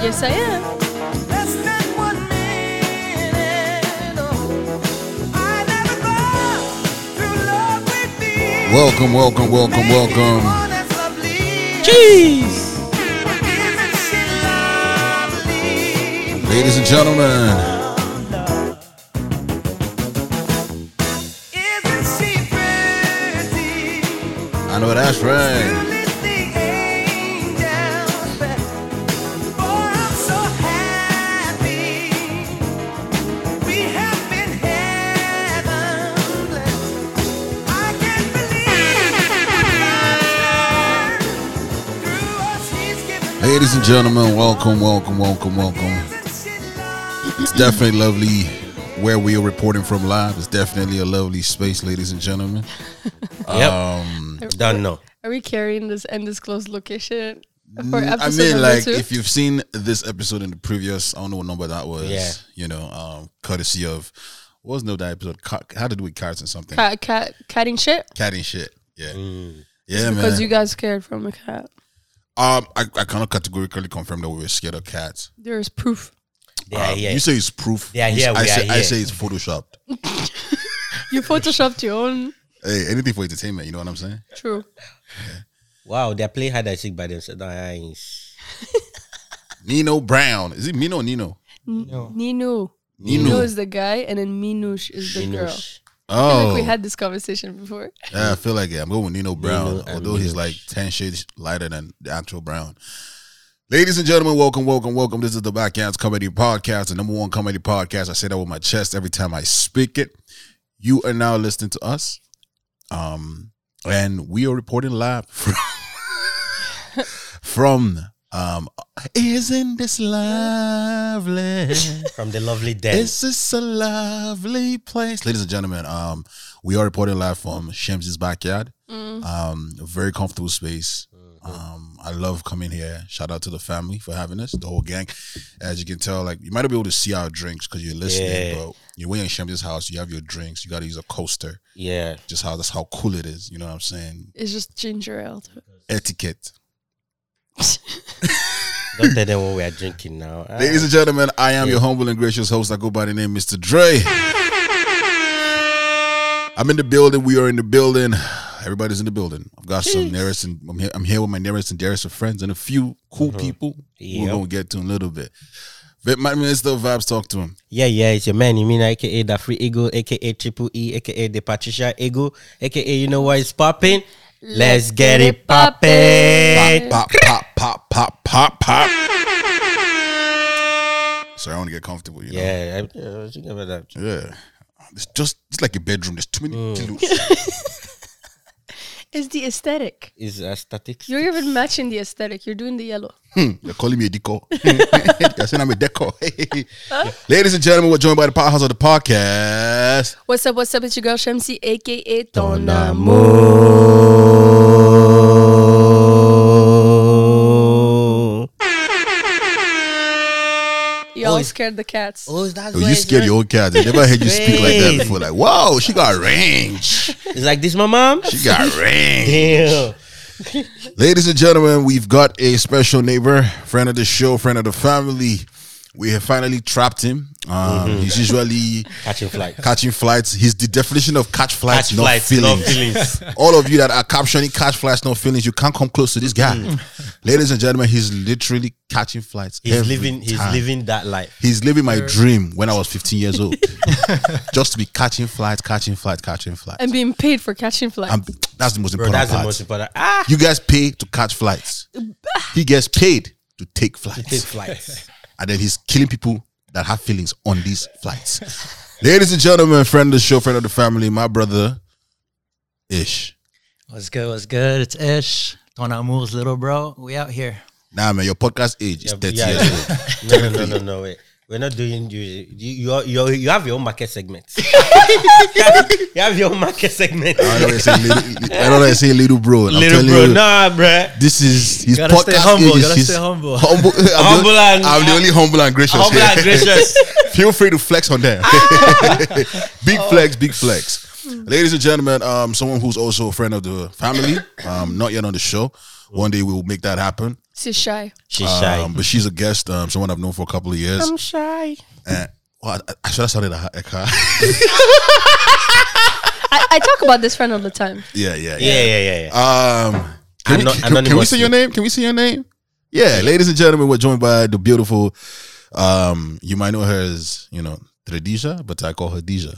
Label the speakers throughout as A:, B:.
A: Yes, I am.
B: Less than one minute. Oh, I never thought true love would be
C: Welcome, welcome, welcome, welcome.
B: one as lovely
A: Jeez.
B: Isn't she lovely?
C: Ladies and gentlemen,
B: Isn't she pretty?
C: I know that's right.
B: Truly the angel's pet. Boy, I'm so happy. We have been heaven blessed. I can't believe through us he's given
C: Ladies and gentlemen, welcome, welcome, welcome, welcome. It's definitely lovely where we are reporting from live. It's definitely a lovely space, ladies and gentlemen.
D: Yep. Done now.
A: Are we carrying this undisclosed location for
C: Mm,
A: episode
C: I mean,
A: number
C: like
A: two?
C: if you've seen this episode in the previous, I don't know what number that was.
D: Yeah.
C: You know, um, courtesy of what was no that episode? Ca- How to do with cards and something.
A: cat, cat, catting shit?
C: Cat and shit. Yeah. Yeah,
A: Because
C: man.
A: you guys scared from a cat.
C: um, I, I cannot categorically confirm that we were scared of cats.
A: There is proof.
D: They are
C: Um,
D: here.
C: You say it's proof.
D: They are
C: You
D: here,
C: s- I
D: we
C: say
D: are
C: I
D: here.
C: say it's photoshopped.
A: You photoshopped your own.
C: Hey, anything for entertainment. You know what I'm saying?
A: True.
D: wow, they play hard as sick by themselves. Nice.
C: Nino Brown. Is it Nino or Nino?
A: Nino.
C: Nino.
A: Nino is the guy, and then Minouche is the girl.
D: Shinush.
A: I
C: Oh,
A: think we had this conversation before.
C: yeah, I feel like it. I'm going with Nino Brown,
D: and
C: although he's
D: Minouche.
C: like 10 shades lighter than the actual Brown. Ladies and gentlemen, welcome, welcome, welcome. This is the Backhands Comedy Podcast, the number one comedy podcast. I say that with my chest every time I speak it. You are now listening to us, um, and we are reporting live from, from um, Isn't This Lovely?
D: From the lovely dead.
C: This is a lovely place, ladies and gentlemen. Um, we are reporting live from Shams's backyard. Um, a very comfortable space. Um, I love coming here. Shout out to the family for having us, the whole gang. As you can tell, like you might not be able to see our drinks because you're listening,
D: Yeah.
C: but you're in Shams's house. You have your drinks. You got to use a coaster.
D: yeah.
C: Just how that's how cool it is. You know what I'm saying?
A: It's just ginger ale.
C: Etiquette.
D: Don't tell them what we are drinking now. Ah.
C: Ladies and gentlemen, I am your humble and gracious host. I go by the name Mr. Dre. I'm in the building. We are in the building. Everybody's in the building. I've got some nearest and I'm here, I'm here with my nearest and dearest of friends and a few cool people who we're
D: Yep.
C: gonna get to in a little bit. But my minister of vibes, talk to him.
D: Yeah, yeah, it's your man. You mean aka the free ego, aka triple E, aka the Patricia ego, aka you know what is popping? Let's get it popping.
C: Pop, pop, pop, pop, pop, pop. Sorry, I want to get comfortable. You know.
D: Yeah, I, I was thinking about that.
C: Yeah. It's just it's like a bedroom. There's too many kilos.
A: It's the aesthetic.
D: It's a static.
A: You're even matching the aesthetic. You're doing the yellow.
C: They're calling me a deco. They're saying I'm a deco. Ladies and gentlemen, we're joined by the powerhouse of the podcast.
A: What's up? What's up? It's your girl Shamsi, aka Tonamo.
D: Tonamo.
A: Y'all
D: Oh, it's-
A: scared the cats.
D: Oh, that's
C: Yo, you scared your old cat. They never heard you speak like that
D: Great.
C: before. Like, wow, she got range.
D: It's like this, my mom.
C: She got range.
D: Damn.
C: Ladies and gentlemen, we've got a special neighbor, friend of the show, friend of the family. We have finally trapped him. Um, He's usually
D: Mm-hmm. Catching flight.
C: catching flights. He's the definition of catch flights,
D: Catch
C: not
D: flights, no
C: feelings.
D: feelings.
C: All of you that are captioning catch flights, no feelings, you can't come close to this guy. Ladies and gentlemen, he's literally catching flights.
D: Mm. He's
C: every
D: living. He's
C: time.
D: living that life.
C: He's living my dream when I was 15 years old. Just to be catching flights, catching flights, catching flights.
A: And being paid for catching flies.
C: I'm- that's the most
D: Bro,
C: important
D: that's the
C: part.
D: most important. Ah,
C: you guys pay to catch flights. He gets paid to take flights.
D: take flights.
C: and then he's killing people that have feelings on these flights. Ladies and gentlemen, friend of the show, friend of the family, my brother, Ish.
E: What's good? What's good? It's Ish, Ton Amour's little bro. We out here.
C: Nah, man, your podcast age is 30
D: Yeah,
C: years old.
D: yeah. No, no, no, no, no. Wait. We're not doing you. You, you, are- you, are- you have your own market segment. you have your own market segment.
C: I don't want to say little, I don't wanna say little bro. I'm
D: Little
C: telling
D: bro,
C: you,
D: nah, bruh.
C: This is his
E: Gotta stay
C: podcast
E: humble,
C: age is
E: gotta
C: his-
E: stay humble.
C: humble, I'm the-
D: Humble and-
C: I'm the only humble and gracious.
D: Humble
C: here.
D: and gracious.
C: Feel free to flex on them. big flex, big flex. Ladies and gentlemen, um, someone who's also a friend of the family, um, not yet on the show. One day we will make that happen.
A: She's shy.
D: She's shy.
C: Um, but she's a guest, um, someone I've known for a couple
A: Um,
C: of years.
D: shy.
C: and, well, I, I should have started a, a car.
A: I, I talk about this friend all the time.
C: yeah, yeah, yeah.
D: Yeah, yeah, yeah, yeah.
C: Um, can, we-
D: Ano-
C: can- can we
D: anonymously.
C: see your name? Can we see your name? Yeah, ladies and gentlemen, we're joined by the beautiful. Um, you might know her as you know Tredisha, but I call her Deja.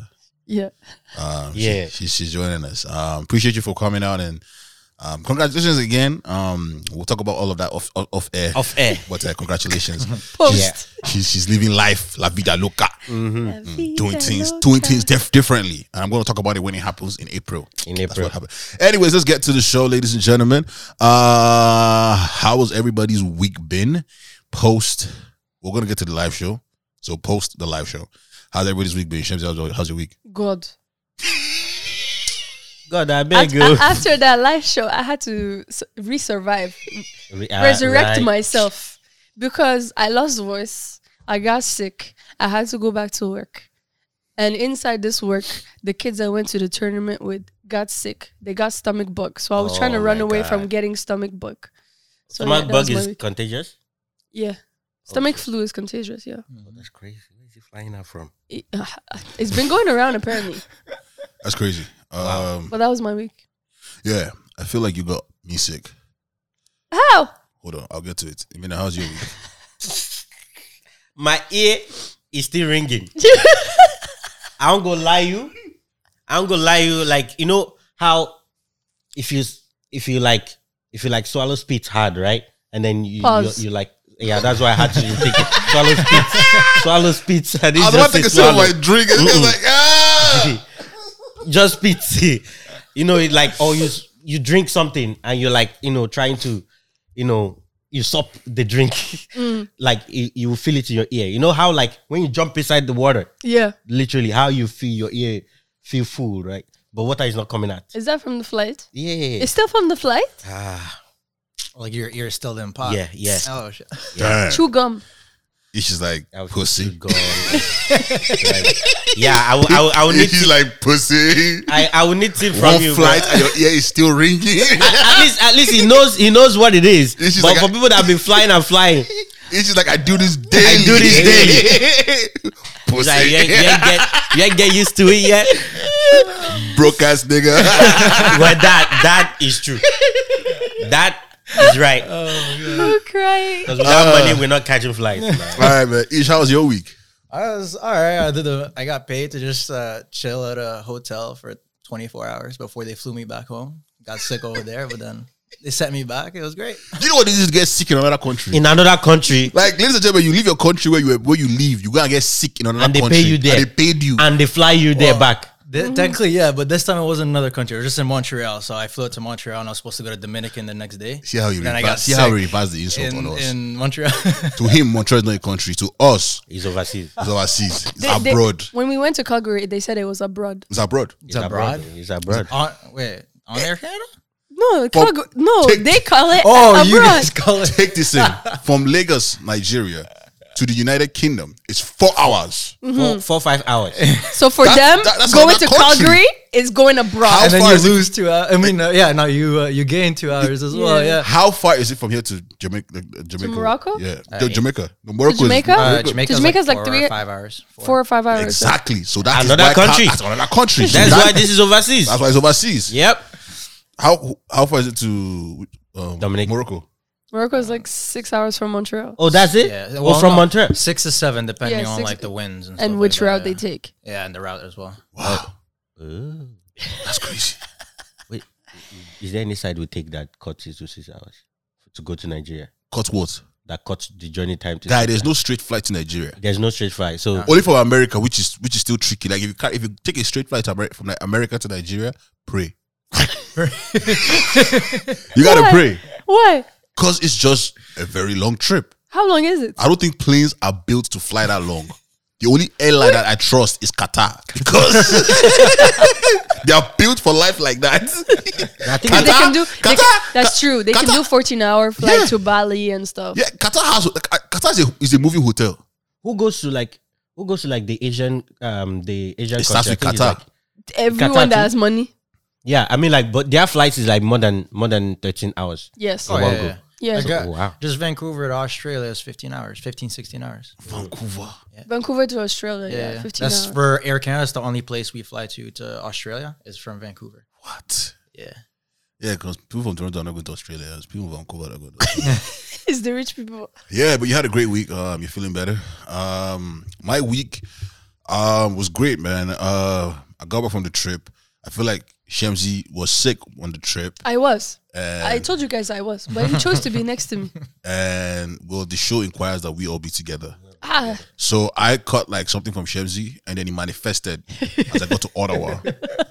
A: Yeah.
C: Um,
D: Yeah.
C: she, she, she's joining us. Um, appreciate you for coming out and um, congratulations again. Um, we'll talk about all of that off off, off air.
D: Off air.
C: but uh, congratulations.
A: Post.
D: Yeah.
C: she's she's living life la vida loca,
D: Hmm,
A: Mm,
C: doing things doing things def- differently. And I'm going to talk about it when it happens in April.
D: In
C: That's
D: April.
C: what happened. Anyways, let's get to the show, ladies and gentlemen. Uh, how was everybody's week been? Post, we're gonna get to the live show. So post the live show. How's everybody's week been? Shemsi, how's your, how's your week?
A: God.
D: God, I
A: At-
D: beg you.
A: a- after that live show, I had to s- resurvive,
D: Re- uh,
A: resurrect
D: like-
A: myself because I lost voice. I got sick. I had to go back to work. And inside this work, the kids I went to the tournament with got sick. They got stomach bug. So I was trying to
D: Oh
A: run
D: my
A: away from
D: God.
A: getting stomach bug. So
D: Stomach
A: yeah, that was
D: bug
A: my
D: is Oh,
A: week.
D: contagious.
A: yeah. Stomach flu is contagious, yeah.
D: Oh, that's crazy. Where is he flying out from?
A: It, has been going around apparently.
C: That's crazy. Um,
A: But that was my week.
C: yeah, I feel like you got me sick.
A: How?
C: Hold on, I'll get to it. Mina, how's your week?
D: My ear is still ringing. I don't go lie you. I don't go lie you. Like you know how if you if you like if you like swallow spit hard, right? And then you you,
A: Pause.
D: you like yeah. That's why I had to take it. Swallow spit. swallow spit. I didn't
C: I was about to
D: just say
C: take a sip of
D: swallow.
C: my drink. and it's
D: Mm-mm.
C: like, ah!
D: just spit. you know, it like or you you drink something and you're like you know trying to, you know, you sup the drink, like you, you feel it in your ear. You know how like when you jump inside the water,
A: Yeah.
D: literally how you feel your ear feel full, right? But water is not coming out.
A: Is that from the flight?
D: Yeah,
A: It's still from the flight?
E: Like your ear still didn't pop.
D: Yeah, yeah.
E: Oh shit.
C: Damn.
A: Chew gum.
C: It's just like
D: I was
C: pussy.
D: gone. Like, yeah, I will. I will, I will need.
C: She's like pussy.
D: I, I will need tip from
C: One
D: you. bro.
C: flight and your ear is still ringing.
D: At least, at least he knows. He knows what it is.
C: It's just
D: But
C: like
D: for
C: a-
D: people that have been flying and flying,
C: It's just like I do this daily. I
D: do this
C: daily. Pussy,
D: It's like, you, ain't, you, ain't get, you ain't get used to it yet.
C: broke ass nigga.
D: well, that that is true. That is right.
E: Uh,
A: I'm crying.
D: Because without money, we're not catching flights. man.
C: All right, man. Ish, how was your week?
E: I was all right. I did the. I got paid to just uh, chill at a hotel for 24 hours before they flew me back home. Got sick over there, but then they sent me back. It was great.
C: Do you know what it is to get sick in another country?
D: In another country,
C: like, ladies and gentlemen, you leave your country where you where you live. You go and get sick in another
D: And they pay
C: country.
D: you there.
C: And they paid you.
D: and they fly you there back.
E: Th- Technically, yeah, but this time it wasn't another country. It was just in Montreal. So I flew out to Montreal and I was supposed to go to Dominican the next day.
C: see how you
E: Then I got
C: reverse, see how
E: sick
C: we reverse the insult
E: in,
C: on us.
E: in Montreal.
C: to him, Montreal is not a country. To us,
D: He's overseas.
C: it's overseas. It's
A: They- they-
C: abroad.
A: when we went to Calgary, they said it was abroad.
C: it's abroad.
E: it's abroad.
D: He's abroad.
E: On, wait, on Air Canada?
A: No, Calgary. No,
C: take-
A: they call it
E: Oh,
A: abroad.
E: you guys call it.
C: Take this in from Lagos, Nigeria, to the United Kingdom. It's four hours.
E: Mm-hmm.
D: Four, four, five hours.
A: so for
C: That-
A: them,
C: that- that's
A: going
C: another
A: to
C: country.
A: Calgary is going
C: How
A: abroad.
E: And then
C: far
E: you
C: is it-
E: lose two hours. I mean, uh, yeah, no, you uh, you gain two hours as well.
A: Yeah.
E: Yeah.
C: How far is it from here to Jamaica? uh, Jamaica?
A: Morocco?
C: Yeah,
D: Uh,
C: Ja- Jamaica. No, Morocco is-
A: Jamaica?
E: Uh,
A: Uh,
E: Jamaica's,
A: Jamaica's
E: like,
A: like
E: four
A: three-
E: or five hours.
A: Four or five hours.
C: exactly. So that's
D: Another country.
C: That's another country. So
D: That's
C: that-
D: why this is overseas.
C: That's why it's overseas.
D: Yep.
C: How how far is it to um,
D: Dominic.
C: Morocco?
A: Morocco is like six hours from Montreal,
D: Oh, that's it.
E: Yeah,
D: Or
E: well,
D: from
E: no,
D: Montreal.
E: Six to seven, depending
A: Yeah,
E: on
A: six-
E: like the winds and, stuff
A: and which
E: like
A: route
E: that,
A: they
E: yeah.
A: take.
E: Yeah, and the route as well.
C: Wow, that's crazy.
D: Wait, Uh, is there any side we take that cuts it to six hours to go to Nigeria?
C: Cut what?
D: That cuts the journey time to.
C: Guy, there's no straight flight to Nigeria.
D: There's no straight flight, so
C: Only for America, which is which is still tricky. Like if you can if you take a straight flight to America, from like America to Nigeria, pray. you gotta
A: Why?
C: pray
A: Why?
C: because it's just a very long trip.
A: How long is it?
C: I don't think planes are built to fly that long. The only airline that I trust is Qatar because they are built for life like that.
D: I think
A: They can do. they can-
C: Qatar-
A: that's true. They can
C: Qatar-
A: do fourteen-hour flight
C: Yeah.
A: to Bali and stuff.
C: Yeah, Qatar has Qatar is a, is a movie hotel.
D: who goes to like who goes to like the Asian um the Asian
C: It starts
D: country? I
C: with
D: think it's
C: Qatar.
D: like-
A: Everyone
D: Qatar
A: that
D: too.
A: has money,
D: yeah, I mean like but their flights is like more than more than thirteen hours.
A: yes.
D: Oh,
E: yeah,
D: one
E: yeah,
D: go.
E: yeah.
A: Yeah.
E: I got-
D: wow.
E: Just Vancouver to Australia is 15 hours, 15, 16 hours.
C: Vancouver.
A: Vancouver to Australia. Yeah. 15
E: That's
A: hours.
E: for Air Canada. It's the only place we fly to to Australia is from Vancouver.
C: What?
E: Yeah.
C: Yeah, because people from Toronto are not going to Australia. It's people from Vancouver that are going to Australia.
A: it's the rich people.
C: Yeah, but you had a great week. Um, you're feeling better. Um, my week um was great, man. Uh, I got back from the trip. I feel like Shamsi was sick on the trip,
A: I was.
C: and,
A: I told you guys I was, but you chose to be next to me.
C: and well, the show inquires that we all be together.
A: Ah,
C: So I caught like something from Shemzi, and then it manifested as I got to Ottawa.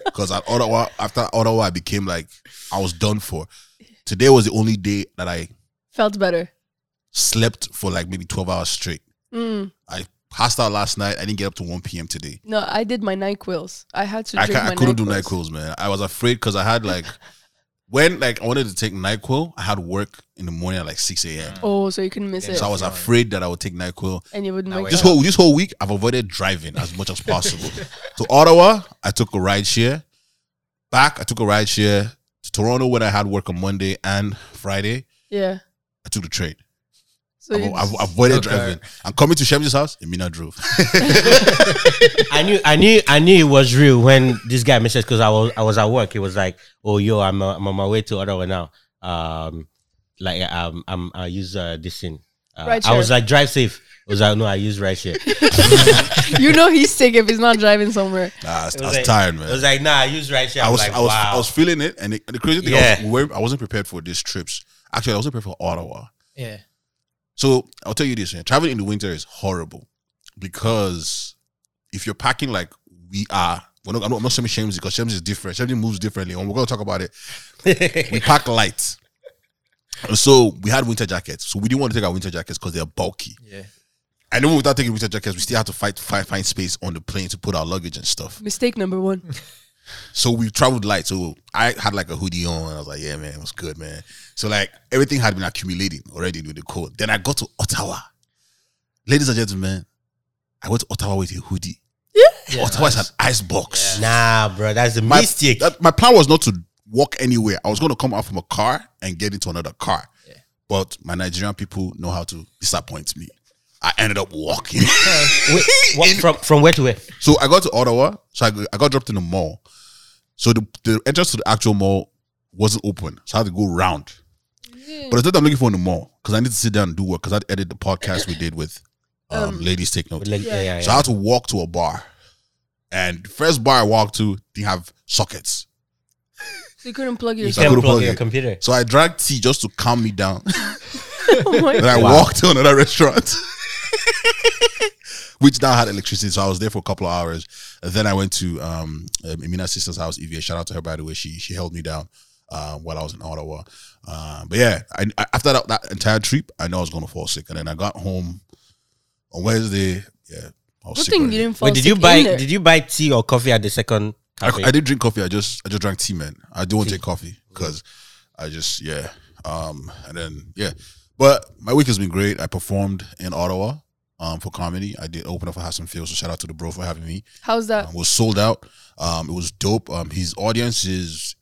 C: Because at Ottawa, after Ottawa, I became like I was done for. Today was the only day that I
A: felt better.
C: slept for like maybe twelve hours straight.
A: Mm.
C: I passed out last night. I didn't get up to one p.m. today.
A: No, I did my NyQuil's. I had to
C: I,
A: drink
C: can,
A: my
C: I couldn't do
A: NyQuil's.
C: NyQuil's, man. I was afraid because I had like when like I wanted to take NyQuil, I had work in the morning at like six a.m.
A: Oh, so you couldn't miss it.
C: So I was afraid that I would take NyQuil.
A: and you wouldn't
E: Now
A: wake
C: This
A: up.
C: whole this whole week, I've avoided driving as much as possible. to Ottawa, I took a ride share. Back, I took a ride share to Toronto when I had work on Monday and Friday.
A: yeah.
C: I took the train.
A: So
C: I've,
A: you
C: I've
A: just-
C: avoided
E: Okay.
C: driving. I'm coming to Shemzi's house. Emina drove.
D: I knew, I knew, I knew it was real when this guy messaged because I was, I was at work. It was like, oh, yo, I'm, uh, I'm on my way to Ottawa now. Um, like, um, I'm, I use uh, this thing. Uh, I
A: Rideshare.
D: was like, drive safe. I was like, no, I use right share.
A: you know he's sick if he's not driving somewhere.
C: Nah, I was, I was
D: like-
C: tired, man.
D: I was like, nah, I use right share.
C: I was,
D: like,
C: I was,
D: wow.
C: I was feeling it, and the, and the crazy thing, I, was,
D: Yeah.
C: we weren't- I wasn't prepared for these trips. Actually, I wasn't prepared for Ottawa.
E: Yeah.
C: So I'll tell you this: man, traveling in the winter is horrible because if you're packing like we are, we're not, I'm, not, I'm not saying Shemzi because Shemzi is different. Shemzi moves differently, and we're going to talk about it. we pack light, And so we had winter jackets. So we didn't want to take our winter jackets because they're bulky.
E: Yeah.
C: And even without taking winter jackets, we still had to fight to find, find space on the plane to put our luggage and stuff.
A: Mistake number one.
C: So we traveled light. So I had like a hoodie on. I was like, yeah, man, it was good, man. So like everything had been accumulating already with the cold. Then I got to Ottawa. Ladies and gentlemen, I went to Ottawa with a hoodie.
E: Yeah,
C: Ottawa
E: nice.
C: is an ice box.
D: nah, bro, that's the
C: My,
D: mistake.
C: that- my plan was not to walk anywhere. I was going to come out from a car and get into another car. But my Nigerian people know how to disappoint me. I ended up walking.
D: Wait, what, from from where to where?
C: So I got to Ottawa. So I, I got dropped in the mall. So the, the entrance to the actual mall wasn't open. So I had to go round. But it's not that I'm looking for in the mall because I need to sit down and do work because I had to edit the podcast we did with um, Ladies Take Note.
D: Like, yeah, yeah,
C: So I had to walk to a bar. And the first bar I walked to didn't have sockets.
A: So you couldn't plug
D: You
A: your.
C: I
D: can
C: couldn't
D: plug
C: plug
D: your
C: it.
D: computer.
C: So I drank tea just to calm me down.
A: Oh my
C: Then I
D: Wow.
C: walked to another restaurant, which now had electricity. So I was there for a couple of hours. And then I went to um, um, Emina's sister's house, Evia. Shout out to her, by the way. She she held me down uh, while I was in Ottawa. Uh, but yeah, I, I- after that, that entire trip, I know I was going to fall sick. And then I got home on Wednesday. Yeah, I was
A: Good
C: sick.
A: thing you
C: already.
A: didn't fall
D: Wait, did you
A: sick
D: buy
A: in there.
D: did you buy tea or coffee at the second
C: I,
D: cafe?
C: I did drink coffee. I just I just drank tea, man. I do want to take coffee because I just yeah. Um and then yeah, but my week has been great. I performed in Ottawa um for comedy. I did open up for Hassan Field, so shout out to the bro for having me.
A: How's that?
C: Um, was sold out. Um, it was dope. Um, his audience is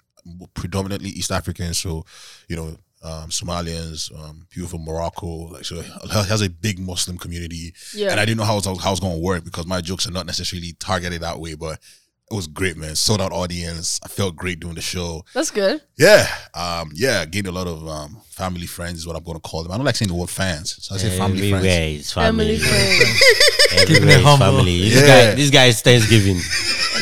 C: predominantly East African, so you know, um, Somalians, um, people from Morocco. Like, so he has a big Muslim community.
A: Yeah.
C: And I didn't know how it was, how it's going to work because my jokes are not necessarily targeted that way, but. It was great, man. Sold out audience. I felt great doing the show.
A: That's good.
C: Yeah, um, yeah. Gained a lot of um, family friends is what I'm going to call them. I don't like saying the word fans, so I say family friends.
D: Everywhere is
A: Family
D: family.
A: friend.
E: Keeping it
D: Everywhere is
E: humble.
D: family.
C: Yeah.
D: This guy this guy is Thanksgiving.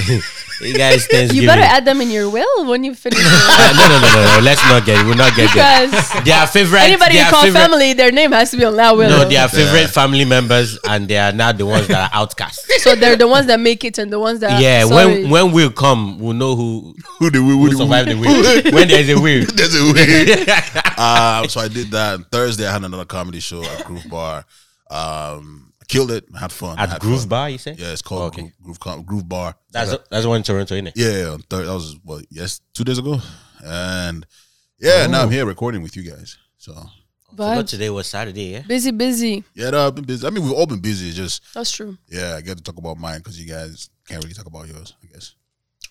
D: this guy is Thanksgiving.
A: You better add them in your will when you finish. it.
D: Uh, no, no, no, no, no. Let's not get. We'll not get there.
A: Because
D: Their favorite.
A: anybody you
D: their
A: call
D: favorite-
A: family, their name has to be on that will.
D: No, their favorite family members, and they are now the ones that are outcast.
A: so they're the ones that make it and the ones that
D: Yeah,
A: sorry.
D: when when we'll come, we'll know who
C: Who do we? Who
D: who
C: do we?
D: survived the wheel. when there's a wheel.
C: There's a way. um, so I did that. And Thursday, I had another comedy show at Groove Bar. Um, I killed it. I had fun. I
D: At
C: had
D: Groove
C: fun.
D: Bar, you say?
C: Yeah, it's called
D: Okay.
C: Groove, Groove, Com- Groove Bar.
D: That's that's the one in Toronto, isn't it?
C: yeah, yeah, on Thur- that was what yes, two days ago, and yeah,
D: Oh.
C: now I'm here recording with you guys. So
D: But
A: but
D: today was Saturday, yeah.
A: busy, busy.
C: yeah, no, I've been busy. I mean, we've all been busy. It's just
A: That's true.
C: yeah, I get to talk about mine because you guys can't really talk about yours. I guess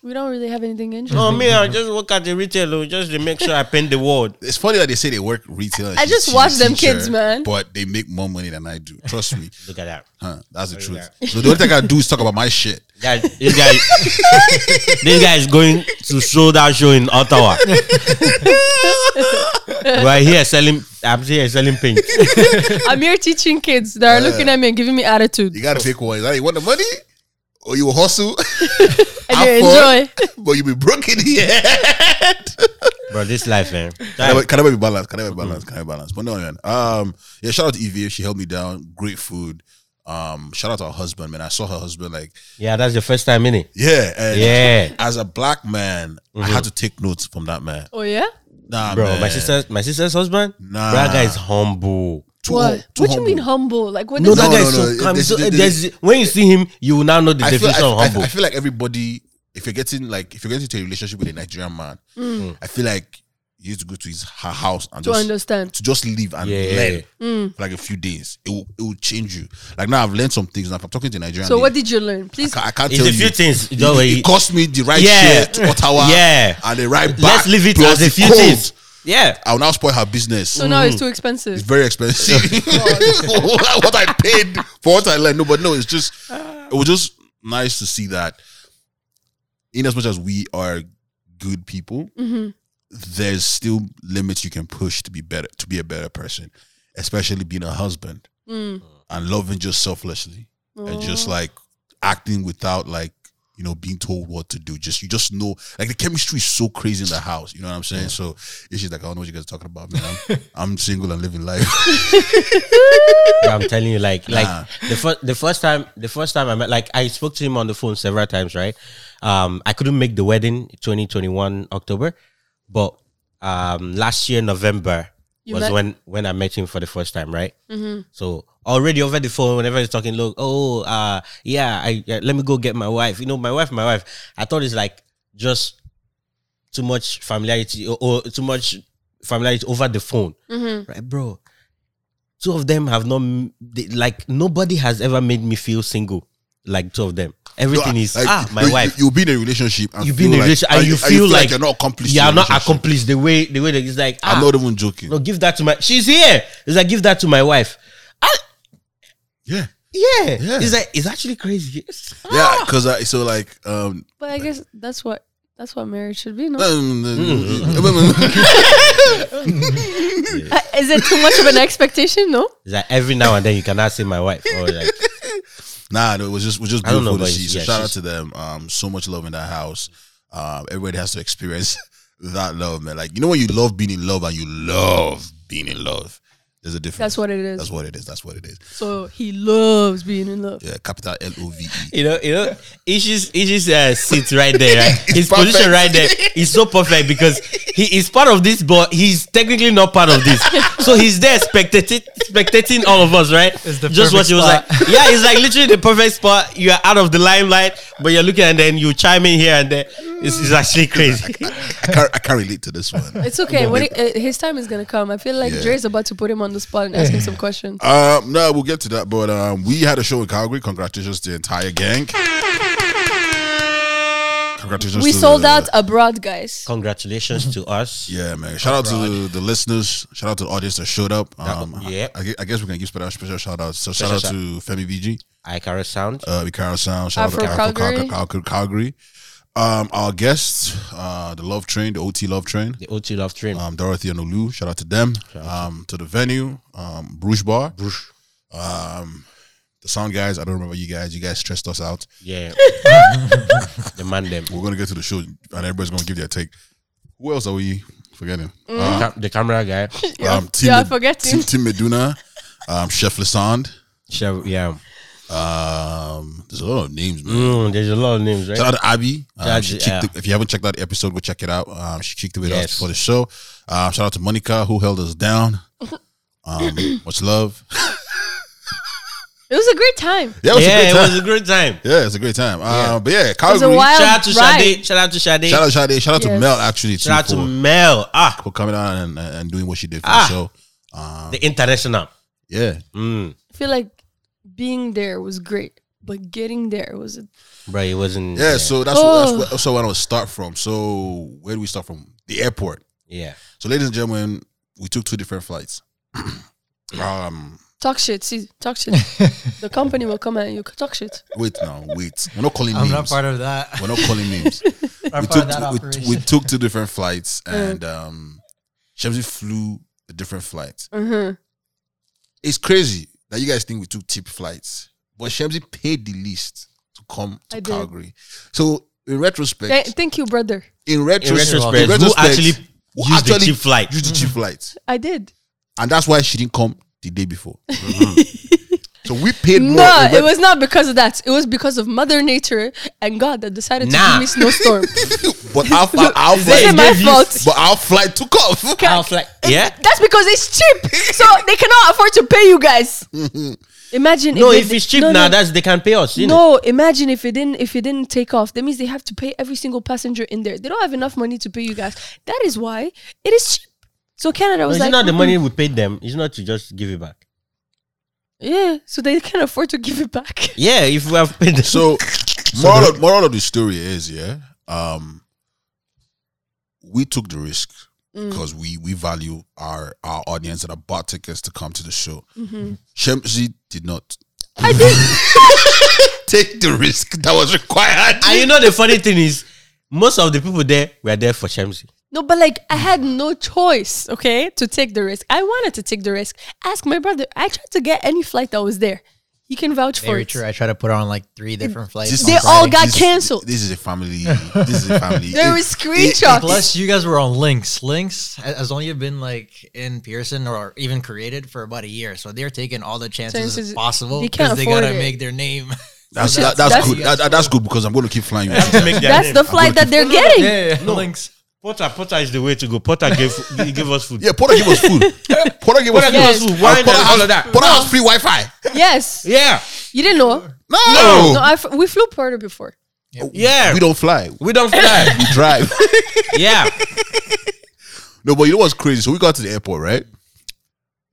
A: We don't really have anything interesting.
D: No, me, I just work at the retail, oh, just to make sure I paint the world.
C: It's funny that they say they work retail. and
A: I
C: she's-
A: just
C: she's a
A: watch them
C: teacher,
A: kids, man.
C: But they make more money than I do. Trust me.
D: Look at that.
C: Huh, that's the truth.
D: that.
C: So the only thing I do is talk about my shit.
D: Guys, this guy, this guy is going to show that show in Ottawa. We're here selling. I'm here selling paint.
A: I'm here teaching kids that are looking at me and giving me attitude.
C: You gotta pick one. Either you want the money or you will hustle,
A: And you
C: fun.
A: enjoy.
C: but you be broke in the end.
D: Bro, this life, man.
C: Can I, can I be balanced? Can I
D: Mm-hmm.
C: be balanced? Can I be balanced? But no, man. Um, yeah. Shout out to Evie. She held me down. Great food. Um, shout out to her husband, man. I saw her husband like,
D: Yeah, that's the first time, innit?
C: yeah, and
D: Yeah. Mm-hmm.
C: As a black man, I had to take notes from that man.
A: Oh yeah.
C: Nah,
D: Bro,
C: man.
D: my sister's my sister's husband.
C: Nah.
D: Bro, that guy is humble.
C: Too hu-
A: What?
C: too
A: What do you
C: humble.
A: mean humble? Like what?
D: No,
A: is
D: that
C: No,
D: guy
C: no,
D: is
C: no,
D: so
C: it-
D: calm.
C: they-
D: so,
C: they- they-
D: there's, when you see him, you will now know the
C: I feel,
D: definition of
C: I,
D: humble.
C: I, I feel like everybody, if you're getting like, if you're getting into a relationship with a Nigerian man, I feel like you need to go to his her house and
A: Mm. to
C: just
A: understand.
C: to just leave and
D: Yeah.
C: learn
A: Mm.
C: for like a few days. It will it will change you. Like now, I've learned some things. Now, if I'm talking to a Nigerian,
A: So what
C: lady,
A: did you learn?
C: I,
A: Please.
C: ca- I can't
D: it's
C: tell
D: a few
C: you.
D: things.
C: It,
D: though,
C: it cost me the right
D: Yeah.
C: shit to Ottawa,
D: Yeah.
C: and the right back.
D: Let's leave it
C: plus
D: as a
C: the
D: few
C: cold.
D: things. Yeah.
C: I will now spoil her business.
A: so now it's too
C: It's
A: expensive.
C: very expensive. what I paid for what I learned. No, but no, it's just it was just nice to see that. In as much as we are good people, there's still limits you can push to be better, to be a better person, especially being a husband and loving just selflessly and just like acting without like you know being told what to do. Just you just know like the chemistry is so crazy in the house. You know what I'm saying? So it's just like I don't know what you guys are talking about, man. I'm, I'm single and living life.
D: Bro, I'm telling you, like, like
C: Nah.
D: the first, the first time, the first time I met, like, I spoke to him on the phone several times, right? Um, I couldn't make the wedding, 2021 October, but um, last year November
A: You
D: was
A: met-
D: when when I met him for the first time, right?
C: Mm-hmm.
D: So already over the phone, whenever he's talking, look, oh, uh, yeah, I yeah, let me go get my wife. You know, my wife, my wife. I thought it's like just too much familiarity or, or too much familiarity over the phone, right, bro? Two of them have not m- they, like nobody has ever made me feel single. Like two of them, everything
C: No,
D: is
C: like,
D: ah, my
C: no, you-
D: wife.
C: You, will be in a relationship. And
D: You, have
C: feel
D: been in a
C: like-
D: relationship, and, you, feel like,
C: you're not accomplished.
D: Yeah,
C: in
D: I'm
C: a
D: not
C: relationship.
D: accomplished. The way the way that it's like ah,
C: I'm not even joking.
D: no, give that to my. She's here. It's like give that to my wife. I,
C: Yeah,
D: yeah.
C: Yeah.
D: It's like it's actually crazy.
C: yeah, because I so like um.
A: But I guess that's what that's what marriage should be. No, Uh, is it too much of an expectation? No.
D: It's like every now and then you cannot see my wife. Or like
C: Nah, no, it was just it was just
D: I don't know,
C: beautiful to
D: but
C: see. So
D: yeah,
C: shout out to
D: she's-
C: them. Um, so much love in that house. Um, everybody has to experience that love, man. Like you know when you love being in love and you love being in love. There's a difference.
A: That's what it is.
C: That's what it is. That's what it is.
A: So he loves being in love.
C: Yeah, capital L O V E.
D: you know, you know, Ishi's Ishi's uh, sits right there, right? His
C: perfect.
D: position right there is so perfect because he is part of this, but he's technically not part of this. So he's there spectating, spectating all of us, right?
E: It's the
D: Just what he
E: perfect
D: was
E: spot.
D: like. Yeah, it's like literally the perfect spot. You are out of the limelight, but you're looking, and then you chime in here and there. It's, it's actually crazy.
C: I can't I can't relate to this one.
A: It's okay. When it, uh, his time is gonna come, I feel like
C: Yeah.
A: Dre's about to put him on the spot and ask him some questions.
C: Um, no, we'll get to that. But um, we had a show in Calgary. Congratulations to the entire gang. Congratulations.
A: We
C: to
A: sold
C: the-
A: out abroad, guys.
D: Congratulations to us.
C: Yeah, man. Shout out to the listeners. Shout out to the audience that showed up. Um,
D: yeah.
C: I, I gue- I guess we can give special, special shout out. So
D: Special
C: shout out
D: shout-
C: to Femi VG,
D: Ikara Sound.
C: uh, Ikaro Sound. Shout
A: Afro
C: out to Afro
A: Calgary.
C: Calgary. Calgary, Calgary. Um, our guests, uh, the Love Train, the OT Love Train.
D: The OT Love Train.
C: Um, Dorothy and Olu. Shout out to them. Um, to the venue, um, Bruges Bar. Um, the sound guys. I don't remember you guys. You guys stressed us out.
D: yeah. the man them.
C: We're gonna get to the show, and everybody's gonna give their take. Who else are we forgetting?
A: Mm,
C: Uh,
D: The cam- the camera guy.
C: Um, Team
A: yeah, I
C: Med-
A: forget
C: Team,
A: him.
C: Team Meduna, um, Chef Lassand.
D: Shall- yeah.
C: Um, there's a lot of names, man.
D: Mm, there's a lot of names, right?
C: Shout out to Abby. Um,
D: Shout out
C: she
D: to-
C: kicked
D: yeah.
C: it- if you haven't checked out the episode, go check it out. Um, she kicked it with
D: Yes.
C: us for the show. Um, shout out to Monica who held us down. Um, much love.
A: It was a great time.
C: Yeah, it was
D: yeah,
C: a great
D: it
C: time.
D: was a great time.
C: yeah, it's a great time. Um,
D: Yeah.
C: but yeah,
A: It was a
C: Calgary.
A: wild
D: Shout out to
A: ride.
D: Shade. Shout out to Shade.
C: Shout
D: Shout
C: out, shout out, shout out to
A: Yes.
C: Mel actually. too,
D: out to
C: for,
D: Mel. Ah,
C: for coming out and, and doing what she did for
D: Ah.
C: the show. Um,
D: the international.
C: Yeah,
D: Mm.
A: I feel like being there was great. but getting there was a
D: bro. It wasn't.
C: Yeah, so that's, what,
A: Oh.
C: that's where, so where I would start from. So where do we start from? The airport.
D: yeah.
C: So, ladies and gentlemen, we took two different flights. um,
A: talk shit. See, talk shit. the company will come and you talk shit.
C: wait now, wait. We're not calling
E: I'm
C: names.
E: not part of that.
C: We're not calling names.
E: I'm not
C: we
E: part
C: took
E: of that
C: we-
E: operation.
C: we, took two different flights,
A: Uh-huh.
C: and um, Shamsi flew a different flight.
A: Uh-huh.
C: It's crazy that you guys think we took cheap flights, but Shamsi paid the least to come to
A: I did.
C: Calgary. So in retrospect,
A: Th- thank you, brother.
C: in retrospect,
D: retrospect,
C: in
D: who
C: retrospect,
D: actually
C: who
D: used the cheap flight?
C: Used the
A: Mm-hmm.
C: cheap flight,
A: I did.
C: and that's why she didn't come the day before. so we paid more.
A: No,
C: in
A: it
C: ret-
A: was not because of that. It was because of Mother Nature and God that decided
D: Nah.
A: to give me snowstorm.
C: but our, our, our
A: This
C: flight,
A: is my
D: gave you-
A: fault.
C: but our flight took off.
D: I was like, yeah.
A: That's because it's cheap, so they cannot afford to pay you guys. Imagine
D: No,
A: they-
D: if it's cheap
A: no,
D: now,
A: no.
D: that's they can pay us. You know?
A: No, imagine if it didn't if it didn't take off. That means they have to pay every single passenger in there. They don't have enough money to pay you guys. That is why it is cheap. So Canada
D: No,
A: was
D: it's
A: like,
D: not the
A: "Mm-mm."
D: money we paid them. It's not to just give it back.
A: Yeah, so they can afford to give it back.
D: Yeah, if we have paid them.
C: So, moral, of, moral of the story is yeah, um, we took the risk
A: Mm.
C: because we we value our our audience that have bought tickets to come to the show. Shemzi did not.
A: Mm-hmm. I did.
C: Take the risk that was required.
D: and you know the funny thing is, most of the people there were there for Shamsi.
A: No, but like I had no choice, okay, to take the risk. I wanted to take the risk. Ask my brother. I tried to get any flight that was there. He can vouch for
E: Very
A: it.
E: true. I tried to put on like three different flights.
A: They
E: on
A: all
E: Friday.
A: got cancelled.
C: This is a family. This is a family.
A: There
C: It-
A: were screenshots.
E: Plus, you guys were on links. Links has only been like in Pearson or even created for about a year, so they're taking all the chances
A: Chances-
E: possible
A: they can't
E: because they
A: afford
E: gotta
A: it.
E: make their name.
A: That's-
C: that's, that, that's,
A: that's-
C: good. That, that- that's good because I'm going to keep flying. You
A: That's the flight that they're
D: No, no,
A: getting.
E: no. links.
D: Potter, Potter is the way to go. Potter gave give us food.
C: yeah, Porter gave us food. Porter gave us food.
D: Potter gave us
A: Yes.
D: food, wine and
C: Porter has-
D: all of that.
C: Porter has free Wi-Fi.
A: Yes,
D: Yeah,
A: you didn't know.
C: No,
A: No, I f- we flew Puerto before.
D: yeah.
C: we don't fly.
D: We don't fly.
C: We drive.
D: yeah,
C: No, but you know what's crazy? So we got to the airport, right?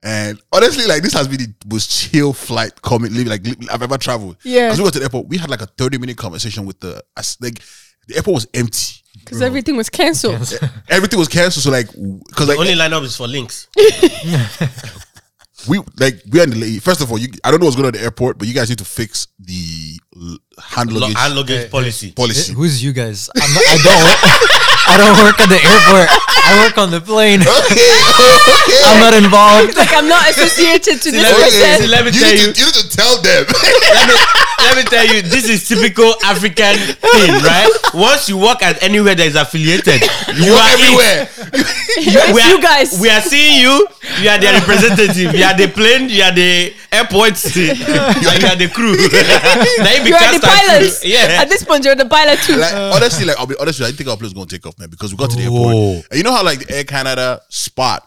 C: And honestly, like this has been the most chill flight coming, leaving, like li- I've ever traveled.
A: Yeah.
C: because we got to the airport, we had like a thirty minute conversation with the as- like the airport was empty,
A: Because everything was canceled.
C: everything was canceled. So like, because like
D: only lineup is for links.
C: we like we and the lady. First of all, you I don't know what's going on at the airport, but you guys need to fix the l- hand
D: Lo-
C: luggage
D: and luggage policy.
C: policy.
E: Who's you guys? I'm not, I don't. I don't work at the airport. I work on the plane. I'm not involved.
A: like I'm not associated to this
D: let me-
A: person.
D: see, let me
C: you
D: tell
C: need
D: you.
C: to, you need to tell them.
D: let, me, let me tell you, this is typical African thing, right? Once you work at anywhere that is affiliated, you,
C: you
D: are
C: are
D: in.
C: everywhere.
A: It's
D: We are,
A: you guys.
D: we are seeing you. You are the representative. You are the plane. You are the airport. and you are the crew. Now you
A: you are the
D: cast as
A: pilots.
D: crew. Yeah.
A: At this point, you're the pilot too.
C: like honestly, like I'll be honest with you, I didn't think our plane was gonna take off, man, because we got to the airport. And you know how like the Air Canada spot,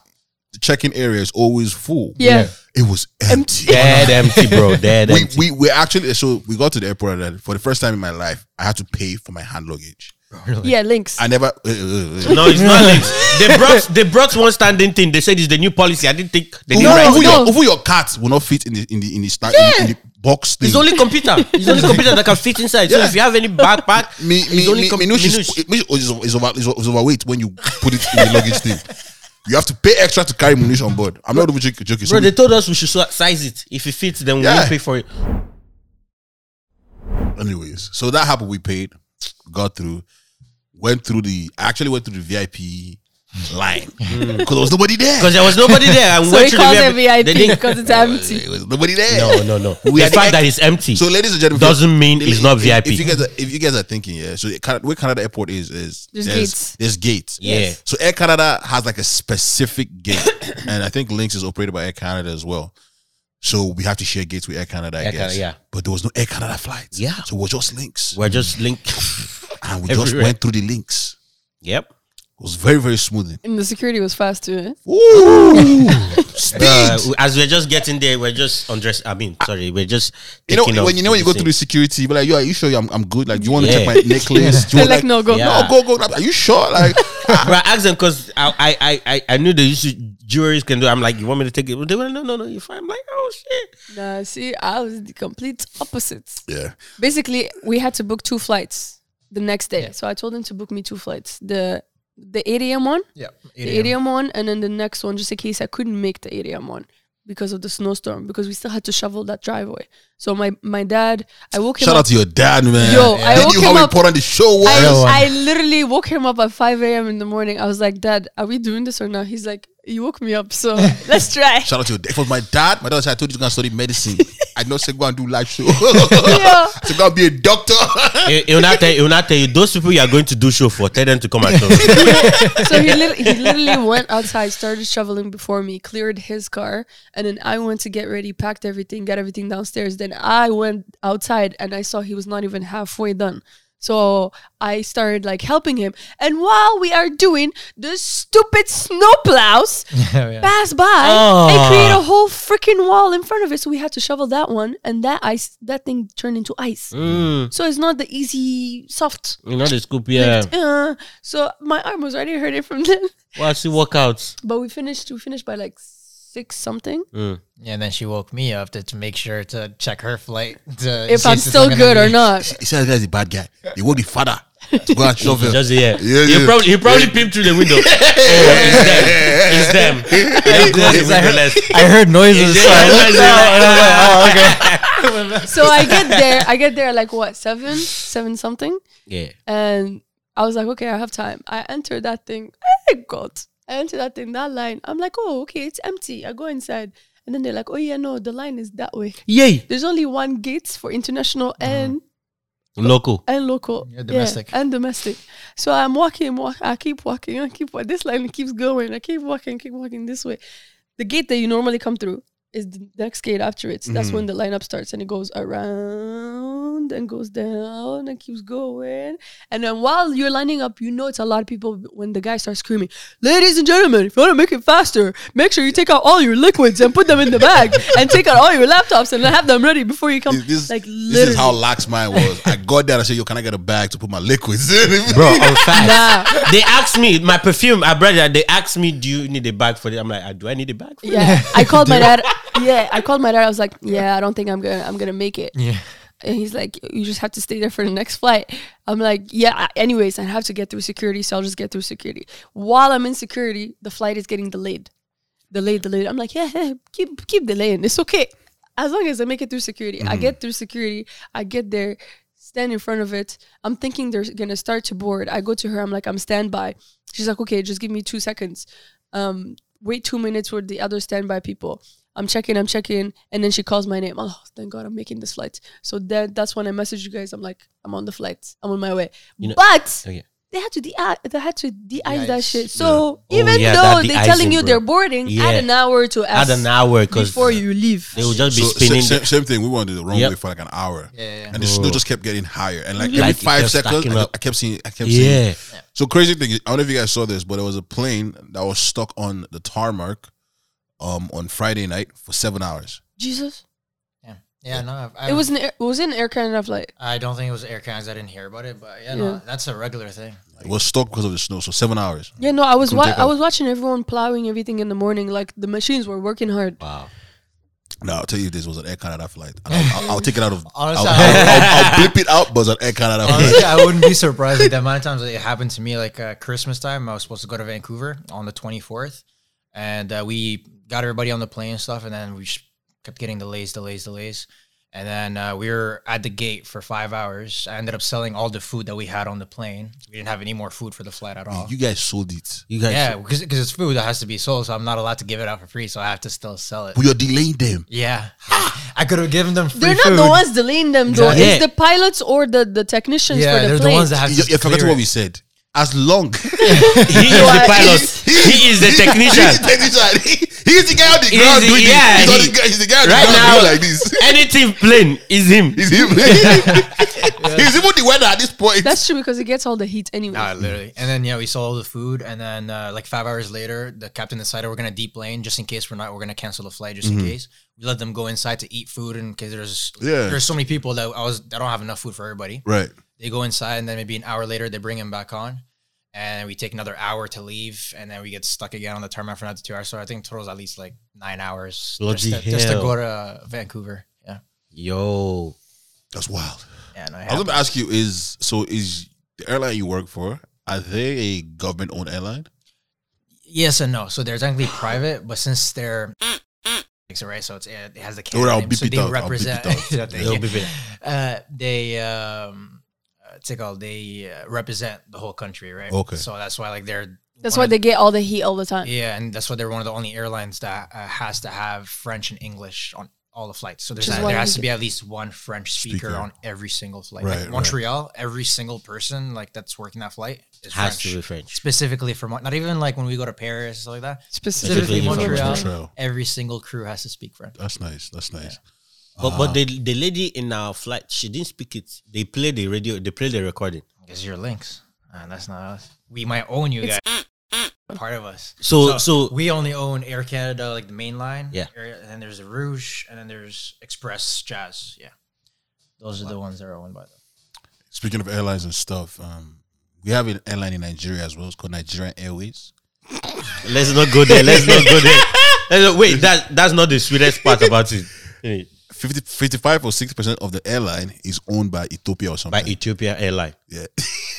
C: the check-in area is always full.
A: yeah.
C: It was empty.
D: Dead empty, bro. Dead
C: We,
D: empty.
C: we we actually so we got to the airport and for the first time in my life, I had to pay for my hand luggage.
A: Yeah, links.
C: I never. uh, uh, uh.
D: No, it's not links. They brought they brought one standing thing. They said it's the new policy. I didn't think they
C: Even
D: didn't write
C: even
D: it.
C: your, even your cat will not fit in the in the in the, sta- in the- in the box thing.
D: It's only computer. It's only computer that can fit inside. So
C: Yeah.
D: if you have any backpack,
C: me
D: it's
C: me
D: only
C: me,
D: com-
C: Minush is,
D: Minush.
C: Minush is, is, over, is, is overweight when you put it in the luggage thing. You have to pay extra to carry Minush on board. I'm not even joking. joking.
D: Bro,
C: So
D: they told us we should si- size it. If it fits, then we
C: Yeah.
D: will pay for it.
C: Anyways, so that happened. We paid, got through, went through the. I actually went through the VIP line
D: Mm.
C: because there was nobody there.
D: Because there was nobody there. And we
A: so
D: went
A: we
D: to
A: call
D: the
A: them
D: They
A: VIP
D: didn't-
A: because it's empty.
C: There was nobody there.
D: no, no, no.
C: We
D: the
C: had
D: fact
C: ex-
D: that it's empty.
C: So, ladies and gentlemen,
D: Doesn't mean
C: if-
D: it's not
C: if-
D: VIP.
C: If you guys, are, if you guys are thinking, yeah, so it, Canada- where Canada Airport is is
A: There's gates.
C: There's gates.
D: Yeah.
C: So Air Canada has like a specific gate, and I think Lynx is operated by Air Canada as well. So we have to share gates with Air Canada, I
D: Air
C: guess.
D: Canada, yeah.
C: But there was no Air Canada flights.
D: Yeah.
C: So we're just links.
D: We're just linked.
C: And we just
D: everywhere.
C: went through the links.
D: yep.
C: It was very, very smooth.
A: And the security was fast too. eh?
C: Ooh, speed.
D: Uh, as we're just getting there, we're just undressed. I mean, sorry, we're just.
C: you know
D: taking off
C: when you know when you go
D: this
C: through the
D: thing.
C: security, you be like, oh, "Yo, are you sure I'm, I'm good? Like, do you want to
D: Yeah.
C: check my necklace? Do you
A: They're
C: want,
A: like, no, go.
D: Yeah.
C: no, go, go. Are you sure? Like,
D: but I asked them because I, I, I, I knew they used to juries can do. I'm like, you want me to take it? They were like, no, no, no, you're fine. I'm like, oh shit.
A: Nah, see, I was the complete opposite.
C: Yeah.
A: Basically, we had to book two flights the next day. So I told them to book me two flights. The the 8 a.m. one,
E: Yeah.
A: the 8 a.m. one, and then the next one, just in case I couldn't make the 8 a.m. one because of the snowstorm, because we still had to shovel that driveway. So my my dad, I woke him
C: Shout
A: up.
C: out to your dad, man.
A: Yo, I
C: He
A: woke
C: knew
A: him
C: how
A: up-
C: important the show was.
A: I, I literally woke him up at 5 a.m. in the morning. I was like, Dad, are we doing this or not? He's like, You woke me up, so let's try.
C: Shout out to your dad. It was my dad. My dad said, I told you to go and study medicine. I know say go and do live show.
A: Yeah.
C: to go and be a doctor.
D: It, it will not tell. It will not tell you. Those people you are going to do show for, tell them to come and show. me.
A: so he, lit- he literally went outside, started shoveling before me, cleared his car, and then I went to get ready, packed everything, got everything downstairs. Then I went outside and I saw he was not even halfway done. So I started like helping him. And while we are doing the stupid snowplows pass by and create a whole freaking wall in front of it. So we had to shovel that one and that ice that thing turned into ice.
D: Mm,
A: So it's not the easy soft.
D: you know the scoop, yeah.
A: Uh, so my arm was already hurting from then.
D: Well, I see workouts.
A: But we finished. We finished by like six something.
F: Yeah, and then she woke me up to, to make sure to check her flight. To, in
A: If I'm
F: case
A: still
F: gonna
A: good or
F: be-
A: not.
C: he said, this guy's a bad guy. He woke the father. To go and shovel.
D: Just yeah.
C: Yeah,
D: he
C: yeah.
D: probably he probably peeped through the window. oh, it's them. It's them. Let's go to the window, let's-
F: I heard noises. so I looked out and I was like, oh, okay.
A: So I get there. I get there like what seven, seven something,
D: Yeah.
A: and I was like, okay, I have time. I enter that thing. Hey God! I enter that thing. That line. I'm like, oh, okay, it's empty. I go inside, and then they're like, oh yeah, no, the line is that way.
D: Yay.
A: There's only one gate for international and
D: Local.
A: and local,
F: Yeah, domestic.
A: and domestic. So I'm walking, walk, I keep walking, I keep walking. This line keeps going. I keep walking, keep walking this way. The gate that you normally come through is the next gate after it. So That's when the
C: Mm-hmm.
A: lineup starts, and it goes around and goes down and keeps going. And then while you're lining up, you know it's a lot of people. When the guy starts screaming, "Ladies and gentlemen, if you want to make it faster, make sure you take out all your liquids and put them in the bag, and take out all your laptops and have them ready before you come."
C: This, this-
A: like
C: this
A: literally,
C: is how lax mine was. I got there. I said, "Yo, can I get a bag to put my liquids in?"
D: Bro, I'm fast.
A: nah.
D: they asked me my perfume. I brought that. They asked me, "Do you need a bag for this?" I'm like, "Ah, "Do I need a bag?" For
A: Yeah, I called my dad. Yeah, I called my dad. I was like, "Yeah, I don't think I'm gonna I'm gonna make it."
F: Yeah.
A: And he's like, "You just have to stay there for the next flight." I'm like, "Yeah." I- Anyways, I have to get through security, so I'll just get through security. While I'm in security, the flight is getting delayed, delayed, delayed. I'm like, "Yeah, yeah, keep keep delaying. It's okay, as long as I make it through security."
D: Mm-hmm.
A: I get through security. I get there, stand in front of it. I'm thinking they're gonna start to board. I go to her. I'm like, "I'm standby." She's like, "Okay, just give me two seconds." um, wait two minutes for the other standby people. I'm checking, I'm checking, and then she calls my name. Oh, thank God, I'm making this flight. So then that's when I message you guys. I'm like, I'm on the flight. I'm on my way.
D: You know-
A: but
D: Okay.
A: they had to de uh, they had to de-ice that
F: Yikes.
A: shit. So
D: Yeah. Oh,
A: even
D: yeah, that
A: though they're
D: de-icing,
A: telling you
D: bro.
A: they're boarding,
D: Yeah.
A: add an hour to
D: Add
A: ask
D: an hour because
A: before you leave.
D: they will just be
C: So,
D: spinning.
C: same, same, same thing. We went to the wrong
D: Yep. Mm-hmm.
C: way for like an hour,
F: Yeah, yeah.
C: and the snow just kept getting higher. And like every
D: Like, it
C: five
D: kept
C: seconds,
D: stacking
C: I,
D: up.
C: I kept seeing, I kept seeing.
D: yeah,
C: So crazy thing. is- I don't know if you guys saw this, but there was a plane that was stuck on the tarmac, um, on Friday night for seven hours.
A: Jesus,
F: Yeah, yeah no, I, I
A: it
F: don't-
A: was an air, it was an Air Canada flight.
F: I don't think it was Air Canada 'cause I didn't hear about it, but yeah,
A: Yeah.
F: no, that's a regular thing.
C: It was stuck because of the snow. So seven hours.
A: Yeah, no, I was
C: Couldn't
A: wa-
C: take
A: I
C: off.
A: was watching everyone plowing everything in the morning. Like the machines were working hard.
D: wow.
C: Now I'll tell you, this was an Air Canada flight. And I'll, I'll, I'll take it out of.
F: Honestly,
C: I'll,
F: I-
C: I'll, I'll, I'll blip it out, but it's an Air Canada flight.
F: Honestly, I wouldn't be surprised like, the amount of times that it happened to me. Like uh, Christmas time, I was supposed to go to Vancouver on the 24th, and uh, we got everybody on the plane and stuff, and then we just kept getting delays, delays, delays. And then uh, we were at the gate for five hours. I ended up selling all the food that we had on the plane. We didn't have any more food for the flight at all.
C: You guys sold it.
D: You guys,
F: yeah, because it's food that has to be sold, so I'm not allowed to give it out for free, so I have to still sell it.
C: But you're delaying them.
F: Yeah, I could have given them free
A: They're not
F: food.
A: the ones delaying them though.
F: Exactly.
A: It's the pilots or the, the technicians
F: Yeah,
A: for the
F: they're
A: plane.
F: the ones that have
C: You,
F: to.
C: you forgot
F: clear
C: what
F: it.
C: we said. As long
D: he is the pilot. He
C: He's
D: is the
C: the
D: technician.
C: technician. He's the guy on the
D: He's
C: ground
D: the-
C: doing
D: yeah,
C: this. He's, on
D: he-
C: the, guy- he's the guy on the
D: Right
C: ground
D: now,
C: doing like this.
D: anything plain is him.
C: He's him. He's even the weather at this point.
A: That's true because it gets all the heat anyway.
F: Nah, literally. And then yeah, we sold all the food, and then uh, like five hours later, the captain decided we're gonna deep lane just in case we're not. We're gonna cancel the flight just in case. We let them go inside to eat food, and because there's
C: Yeah.
F: there's so many people that I was I don't have enough food for everybody.
C: right.
F: They go inside, and then maybe an hour later they bring him back on, and we take another hour to leave, and then we get stuck again on the tarmac for another two hours. So I think total's at least like nine hours just
D: Bloody
F: to, just to
D: hell.
F: go to Vancouver. Yeah,
D: Yo,
C: That's wild.
F: yeah. No, it
C: I was
F: happened.
C: gonna ask you: Is so is the airline you work for? Are they a government-owned airline?
F: yes and no. So they're technically private, but since they're right, so it's it has the
C: Or I'll
F: Canada name, so
C: beep it
F: they
C: out, I'll beep it
F: represent.
C: out.
F: Yeah, thank
D: They'll
F: you.
D: beep it.
F: Uh, they um, uh, what's it called? They uh, represent the whole country, right?
C: Okay.
F: So that's why like they're
A: That's
F: one
A: why
F: of-
A: they get all the heat all the time.
F: Yeah, and that's why they're one of the only airlines that uh, has to have French and English on all the flights. So there's
A: Which is
F: there
A: why
F: has
A: we-
F: to be at least one French speaker,
C: Speaker.
F: on every single flight.
C: Right,
F: Like
C: right.
F: Montreal, every single person like that's working that flight is
D: has
F: French.
D: to be French.
F: Specifically for Mon- not even like when we go to Paris stuff like that.
A: Specifically,
D: Specifically
A: Montreal.
D: Montreal.
C: Montreal.
F: Every single crew has to speak French.
C: That's nice. That's nice. Uh-huh.
D: But but the the lady in our flight, she didn't speak it. They played the radio. They played the recording.
F: Because you're links, and that's not us. We might own you guys. Part of us.
D: So so,
F: we only own Air Canada, like the main line.
D: Yeah.
F: Air- and then there's the Rouge, and then there's Express Jazz. Yeah. Those are the ones that are owned by them.
C: Speaking of airlines and stuff, um, we have an airline in Nigeria as well. It's called Nigerian Airways.
D: let's not go there. Let's not go there. Let's not- wait, that that's not the sweetest part about it. Anyway,
C: 50, 55 or 60% of the airline is owned by Ethiopia or
D: By
C: something.
D: Ethiopia Airline.
C: Yeah.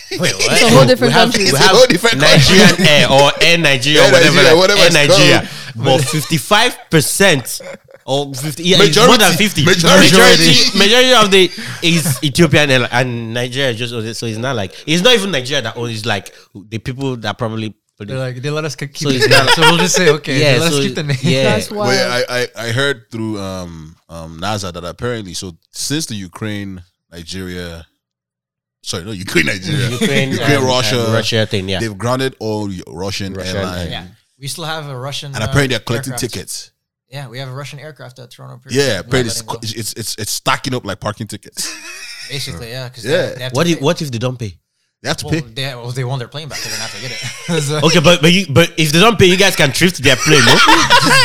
D: Wait, what?
A: a whole different
D: we have,
A: country.
D: we
A: It's a
D: have
C: whole different
D: Nigerian Air or Air Nigeria,
C: Air
D: or whatever,
C: Nigeria,
D: that-
C: whatever
D: Air
C: it's
D: Nigeria. But fifty-five percent or fifty, yeah, it's more than
C: Majority.
D: fifty.
C: Majority.
D: majority, majority of the is Ethiopian Airline and Nigeria just owns it. so it's not like it's not even Nigeria that owns. It's like the people that probably. put
E: They're
D: it-
E: like they let us keep
D: So
E: the
D: it's
E: name.
D: not-
E: so we'll just say okay.
D: Yeah,
E: Yeah, let's
D: so-
E: keep the name.
D: yeah.
A: That's why.
C: Well, I, I I heard through um um NASA that apparently so since the Ukraine Nigeria, sorry no Ukraine Nigeria
D: Ukraine, and-
C: Russia
D: and Russia thing, yeah.
C: they've grounded all your Russian
D: Russian,
C: airlines
F: Yeah. We still have a Russian.
C: and apparently
F: uh,
C: they're collecting
F: aircraft.
C: tickets.
F: Yeah, we have a Russian aircraft at Toronto. Pier.
C: Yeah,
F: We're not
C: apparently it's,
F: letting go.
C: it's it's it's stacking up like parking tickets.
F: basically yeah. Cause
C: Yeah.
F: They, they have to
D: What if
F: pay-
D: what if they don't pay?
C: They have to
F: Well,
C: pay.
F: they, well, they want their plane back. They're gonna have to get it. So
D: Okay, but but you, but if they don't pay, you guys can thrift their plane. No?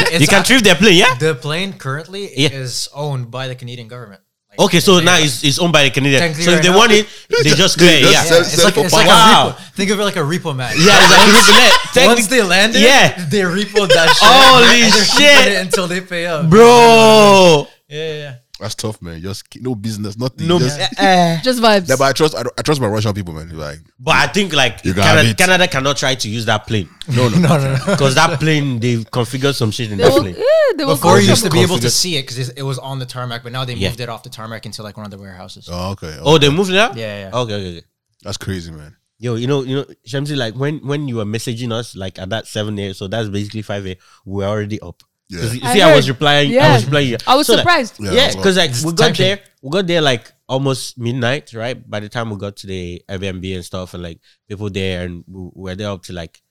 F: it's
D: you can
F: a-
D: thrift their plane, yeah.
F: the plane currently
D: Oh. Yeah. Oh.
F: is owned by the Canadian government. Like,
D: Okay, so
F: they-
D: now it's, it's owned by the Canadian.
F: Technically
D: So if
F: right
D: they
F: now-
D: want it, they just clear. it,
C: just
D: Yeah,
F: yeah,
C: sell-
F: it's
C: sell
F: like,
C: for
F: it's like a
D: Wow.
F: repo. Think of it like a repo man.
D: yeah. It's like people let-
F: Once
D: technically-
F: they landed,
D: Yeah.
F: they repo that shit.
D: Holy
F: and they're keeping
D: shit.
F: it Until they pay up,
D: bro.
F: Yeah, yeah, yeah.
C: That's tough, man. Just ki- no business, nothing.
D: No, eh,
C: Just,
A: Just vibes.
C: Nah, but I trust I, don't- I trust my Russian people, man. Like
D: but I think like
C: You gotta have
D: Canada,
C: it.
D: Canada cannot try to use that plane
C: no no.
F: No, no, no.
D: because that plane they configured some shit in
A: they
D: that
A: will,
D: plane.
A: yeah, they will
F: Before
A: call
F: you used to
A: trouble.
F: be able to
D: Configured.
F: see it because it was on the tarmac, but now they
D: Yeah.
F: moved it off the tarmac into like one of the warehouses.
C: Oh, okay. Oh,
D: Oh, they moved now.
F: Yeah, yeah.
D: Okay, okay, okay.
C: that's crazy, man.
D: Yo, you know, you know, Shamsi, like when when you were messaging us like at that seven a, so that's basically five a. We're already up. 'Cause
C: Yeah.
D: you
A: I
D: see, I, was
A: heard.
D: replying. I
A: Yeah.
D: was replying.
A: I was
D: So, like,
A: surprised.
C: Yeah,
D: yeah,
C: as well.
D: because like we got
F: tension.
D: there, we got there like almost midnight, right? By the time we got to the Airbnb and stuff, and like people there, and we we were there up to like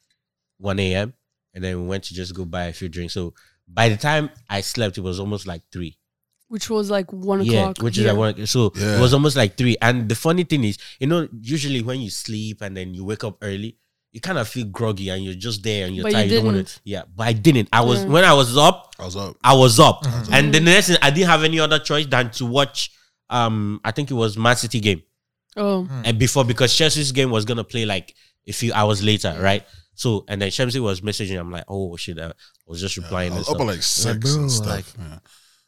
D: one a.m. and then we went to just go buy a few drinks. So by the time I slept, it was almost like three.
A: which was like one
D: Yeah,
A: o'clock.
D: which is like one. So
C: Yeah.
D: it was almost like three. And the funny thing is, you know, usually when you sleep and then you wake up early. You kind of feel groggy and you're just there and you're
A: But you
D: tired. You, don't want
A: didn't.
D: to. Yeah, but I didn't. I was
A: Yeah.
D: when I was up,
C: I was up.
D: I was up.
C: Mm-hmm.
D: And the next thing, I didn't have any other choice than to watch. Um, I think it was Man City game
A: Oh,
C: Hmm.
D: and before because Chelsea's game was gonna play like a few hours later, right? So and then Chelsea was messaging. I'm like, oh shit, I was just replying.
C: I
D: and
C: was up
D: stuff.
C: at like six
D: bro,
C: and stuff.
D: like-
C: yeah.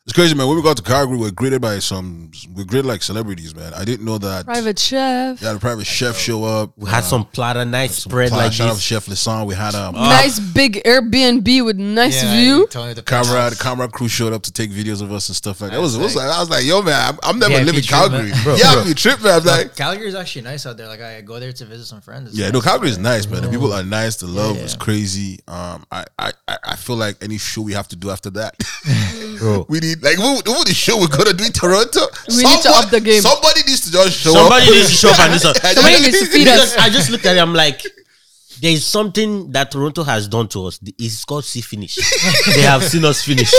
C: It's crazy, man. When we got to Calgary, we were greeted by some we were greeted like celebrities, man. I didn't know that.
A: private chef.
C: Yeah, the private chef show up.
D: we had some platter, nice spread
C: Shout
D: like
C: out to
D: this.
C: Chef Lisan. We had
D: Ah.
C: um,
A: Nice big Airbnb with nice
F: Yeah,
A: view.
F: tell me the
C: camera. The camera crew showed up to take videos of us and stuff like that. It was, it was like, I was like, yo, man, I'm, I'm never
F: VIP
C: living
F: trip,
C: Calgary.
F: man.
C: yeah, we trip, man. I'm like,
F: Calgary is actually nice out there. Like I go there to visit some friends. It's
C: Yeah,
F: nice.
C: no, Calgary is nice, man. The people are nice. The love is crazy. Um, I, I, I I feel like any show we have to do after that,
D: Bro.
C: we need like what, what the show we're gonna do in Toronto.
A: We need to up the game.
C: Somebody needs to just show
D: Somebody
C: up.
D: needs to show up and do something.
C: And
A: Somebody
C: just-
A: needs to feed us.
D: Because I just looked at it, I'm like, there's something that Toronto has done to us. It's called see finish. they have seen us finish.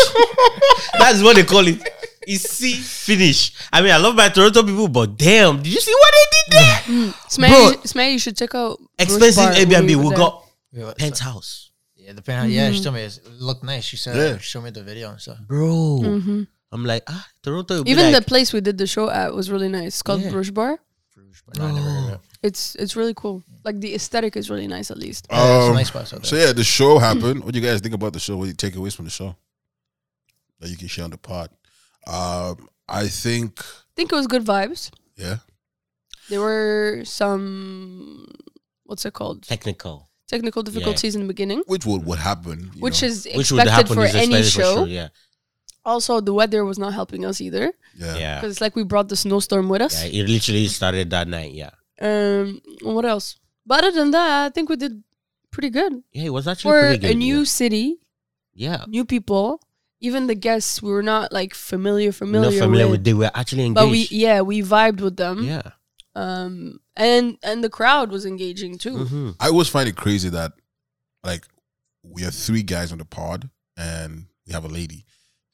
D: That's what they call it. It's see finish. I mean, I love my Toronto people, but damn, did you see what they did there?
A: Smash, Smash, you should check out Bruce
D: Expensive
A: Mm. Bar when
D: Airbnb.
A: were
D: We
A: there.
D: got
F: Yeah, what-
D: penthouse,
F: yeah, the penthouse. Yeah,
A: Mm-hmm.
F: she told me it looked nice. She said,
C: Yeah.
F: "Show me the video and stuff."
D: bro. I'm like, ah, Toronto. will be
A: even
D: like,
A: the place we did the show at was really nice. It's called Bruce Bar.
F: But no, I never heard of
A: It's it's really cool. Like the aesthetic is really nice, at least.
F: Yeah, some
C: Um,
F: nice spots out there.
C: So yeah, the show happened. What do you guys think about the show? What do you take away from the show that you can share on the pod? Um, I think
A: think it was good vibes.
C: yeah,
A: There were some what's it called
D: Technical,
A: technical difficulties in the beginning,
C: which would would happen, you
A: which
C: know?
A: is
D: which would
A: expected
D: happen
A: for
D: is
A: any
D: expected for
A: show.
D: sure. Yeah,
A: Also, the weather was not helping us either
C: yeah.
D: yeah.
A: because it's like we brought the snowstorm with
D: Yeah,
A: us.
D: it literally started that night. Yeah,
A: Um, what else? But other than that, I think we did pretty good
D: yeah, it was actually
A: for
D: pretty good. Uh,
A: a new city,
D: yeah,
A: new people. Even the guests, we were not like familiar,
D: yeah.
A: familiar,
D: not familiar with.
A: with,
D: They were actually engaged.
A: but we yeah we vibed with them.
D: yeah,
A: Um, and and the crowd was engaging too.
D: hmm
C: I always find it crazy that like we are three guys on the pod and we have a lady,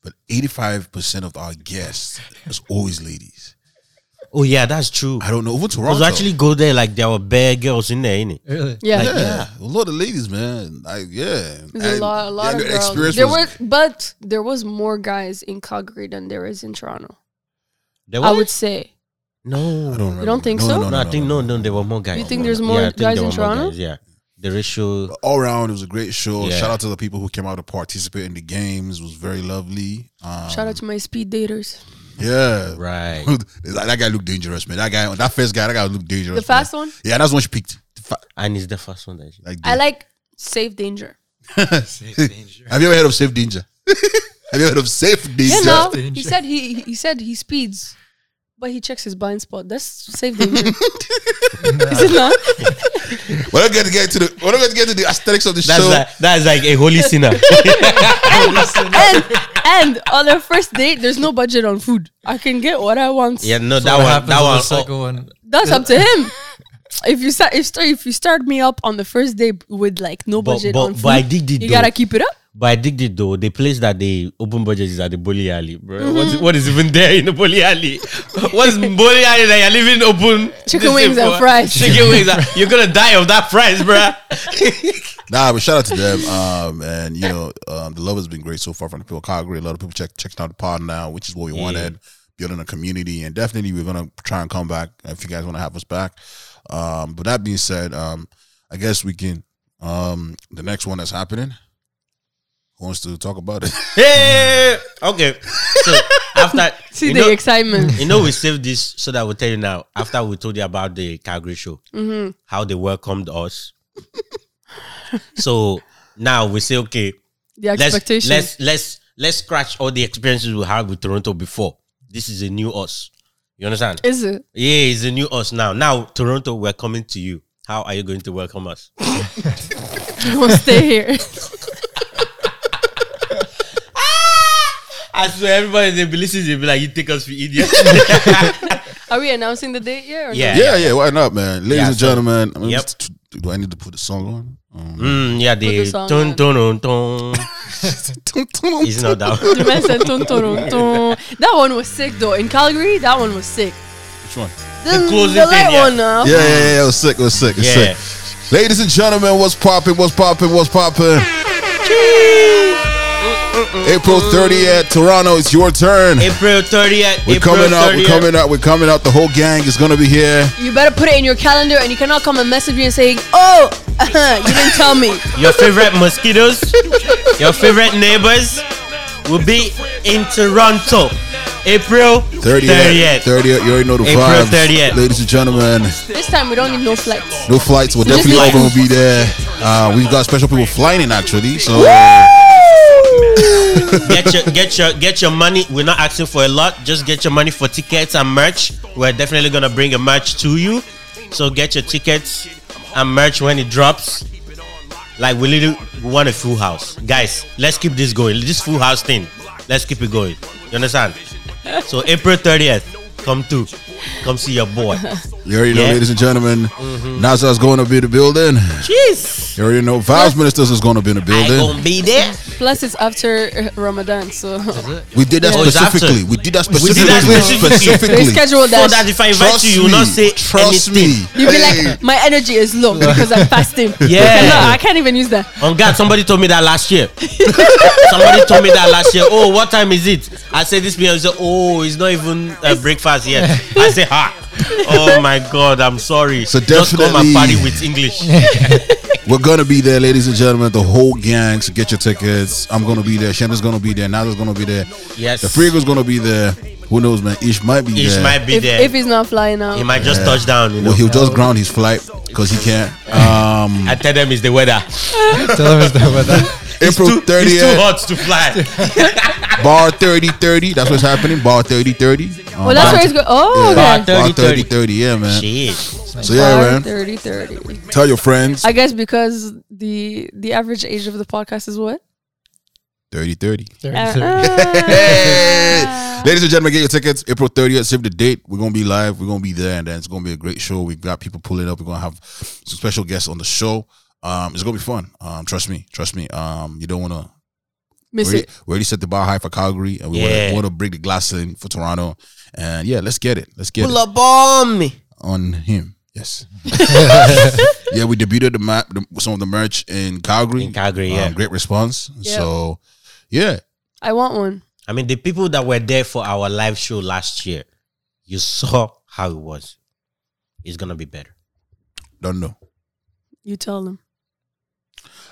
C: but eighty five percent of our guests is always ladies.
D: Oh yeah, that's true.
C: I don't know what's wrong.
D: Because actually go there like there were bare girls in there, innit?
F: Really?
A: Yeah,
C: yeah, a lot of ladies, man. Like yeah,
A: There's a
C: And-
A: lot, a lot
C: yeah,
A: of
C: the
A: girls.
C: experience
A: there
C: was-
A: were, but there was more guys in Calgary than there is in Toronto.
D: There
A: I
D: was-
A: would say.
D: no,
C: I don't
A: You don't
C: remember.
A: think so?
D: no, I think no, no, there were more guys.
A: You think
D: More
A: there's
D: guys.
A: more
D: Yeah, I think
A: guys
D: there
A: in
D: were more
A: Toronto?
D: guys, yeah, the ratio.
C: all around it was a great show
D: Yeah.
C: shout out to the people who came out to participate in the games it was very lovely um,
A: Shout out to my speed daters.
C: yeah
D: Right.
C: that, that guy looked dangerous man that guy that first guy that guy looked dangerous
A: The fast one,
C: man. yeah that's when she peaked The fa-
D: And it's the first one that
C: like,
A: I like safe danger.
C: have you ever heard of safe danger have you heard of safe danger
A: You know, he said he he said he speeds, but he checks his blind spot. That's safe danger. Is it not?
C: we're not going to get to the we're not going to get to the aesthetics of the
D: that's
C: show
D: like that's like a holy sinner.
A: And and on our first date, there's no budget on food. I can get what I want.
D: yeah, no,
F: So
D: that one,
F: what
D: Oh.
F: happens
D: that
F: on
D: one.
F: The second one.
A: That's up to him. If you start if, start if you start me up on the first day with like no
D: But-
A: budget
D: but-
A: on food,
D: but I did it
A: you
D: though.
A: gotta keep it up.
D: But I dig it though. The place that they open budget is at the Boli Alley, bro.
A: Mm-hmm.
D: What's, what is even there in the Boli Alley? What's Boli Alley that you're leaving open?
A: Chicken
D: This
A: wings
D: thing
A: and
D: for-
A: fries.
D: Chicken wings. and- You're gonna die of that fries, bro.
C: Nah, but shout out to them. Um, and you know, um, the love has been great so far from the people of Calgary. A lot of people check checking out the pod now, which is what we wanted, building a community, and definitely we're gonna try and come back if you guys want to have us back. Um, but that being said, um, I guess we can. Um, the next one that's happening. Who wants to talk about it?
D: hey, okay. So after
A: See
D: you
A: the
D: know,
A: excitement.
D: you know we saved this so that we'll tell you now. After we told you about the Calgary show,
A: Mm-hmm.
D: how they welcomed us. so now we say okay.
A: the
D: let's
A: expectations.
D: let's let's let's scratch all the experiences we had with Toronto before. This is a new us. You understand?
A: is it?
D: yeah, it's a new us now. Now Toronto, we're coming to you. How are you going to welcome us?
A: You gonna stay here?
D: I swear, everybody they believe they be like, "You take us for idiots."
A: Are we announcing the date yet? Or no?
D: yeah,
C: yeah, yeah, why not, man? Ladies
D: Yeah,
C: and
D: so-
C: gentlemen, I mean,
D: Yep.
C: t- do I need to put the song on? Um,
D: Mm, yeah.
A: the
D: They
A: song
D: ton
A: on.
D: ton ton. It's not that. one.
A: The man said, "Tun, tun, tun, tun." That one was sick though. In Calgary, that one was sick.
C: Which one?
A: The,
D: closing
A: the light
D: thing, yeah.
A: one now.
C: Yeah, yeah, yeah, yeah. It was sick. It was sick. It was
D: Oh. Yeah.
C: sick. Ladies and gentlemen, what's popping? What's popping? What's popping? April 30th, Toronto. It's your turn.
D: April thirtieth.
C: We're
D: April
C: coming out. We're
D: 30th.
C: coming out. We're coming out. The whole gang is gonna be here.
A: You better put it in your calendar, and you cannot come and message me and saying, "Oh, you didn't tell me."
D: Your favorite mosquitoes, your favorite neighbors will be in Toronto, April
C: 30th.
D: 30th.
C: 30th. You already know the
D: April
C: vibes.
D: 30th.
C: Ladies and gentlemen,
A: This time we don't need no flights.
C: no flights. We're
A: Just
C: definitely all
A: like-
C: gonna be there. Uh, we've got special people flying in actually. So
D: get your get your get your money. We're not asking for a lot. Just get your money for tickets and merch. We're definitely gonna bring a merch to you. So get your tickets and merch when it drops. Like we really we want a full house, guys. Let's keep this going. This full house thing. Let's keep it going. You understand? So April thirtieth, come through. Come see your boy.
C: you already know,
D: Yeah. Mm-hmm.
C: ladies and gentlemen, NASA's gonna be in the building.
D: Jeez,
C: You already know, vibes ministers is gonna be in the
D: I
C: building.
D: gonna be there.
A: Plus, it's after uh, Ramadan, so
C: We did that
D: Oh, it's after.
C: specifically. We did that
D: did
C: specifically.
D: that
A: they
C: specifically.
A: schedule
D: So
A: that.
D: that if I invite you, you will not say
C: Trust
D: anything.
C: me.
A: you be
C: Hey.
A: like, "My energy is low because I'm fasting."
D: Yeah.
A: no, I can't even use that.
D: Oh God, somebody told me that last year. somebody told me that last year. Oh, what time is it? I said this meal. He said, Oh, it's not even uh, breakfast yet. I said, Ha. Oh my god, I'm sorry.
C: So
D: Just come and
C: definitely-
D: party with English.
C: We're gonna be there, ladies and gentlemen. The whole gang. So get your tickets. I'm gonna be there. Shem is gonna be there. Nada's gonna be there.
D: Yes.
C: The Frigo's gonna be there. Who knows, man? Ish might be
D: Ish
C: there.
D: might be
A: if,
D: there.
A: if he's not flying out.
D: he might just touch down, you know.
C: Well, he'll just ground his flight because he can't. Um,
D: I tell them it's the weather.
F: Tell him it's the weather.
C: April
D: Too- it's too
C: 30th,
D: hot to fly.
C: bar 3030. That's what's happening. Bar 3030. Um,
A: well, that's where he's going. Oh,
D: Bar
A: okay.
C: Bar
D: 30, 30.
C: 3030. Yeah, man.
D: Shit.
C: So yeah, man.
A: 30, 30.
C: Tell your friends.
A: I guess because the the average age of the podcast is what? Uh,
C: 3030.
A: Ah.
C: Ladies and gentlemen, get your tickets. April 30th. Save the date. We're gonna be live. We're gonna be there, and then it's gonna be a great show. We've got people pulling up. We're gonna have some special guests on the show. Um, it's gonna be fun. Um, trust me. Trust me. Um, you don't wanna
A: Miss
C: we already,
A: it.
C: we already set the bar high for Calgary, and we
D: Yeah.
C: want to break the glass in for Toronto. And yeah, let's get it. Let's get
D: Pull
C: it
D: up on me.
C: on him. Yes. yeah, we debuted the, ma- the some of the merch in Calgary. Um,
D: In Calgary, yeah.
C: great response. So, yeah,
A: I want one.
D: I mean, the people that were there for our live show last year, you saw how it was. It's gonna be better.
C: don't know.
A: You tell them.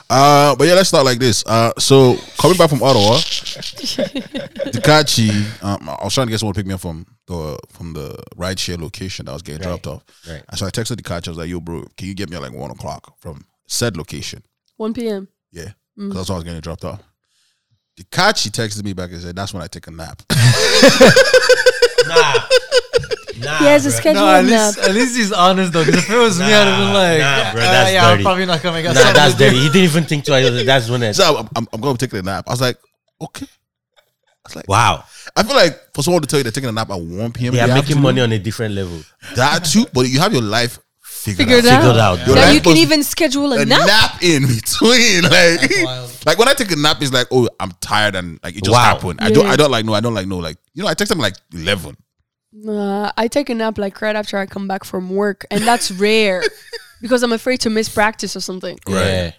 C: Uh, but yeah, let's start like this. Uh, so coming back from Ottawa, Takachi, um, I was trying to get someone to pick me up from the from the rideshare location that I was getting dropped off.
D: right.
C: And so I texted Takachi. I was like, "Yo, bro, can you get me at like one o'clock from said location?"
A: 1 p.m.
C: Yeah,
D: Mm.
C: 'cause that's when I was getting dropped off. Takachi texted me back and said, "That's when I take a nap."
D: Nah, nah,
A: He
C: Ah,
A: has a
D: bruh.
A: schedule
F: No, at
A: now.
F: least, at least he's honest though. Because if it was me, I'd have been
D: Nah,
F: like,
D: nah, bro,
F: "Uh,
D: that's
F: yeah,
D: dirty.
F: I'm probably not coming. I got
D: Nah,
F: something
D: that's
F: to do."
D: dirty. He didn't even think twice. That's when it's
C: so I'm, I'm, I'm going to take a nap. I was like, "Okay."
D: wow.
C: I feel like for someone to tell you they're taking a nap at one p.m.
D: They
C: in
D: are
C: the
D: making
C: afternoon,
D: money on a different level.
C: That too, but you have your life figured,
A: Figured
C: out.
A: out.
D: Figured out.
C: Your
D: bro.
A: Now
C: life
A: you can
C: was-
A: even schedule a
C: a
A: nap.
C: nap, in between.
F: wild.
C: Like, like when I take a nap, it's like, oh, I'm tired and like it just
D: Wow.
C: happened. I don't,
A: Yeah.
C: I don't like no, I don't like no, like you know, I text them like eleven.
A: Nah, Uh, I take a nap like right after I come back from work, and that's rare because I'm afraid to miss practice or something,
D: Yeah.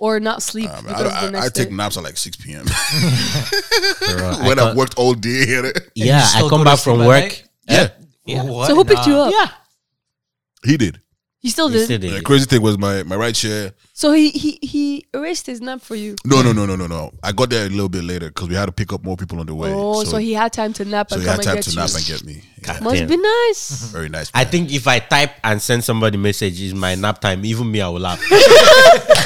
A: or not sleep
C: Um,
A: because of
C: I,
A: the
C: I, I
A: next
C: take
A: day.
C: naps at like six p.m.
D: bro, I
C: when
D: can't-
C: I've worked all day.
D: yeah,
F: still
D: I
F: go
D: come
F: to
D: back
F: sleep
D: from
F: at
D: work.
F: night?
C: yeah,
F: What?
A: so who picked you up? Yeah,
C: he did.
A: he still
D: He
A: did.
D: still
C: The
D: did.
C: crazy thing was my my right share.
A: So he he he erased his nap for you.
C: No, no, no, no, no, no. I got there a little bit later because we had to pick up more people on the way.
A: oh, so, he had time to nap
C: so
A: and
C: he
A: come
C: had
A: and
C: time
A: get
C: to
A: you.
C: nap and get me. Yeah,
D: God
A: Must
D: damn.
A: be nice.
C: very nice.
D: I
C: man.
D: think if I type and send somebody message is my nap time, even me I will laugh.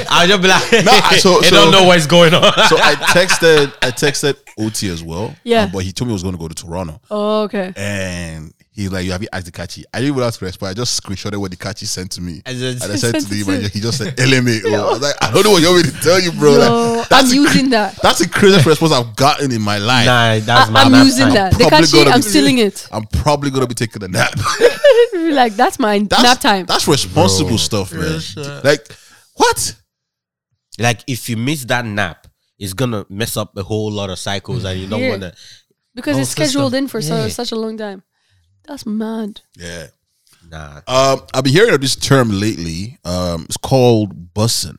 D: I'll just be like,
C: No, I- so-
D: I
C: so-
D: don't know what's going on.
C: so. I texted I texted OT as well.
A: Yeah.
C: um, but he told me he was going to go to Toronto.
A: Oh, okay.
C: And he's like, "You have you asked the catchy?" I didn't even ask for response. I just screenshotted what the catchy sent to me,
D: I
C: and,
D: just-
C: I sent
A: Sent
C: to the
A: it
C: email.
A: to-
C: He just said, "LMAO." I was like, "I don't know what you want me to tell you, bro." Like,
A: Yo, I'm
C: that's the
A: using that.
C: That's the craziest response I've gotten in my life.
D: nah, that's my
A: I, am
D: nap
A: using
D: time.
A: that.
C: Probably
A: Dekachi,
C: gonna
A: I'm
C: be-
A: stealing it.
C: I'm probably gonna be taking a nap.
A: You're like that's my
C: that's
A: nap time.
C: That's responsible stuff, man. Like what?
D: Like if you miss that nap, it's gonna mess up a whole lot of cycles, and you don't
A: Yeah.
D: wanna.
A: because it's
D: Oh, system.
A: scheduled in for so,
D: Yeah.
A: such a long time. That's mad.
C: Yeah.
D: Nah,
C: Um, I've been hearing of this term lately. Um, it's called bussing.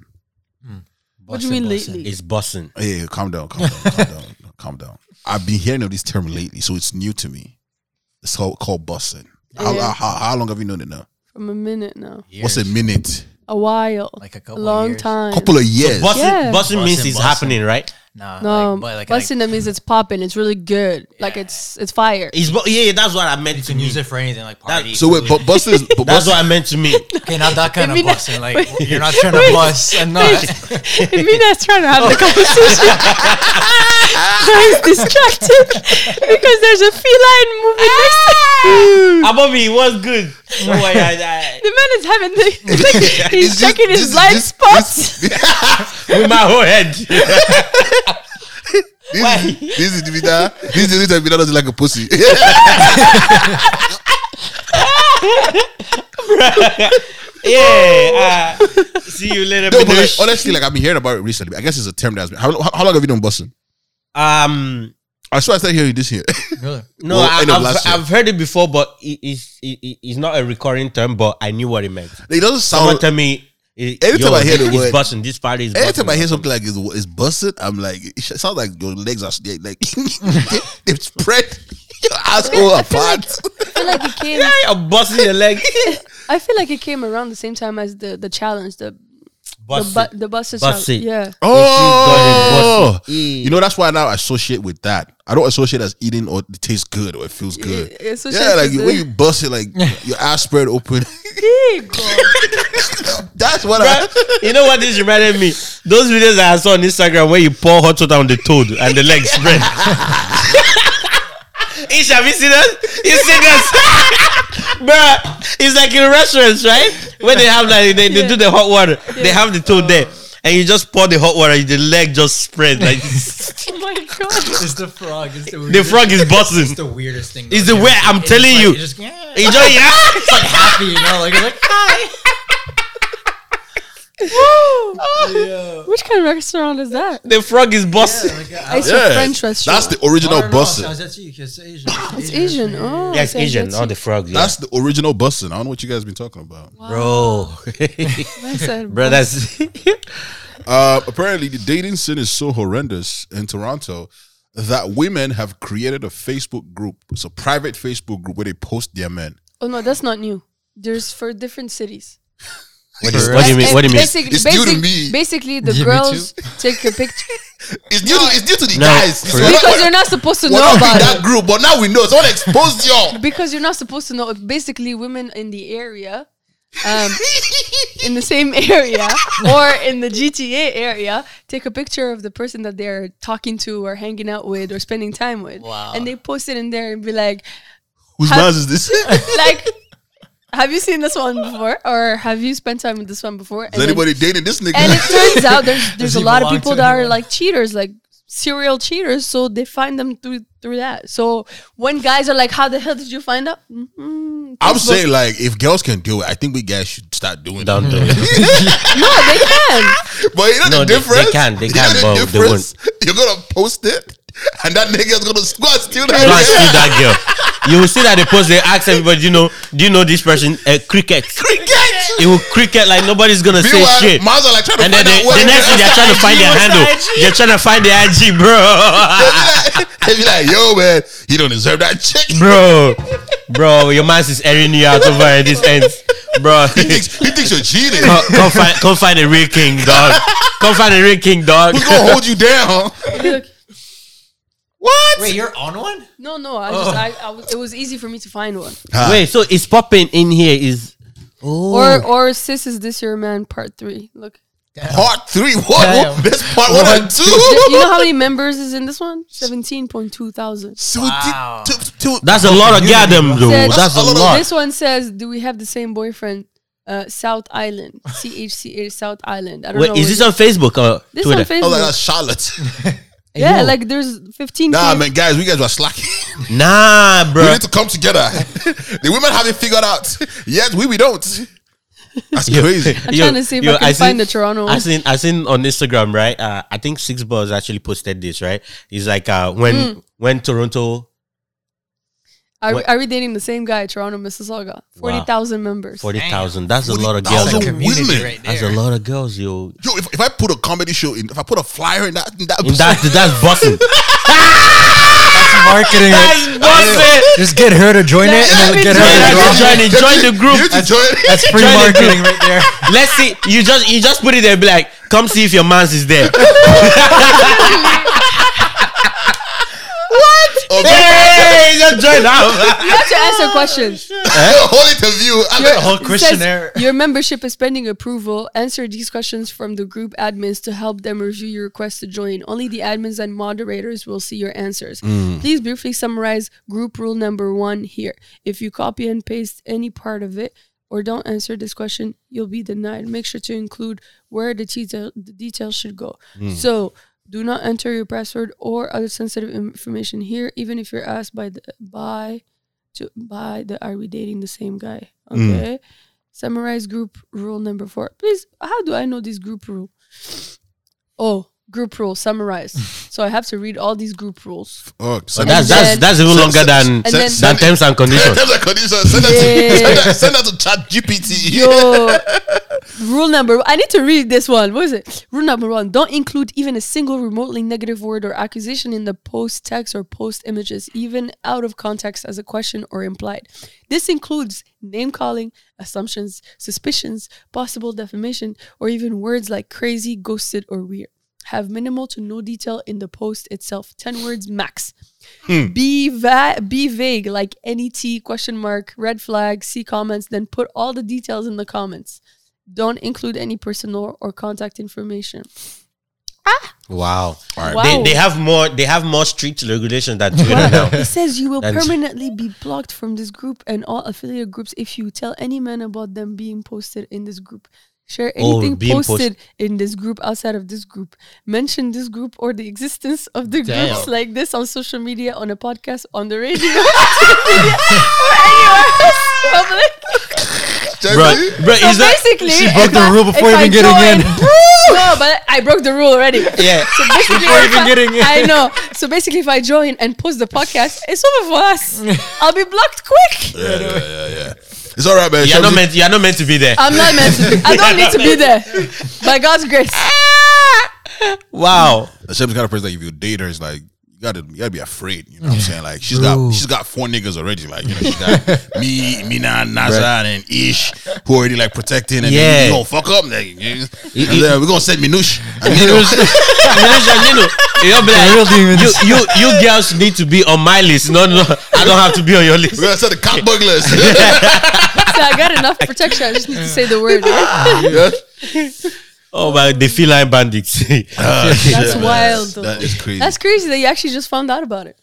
A: What do you mean lately?
D: it's bussing.
C: Hey, hey, calm down, calm down, calm down, calm down. I've been hearing of this term lately, so it's new to me. It's called, called bussing. How,
A: Yeah.
C: how, how long have you known it now?
A: From a minute now,
C: What's a minute?
A: a while,
F: Like a
A: a
F: couple
A: long
F: years.
A: time.
C: Couple of years.
D: Bussing,
A: Yeah.
D: bussing means
F: Bussing,
D: it's
F: bussing.
D: happening, right?
F: Nah,
A: no,
F: like, but like,
A: busting that means it's popping. It's really good. Like it's it's fire.
D: It's bu- yeah, yeah, that's what I meant
F: you
D: to
F: can use
D: use.
F: it for anything, like party.
C: so wait, but busting is but
D: That's
C: bussing,
D: what I meant to me.
F: okay, not that kind of
A: mean,
F: busting. Like you're not trying to bust and not.
A: Mina's trying to have
C: Oh.
A: the conversation. He's distracted because there's a feline moving
F: Ah!
A: next to him.
D: Abobi, what's good? Oh, Don't worry, I-
A: The man is having the like,
C: It's
A: he's
C: just-
A: checking
C: this-
A: his blind
C: this-
A: spots.
D: I- with my whole head.
C: this, this individual, this individual doesn't like a pussy.
D: yeah. Uh, see you later,
C: No, but like,
D: Binoche.
C: honestly, like I've been hearing about it recently. I guess it's a term that's been. How, how, how long have you done busting?
D: Um,
C: I swear I started hearing this year.
D: no,
C: Well,
D: I,
C: end of
D: have
C: last year.
D: I've heard it before, but it, it's it, it- it's not a recurring term. But I knew what it meant.
C: it doesn't
D: Someone
C: sound.
D: tell me. eh,
C: Every time
D: yo,
C: Oh. I hear the
D: it's
C: word-
D: busting. This party is
C: Every time I
D: busting.
C: hear something like it's, it's busted, I'm like, it sounds like your legs are like they've spread. Your asshole apart.
A: I feel like it came.
D: I'm busting your leg.
A: I feel like it came around the same time as the the challenge, the the,
D: Bust
A: bu- the buster
D: Bust
A: challenge.
D: it.
A: Yeah,
C: Oh,
D: If you got it, boss. Yeah.
A: Eh.
C: you know that's why now I associate with that. I don't associate as eating or it tastes good or it feels good.
A: Yeah, it's so
C: yeah, like
A: shitty,
C: when you
A: dude.
C: bust it, like your ass spread open.
A: Big, oh.
C: that's what I.
D: Bruh, you know what this reminded me? Those videos that I saw on Instagram where you pour hot water on the toad and the leg spread. Ish, have you seen that? You seen that? Bruh, it's like in restaurants, right? Where they have like they, they do the hot water, they have the toad there, and you just pour the hot water, the leg just spreads. Like
A: Oh my god.
F: It's the frog. It's the,
D: the
F: weirdest-
D: frog is
F: It's
D: busting.
F: the weirdest thing.
D: It's
F: though.
D: the way I'm
F: It's
D: telling
F: like-
D: you.
F: it's just, yeah,
D: You just- yeah.
F: like happy, you know, like, like
A: Which kind of restaurant is that?
D: The frog is busting.
A: It's a
C: Yeah,
A: French restaurant.
C: that's the original busting.
F: That's you. 'cause It's Asian.
A: it's Asian. Oh,
D: Yes,
A: okay, I
D: Asian,
A: get
D: not
A: you.
D: the frog. Yeah.
C: That's the original busting. I don't know what you guys been talking about.
D: bro.
A: I said,
D: Bro, that's
C: Uh, apparently, the dating scene is so horrendous in Toronto that women have created a Facebook group. It's a private Facebook group where they post their men.
A: oh no, that's not new. There's for different cities.
D: what, is, what do you mean? What do you mean?
A: Basically,
C: It's due
A: basic-
C: to me.
A: basically the
F: Yeah, me
A: girls take a picture
C: It's due to, it's due to the
D: No,
C: guys. It's
D: for
C: not-
D: real.
A: because you're not supposed to
C: we're
A: know
C: not in
A: about it.
C: that group, but now we know. Someone exposed y'all.
A: because you're not supposed to know. Basically, women in the area, um, in the same area or in the GTA area, take a picture of the person that they're talking to or hanging out with or spending time with, and they post it in there and be like,
C: Whose
A: How-
C: man's is this? Is
A: like. Have you seen this one before, or have you spent time with this one before? And then-
C: anybody dating this nigga?
A: and it turns out there's there's a
F: he
A: lot of
F: belong
A: people
F: to
A: that are
F: anyone?
A: like cheaters, like serial cheaters. So they find them through through that. So when guys are like, "How the hell did you find out?" Mhm,
C: I'm
A: Facebook.
C: saying like if girls can do it, I think we guys should start doing
D: Don't
C: it.
D: do it.
A: No, they can.
C: But you know
D: No,
C: the
D: they- they
C: difference?
D: can, they
C: You
D: can,
C: know
D: but
C: the
D: they
C: difference? You're gonna post it and that nigga's gonna squat steal that
D: Go and
C: girl.
D: steal that girl. You will see that they post. They ask everybody, you know, do you know this person? Uh, cricket.
C: Cricket!
D: It will cricket like nobody's gonna say
C: Meanwhile,
D: shit.
C: Miles are like trying to
D: And then
C: find
D: they,
C: out what
D: the next thing they're trying to find their
F: What's
D: handle.
F: IG?
D: They're trying to find the IG, bro.
C: They be like, yo man, you don't deserve that chick.
D: bro, bro, your man's is airing you out over at this end, bro.
C: He thinks he thinks you're cheating.
D: come, come find, come find a real king, dog. Come find a real king, dog.
C: Who's gonna hold you down?
D: What?
F: Wait, you're on one?
A: No, no. I just, I, I was, it was easy for me to find one.
D: Wait, so it's popping in here is
A: Or, or sis is this your man part three? Look,
C: Part three. What?
F: Damn.
C: This part one and two.
A: you know how many members is in this one? Seventeen point two thousand.
C: So we did-
F: Wow.
C: to- to-
D: that's a lot of goddamn though.
A: Said- oh,
D: That's,
C: That's
D: a
C: a lot of-
D: lot.
A: This one says, "Do we have the same boyfriend?" Uh, South Island, CHCA South Island. I don't know.
D: Wait, is
A: what
D: this
A: it-
D: on Facebook or
A: This
D: Twitter?
A: on Facebook?
C: I was like, that's Oh Charlotte.
A: yeah, like there's fifteen.
C: Nah,
A: K-
C: man, guys, we guys were slacking.
D: Nah,
C: we
D: bro.
C: need to come together. the women have it figured out. Yet we we don't. That's crazy.
A: I'm trying to see if I can find the Toronto
D: I
A: one.
D: seen, I seen on Instagram, right? Uh, I think Six Balls actually posted this, right? It's like uh, when
A: Hmm.
D: when Toronto
A: Are,
D: What-
A: are we dating the same guy? Toronto, Mississauga, forty thousand members.
D: forty thousand. That's a lot of girls.
C: 40,000 women.
F: Community right
D: That's
F: there.
D: a lot of girls, yo.
C: Yo, if, if I put a comedy show in, if I put a flyer in that, in that,
D: And that, that's busting.
F: Marketing.
D: that's busting.
F: Just get her to join it, and then get her to
D: join
F: drop
D: it.
F: it.
D: join join the group.
C: You need to join.
F: That's free
D: Join the
F: marketing right there.
D: Let's see. You just you just put it there. Be like, come see if your man's is there.
C: Oh,
D: hey, just join up.
A: You have to answer questions.
C: whole interview. And
A: Your-
C: then-
F: whole
A: it says,
F: questionnaire.
A: your membership is pending approval. Answer these questions from the group admins to help them review your request to join. Only the admins and moderators will see your answers. Please briefly summarize group rule number one here. If you copy and paste any part of it or don't answer this question, you'll be denied. Make sure to include where the detail the details should go. So do not enter your password or other sensitive information here, even if you're asked by the by to by the are we dating the same guy? Okay. Summarize group rule number four. Please, how do I know this group rule? Oh, group rules summarized. so I have to read all these group rules.
C: Oh,
D: But
C: send
D: that's
C: that.
D: that's that's even
C: Send-
D: longer than
A: and then-
D: than terms and conditions.
C: Terms and conditions. Send that to, send that, send that to Chat GPT.
A: Yo, rule number. I need to read this one. What is it? Rule number one: Don't include even a single remotely negative word or accusation in the post text or post images, even out of context as a question or implied. This includes name calling, assumptions, suspicions, possible defamation, or even words like crazy, ghosted, or weird. Have minimal to no detail in the post itself. Ten words max. Be va- be vague, like NET question mark, red flag, see comments, then put all the details in the comments. Don't include any personal or contact information.
D: Wow.
A: Wow.
D: They, they have more they have more strict regulation than Twitter now.
A: It says you will
D: That's-
A: permanently be blocked from this group and all affiliate groups if you tell any man about them being posted in this group. Share
D: Oh,
A: anything
D: being post-
A: posted in this group outside of this group. Mention this group or the existence of the
F: Damn.
A: groups like this on social media, on a podcast, on the radio, or anywhere else public.
D: Bro,
C: Jeffrey?
D: bro,
A: So
D: is that
A: basically,
F: she broke
A: if
F: the
A: I-
F: rule before
A: if I
F: even getting
A: join-
F: in.
A: no, but I broke the rule already.
D: yeah.
A: So basically,
F: Before
A: if
F: even
A: I-
F: getting in.
A: I know. So basically, if I join and post the podcast, it's over for us. I'll be blocked quick.
C: Yeah, yeah, yeah, yeah. It's all right, man.
D: You're not
C: Shamsi.
D: meant you're not meant to be there.
A: I'm not meant to be. I don't need to be there. By God's grace.
D: Wow.
C: That's the kind of person that if you date her, it's like you gotta you gotta be afraid. You know what I'm saying? Like she's got she's got four niggas already. Like you know, she got me, Mina, Nazar, and Ish, who already like protecting. And
D: Yeah.
C: then you gonna fuck up, nigga. And then we're gonna send Minush. And
D: You
C: Mino.
D: know, you know, you'll be like,
F: Real demons.
D: you you you girls need to be on my list. No, no, I don't have to be on your list.
C: we're gonna send the cop burglars.
A: So I got enough protection. I just need to say the word. right?
C: Yeah.
D: Oh my, the feline bandits.
A: That's
D: Uh,
C: Yeah, man.
A: wild, though.
C: That is crazy.
A: That's crazy that you actually just found out about it.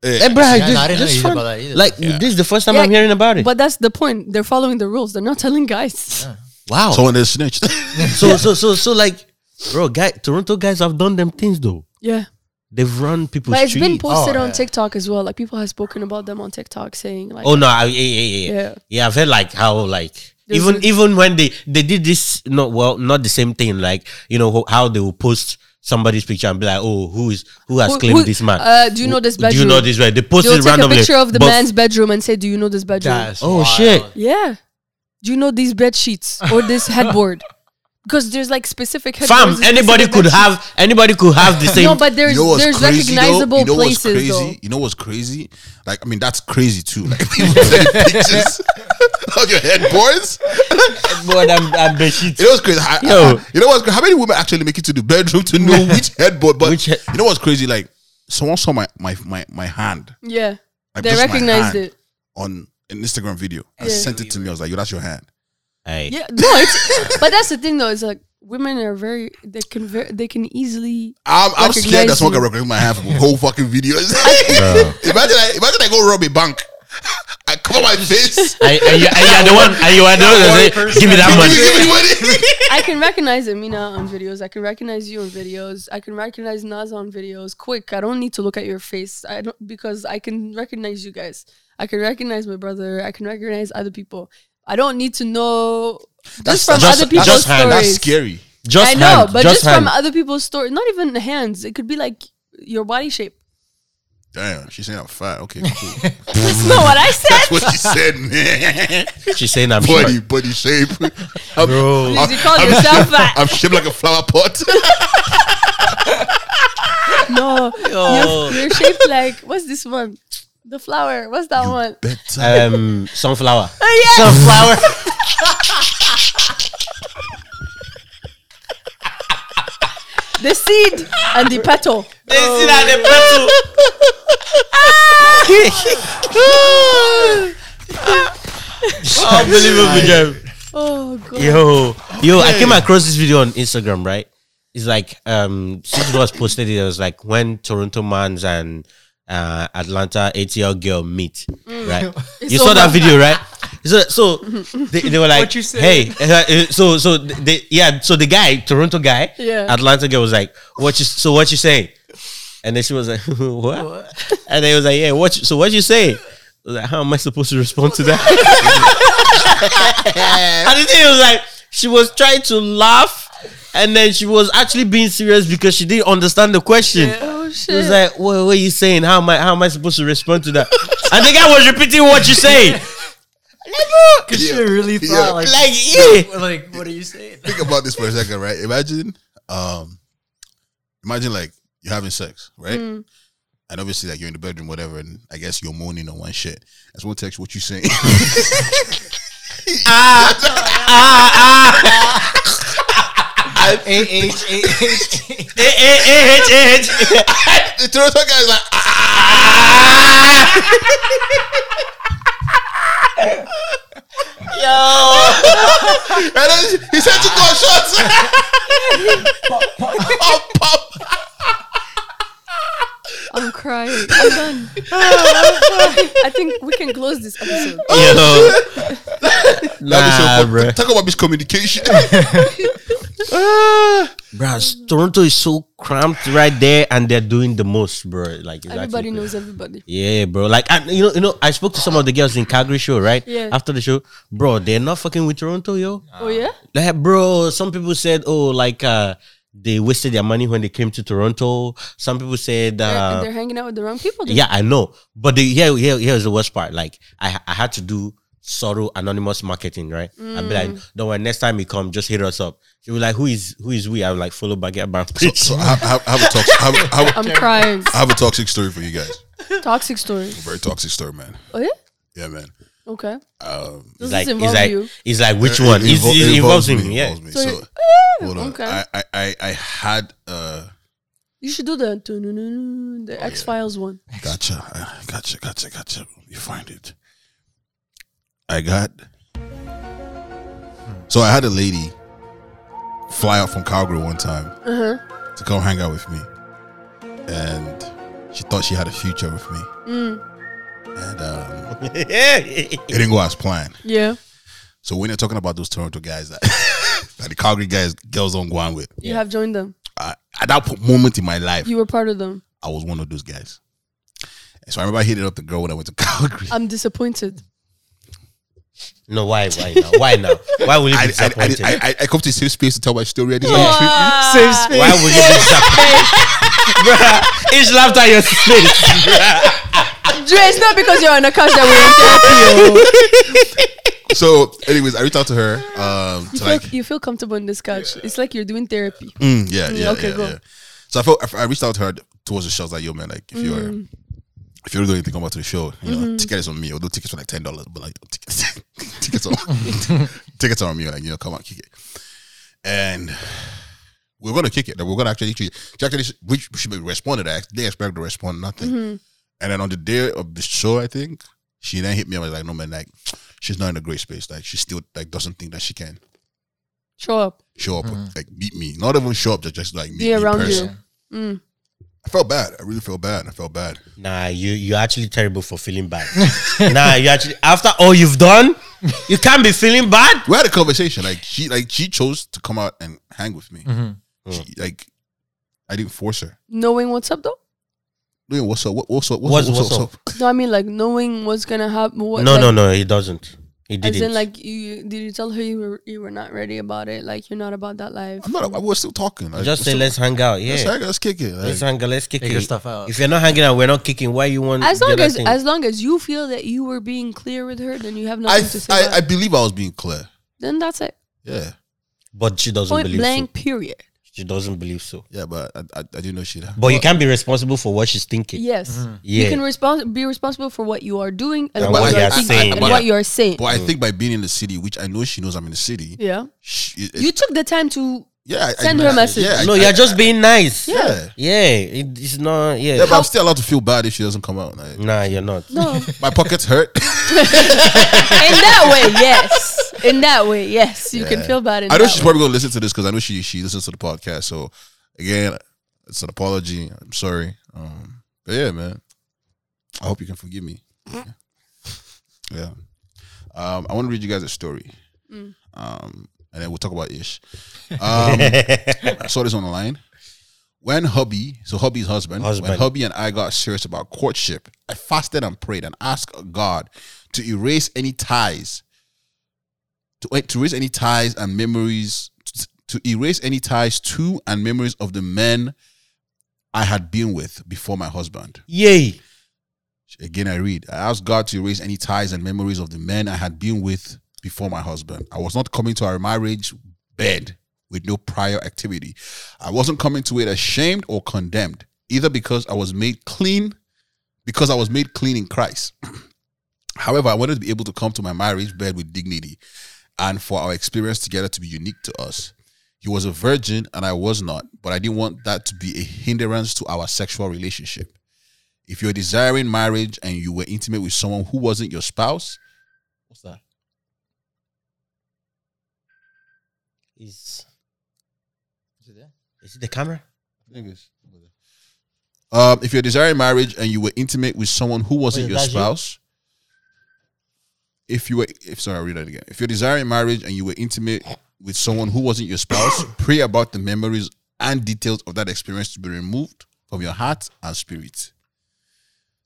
C: Hey,
F: Yeah, no, I didn't know you did about that either.
D: Like this is the first time
A: Yeah,
D: I'm hearing about it.
A: But that's the point. They're following the rules. They're not telling guys.
D: wow. So
C: someone that snitched.
D: so so so, so like, bro, guy, Toronto guys have done them things though.
A: Yeah.
D: They've run people's
A: But it's been
D: streets.
A: posted
F: Oh,
A: on
F: yeah.
A: TikTok as well. Like people have spoken about them on TikTok saying like
D: Oh no! I, yeah, yeah, yeah, yeah.
A: Yeah.
D: Yeah, I've heard like how like
A: There's
D: even
A: a-
D: even when they they did this, not well, not the same thing. Like you know ho- how they will post somebody's picture and be like, oh, who is who has
A: Who-
D: claimed
A: who-
D: this man?
A: uh, do you know this
D: Do you know
A: bedroom?
D: this man? They
A: They'll
D: posted
A: take
D: randomly.
A: a picture of the
D: but-
A: man's bedroom and say, "Do you know this bedroom?"
F: That's
D: Oh
F: wild.
D: shit!
A: Yeah. Do you know these bed sheets or this headboard? Because there's like specific
D: Fam,
A: headboards. and
D: anybody
A: specific
D: could
A: bed
D: have anybody could have the
A: sheets.
D: same.
A: No, but there's there's
C: though?
A: recognizable
C: You know what's
A: places
C: crazy?
A: though.
C: You know what's crazy? Like, I mean, that's crazy too. Like, people send pictures of your headboards.
D: but um, I'm, I'm the shit.
C: You know what's crazy? I, I-
D: Yo.
C: you know what's cra- How many women actually make it to the bedroom to know which headboard? But
D: Which head-
C: you know what's crazy? Like, someone saw my my my, my hand.
A: Yeah,
C: Like,
A: they
C: just my
A: recognized
C: hand
A: it.
C: on an Instagram video and
A: Yeah.
C: sent it to me. I was like, "Yo, that's your hand."
D: Hey.
A: Yeah, no, it's, but that's the thing though. It's like women are very they can ver- they can easily.
C: I'm, I'm scared that
A: Recognize
C: someone can
A: you.
C: recognize my hand for whole fucking videos. imagine I imagine I go rob a bank. I cover my face.
D: I, and you, and you are the one. And you are the one. that say, Give me that
C: Give me,
D: money.
C: give me money.
A: I can recognize Amina on videos. I can recognize you on videos. I can recognize Nas on videos. Quick, I don't need to look at your face. I don't because I can recognize you guys. I can recognize my brother. I can recognize other people. I don't need to know just from
D: just-
A: other people's
D: just hand.
A: stories.
C: That's scary.
D: Just
A: I know,
D: hand,
A: but just,
D: just hand.
A: from other people's stories. Not even hands. It could be like your body shape.
C: Damn, she's saying I'm fat. Okay, cool.
A: That's not what I
C: That's
A: said.
C: what she said, man.
D: She's saying I'm short.
C: Body, body shape. I'm,
D: Oh.
F: Bro.
A: Please, you called yourself that.
C: I'm shaped like a flower pot.
A: No, you're, you're shaped like what's this one? The flower. What's that one?
C: Better.
D: Um, sunflower.
A: Oh, yeah.
D: Sunflower.
A: the seed and the petal.
D: They sit at the battle. Unbelievable, Jeff.
A: Oh god.
D: Yo, yo, I came across this video on Instagram, right? It's like um since it was posted, it was like when Toronto Mans and uh Atlanta ATL girl meet,
F: Mm.
D: right? you saw that
A: over.
D: video, right? So, so they, they were like,
F: What you said.
D: "Hey, uh, uh, so so they yeah." So the guy, Toronto guy,
A: Yeah.
D: Atlanta girl was like, "What you so what you saying?" And then she was like, "What?" And then he was like, "Yeah, what? You, so what you say?" I was like, "How am I supposed to respond to that?" and the thing was like, she was trying to laugh. and then she was actually being serious because she didn't understand the question.
A: Oh
D: She was
A: shit!
D: like, what, what are you saying? How am I how am I supposed to respond to that? and the guy was repeating what you said.
F: Cause she really thought
C: Yeah.
F: like,
D: Like, yeah.
F: like, what are you saying?
C: Think about this for a second, right? Imagine, um, imagine like you're having sex, right? And obviously, like you're in the bedroom, whatever, and I guess you're moaning on one shit. As one text, what you saying?
F: A H A H.
D: Eh, eh, eh, eh, eh, eh.
C: the Toronto guy's like, ah! Yo! and then he said to go shots. oh, pop.
A: I'm crying. I'm done. I think we can close this episode.
D: Yo.
C: That
D: Nah,
C: is so
D: bruh.
C: fun. Talk about miscommunication.
D: Bruh, Toronto is so cramped right there, and they're doing the most, bro. Like it's
A: Everybody
D: actually-
A: knows everybody.
D: Yeah, bro. Like, and you know, you know, I spoke to some of the girls in Calgary show, right?
A: Yeah.
D: After the show, bro, they're not fucking with Toronto, yo.
A: oh yeah.
D: Like, bro, some people said, oh, like, uh, they wasted their money when they came to Toronto. Some people said,
A: They're,
D: uh,
A: they're hanging out with the wrong people. then.
D: yeah, I know. But the here, here, here's the worst part. Like I I had to do sorrow anonymous marketing, right? I'd be like,
A: Mm.
D: don't worry, next time you come, just hit us up. She was like, Who is who is we? I was like, follow Baguette Bounce.
C: so I, I, I have a toxic, I have, I have-
A: I'm crying.
C: I have a toxic story for you guys.
A: Toxic story.
C: Very toxic story, man.
A: Oh yeah.
C: Yeah, man.
A: Okay.
C: Um,
A: Does
D: It's like,
A: this
D: it's
A: involve
D: like,
A: you?
D: it's like, which
C: Uh, it-
D: one?
C: it
D: It's-
C: invol-
D: it involves him. Yeah.
C: involves me.
A: So
C: So,
A: you-
C: hold on.
A: okay.
C: I, I, I, I had uh,
A: You should do the dun-dun-dun,
D: Oh,
A: the X Files one.
C: Gotcha. I- Gotcha. Gotcha. Gotcha. You find it. I got. hmm. So I had a lady fly out from Calgary one time to come hang out with me, and she thought she had a future with me, and um, it didn't go as planned.
A: Yeah.
C: So when you're talking about those Toronto guys that, that the Calgary guys girls don't go on with,
A: You have joined them.
C: I, at that po- moment in my life,
A: You were part of them.
C: I was one of those guys. And so I remember I hit it up the girl when I went to Calgary.
A: I'm disappointed.
D: No, why why now? Why now? Why will you be
C: I, I, I,
D: disappointed?
C: I, I, I come to a safe space to tell my story. I didn't want to-
A: Save space.
D: why will you be disappointed? Bruh, it's laughed at your face.
A: it's not because you're on a couch that we won't help
C: so, anyways, I reached out to her. Um,
A: you.
C: to
A: You feel,
C: like,
A: you feel comfortable on this couch. It's like you're doing therapy.
C: mm, yeah, yeah,
A: okay,
C: yeah,
A: go.
C: yeah. So I felt I reached out to her towards the show. I was like, yo, man, like if you're if you're doing anything, come out to the show. You know, ticket is on me. Although tickets were like ten dollars, but like tickets, tickets on tickets are on me. Like you know, come on, kick it. And we're gonna kick it. Like, We're gonna actually she actually we she responded. I didn't expect her to respond nothing. And then on the day of the show, I think she then hit me. I was like, no man, like she's not in a great space. Like she still like doesn't think that she can
A: Show up.
C: show up,
D: Mm-hmm.
C: like meet me. Not even show up, just, just like meet
A: Be
C: me in
A: around
C: person.
A: you. Mm.
C: I felt bad. I really felt bad. I felt bad.
D: Nah, you you're actually terrible for feeling bad. nah, you actually after all you've done, you can't be feeling bad.
C: We had a conversation. Like she, like she chose to come out and hang with me.
D: Mm-hmm.
C: She, like I didn't force her.
A: Knowing what's up though?
C: Doing what's up? What, what's up? What's,
D: What's-
C: up?
D: what's
C: What's, up?
A: No, I mean like knowing what's gonna happen. What,
D: no,
A: like,
D: no, no, he doesn't. He
A: As
D: didn't.
A: in, like, you did you tell her you were you were not ready about it? Like, you're not about that life.
C: I'm not. I was still talking. Like,
D: just
C: we're
D: say
C: still-
D: let's hang out. Yeah,
C: Let's hang. Let's kick it.
D: let's
C: Like,
D: hang out. Let's kick
F: Figure
D: it.
F: stuff out.
D: If you're not hanging out, we're not kicking. Why you want?
A: As
D: the
A: long
D: other
A: as
D: thing?
A: as long as you feel that you were being clear with her, then you have
C: I,
A: nothing to say.
C: I,
A: about
C: I
A: it.
C: believe I was being clear.
A: then that's it.
C: Yeah,
D: but she doesn't
A: Point
D: believe
A: blank.
D: so.
A: Period.
D: She doesn't believe so.
C: yeah, but I, I, I didn't know she'd.
D: But you can't be responsible for what she's thinking.
A: Yes.
D: Yeah.
A: You can respons- be responsible for what you are doing and,
D: And
A: what,
C: what
A: you
C: you
A: are
C: are
A: thinking
D: saying.
A: and
C: But-
A: what you are saying.
C: But I
D: Mm.
C: think by being in the city, which I know she knows I'm in the city.
A: yeah.
C: She, it-
A: You took the time to
C: yeah, I- I-
A: send her a message.
C: Yeah, I-
D: no,
C: I-
D: you're just being nice.
C: yeah. yeah.
D: Yeah, it, it's not. Yeah,
C: but I'm still allowed to feel bad if she doesn't come out. Like,
D: nah, you're not.
A: no.
C: my pockets hurt.
A: In that way, yes. In that way, yes. You can
C: Yeah.
A: feel bad. In
C: I know
A: that
C: she's
A: way.
C: probably gonna listen to this because I know she she listens to the podcast. So again, it's an apology. I'm sorry. Um, but yeah, man, I hope you can forgive me. Yeah. Um, I want to read you guys a story. Um, and then we'll talk about ish. Um, I saw this online. When hubby, so hubby's husband, when
D: Husband.
C: hubby and I got serious about courtship, I fasted and prayed and asked God to erase any ties to, to erase any ties and memories to, to erase any ties to and memories of the men I had been with before my husband.
D: Yay.
C: Again, I read, I asked God to erase any ties and memories of the men I had been with before my husband. I was not coming to our marriage bed with no prior activity. I wasn't coming to it ashamed or condemned, either because I was made clean, because I was made clean in Christ. However, I wanted to be able to come to my marriage bed with dignity and for our experience together to be unique to us. He was a virgin and I was not, but I didn't want that to be a hindrance to our sexual relationship. If you're desiring marriage and you were intimate with someone who wasn't your spouse, what's that?
D: Is, is it the camera?
C: Um, if you're desiring marriage and you were intimate with someone who wasn't
D: Wait,
C: your
D: that's you?
C: spouse, if you were, if sorry, I'll read that again. If you're desiring marriage and you were intimate with someone who wasn't your spouse, pray about the memories and details of that experience to be removed from your heart and spirit.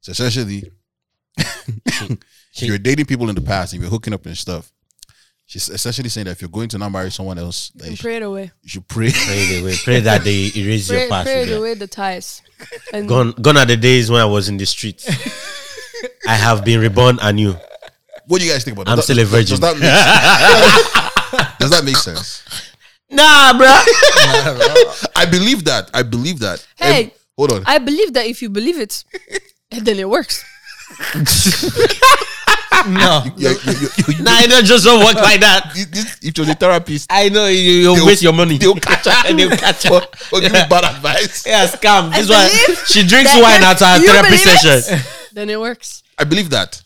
C: So essentially, if you're dating people in the past and you're hooking up and stuff, she's essentially saying that if you're going to now marry someone else, that you,
A: And
C: should,
A: pray it away.
C: you should pray.
D: Pray, the way, pray that they erase
A: Pray,
D: your past.
A: pray it
D: yeah.
A: away the ties. And
D: Gone, gone are the days when I was in the streets. I have been reborn anew.
C: What do you guys think about that?
D: I'm
C: Does-
D: still a
C: does-
D: virgin.
C: Does that make, does that make sense?
D: Nah, bruh.
C: I believe that. I believe that.
A: Hey.
C: Ev- hold on.
A: I believe that if you believe it, then it works.
F: No.
C: Yeah, you- you- you- you-
D: Nah, it don't just don't work like that.
C: you- this- if you're a therapist,
D: I know you, you
C: They'll-
D: waste your money.
C: they'll catch up.
D: They'll catch
C: or,
D: up.
C: or give you bad advice.
D: Yeah, scam.
A: I
D: This one,
A: believe
D: she drinks
A: that
D: wine
A: if
D: at her
A: you
D: therapy
A: believe it,
D: session.
A: Then it works.
C: I believe that.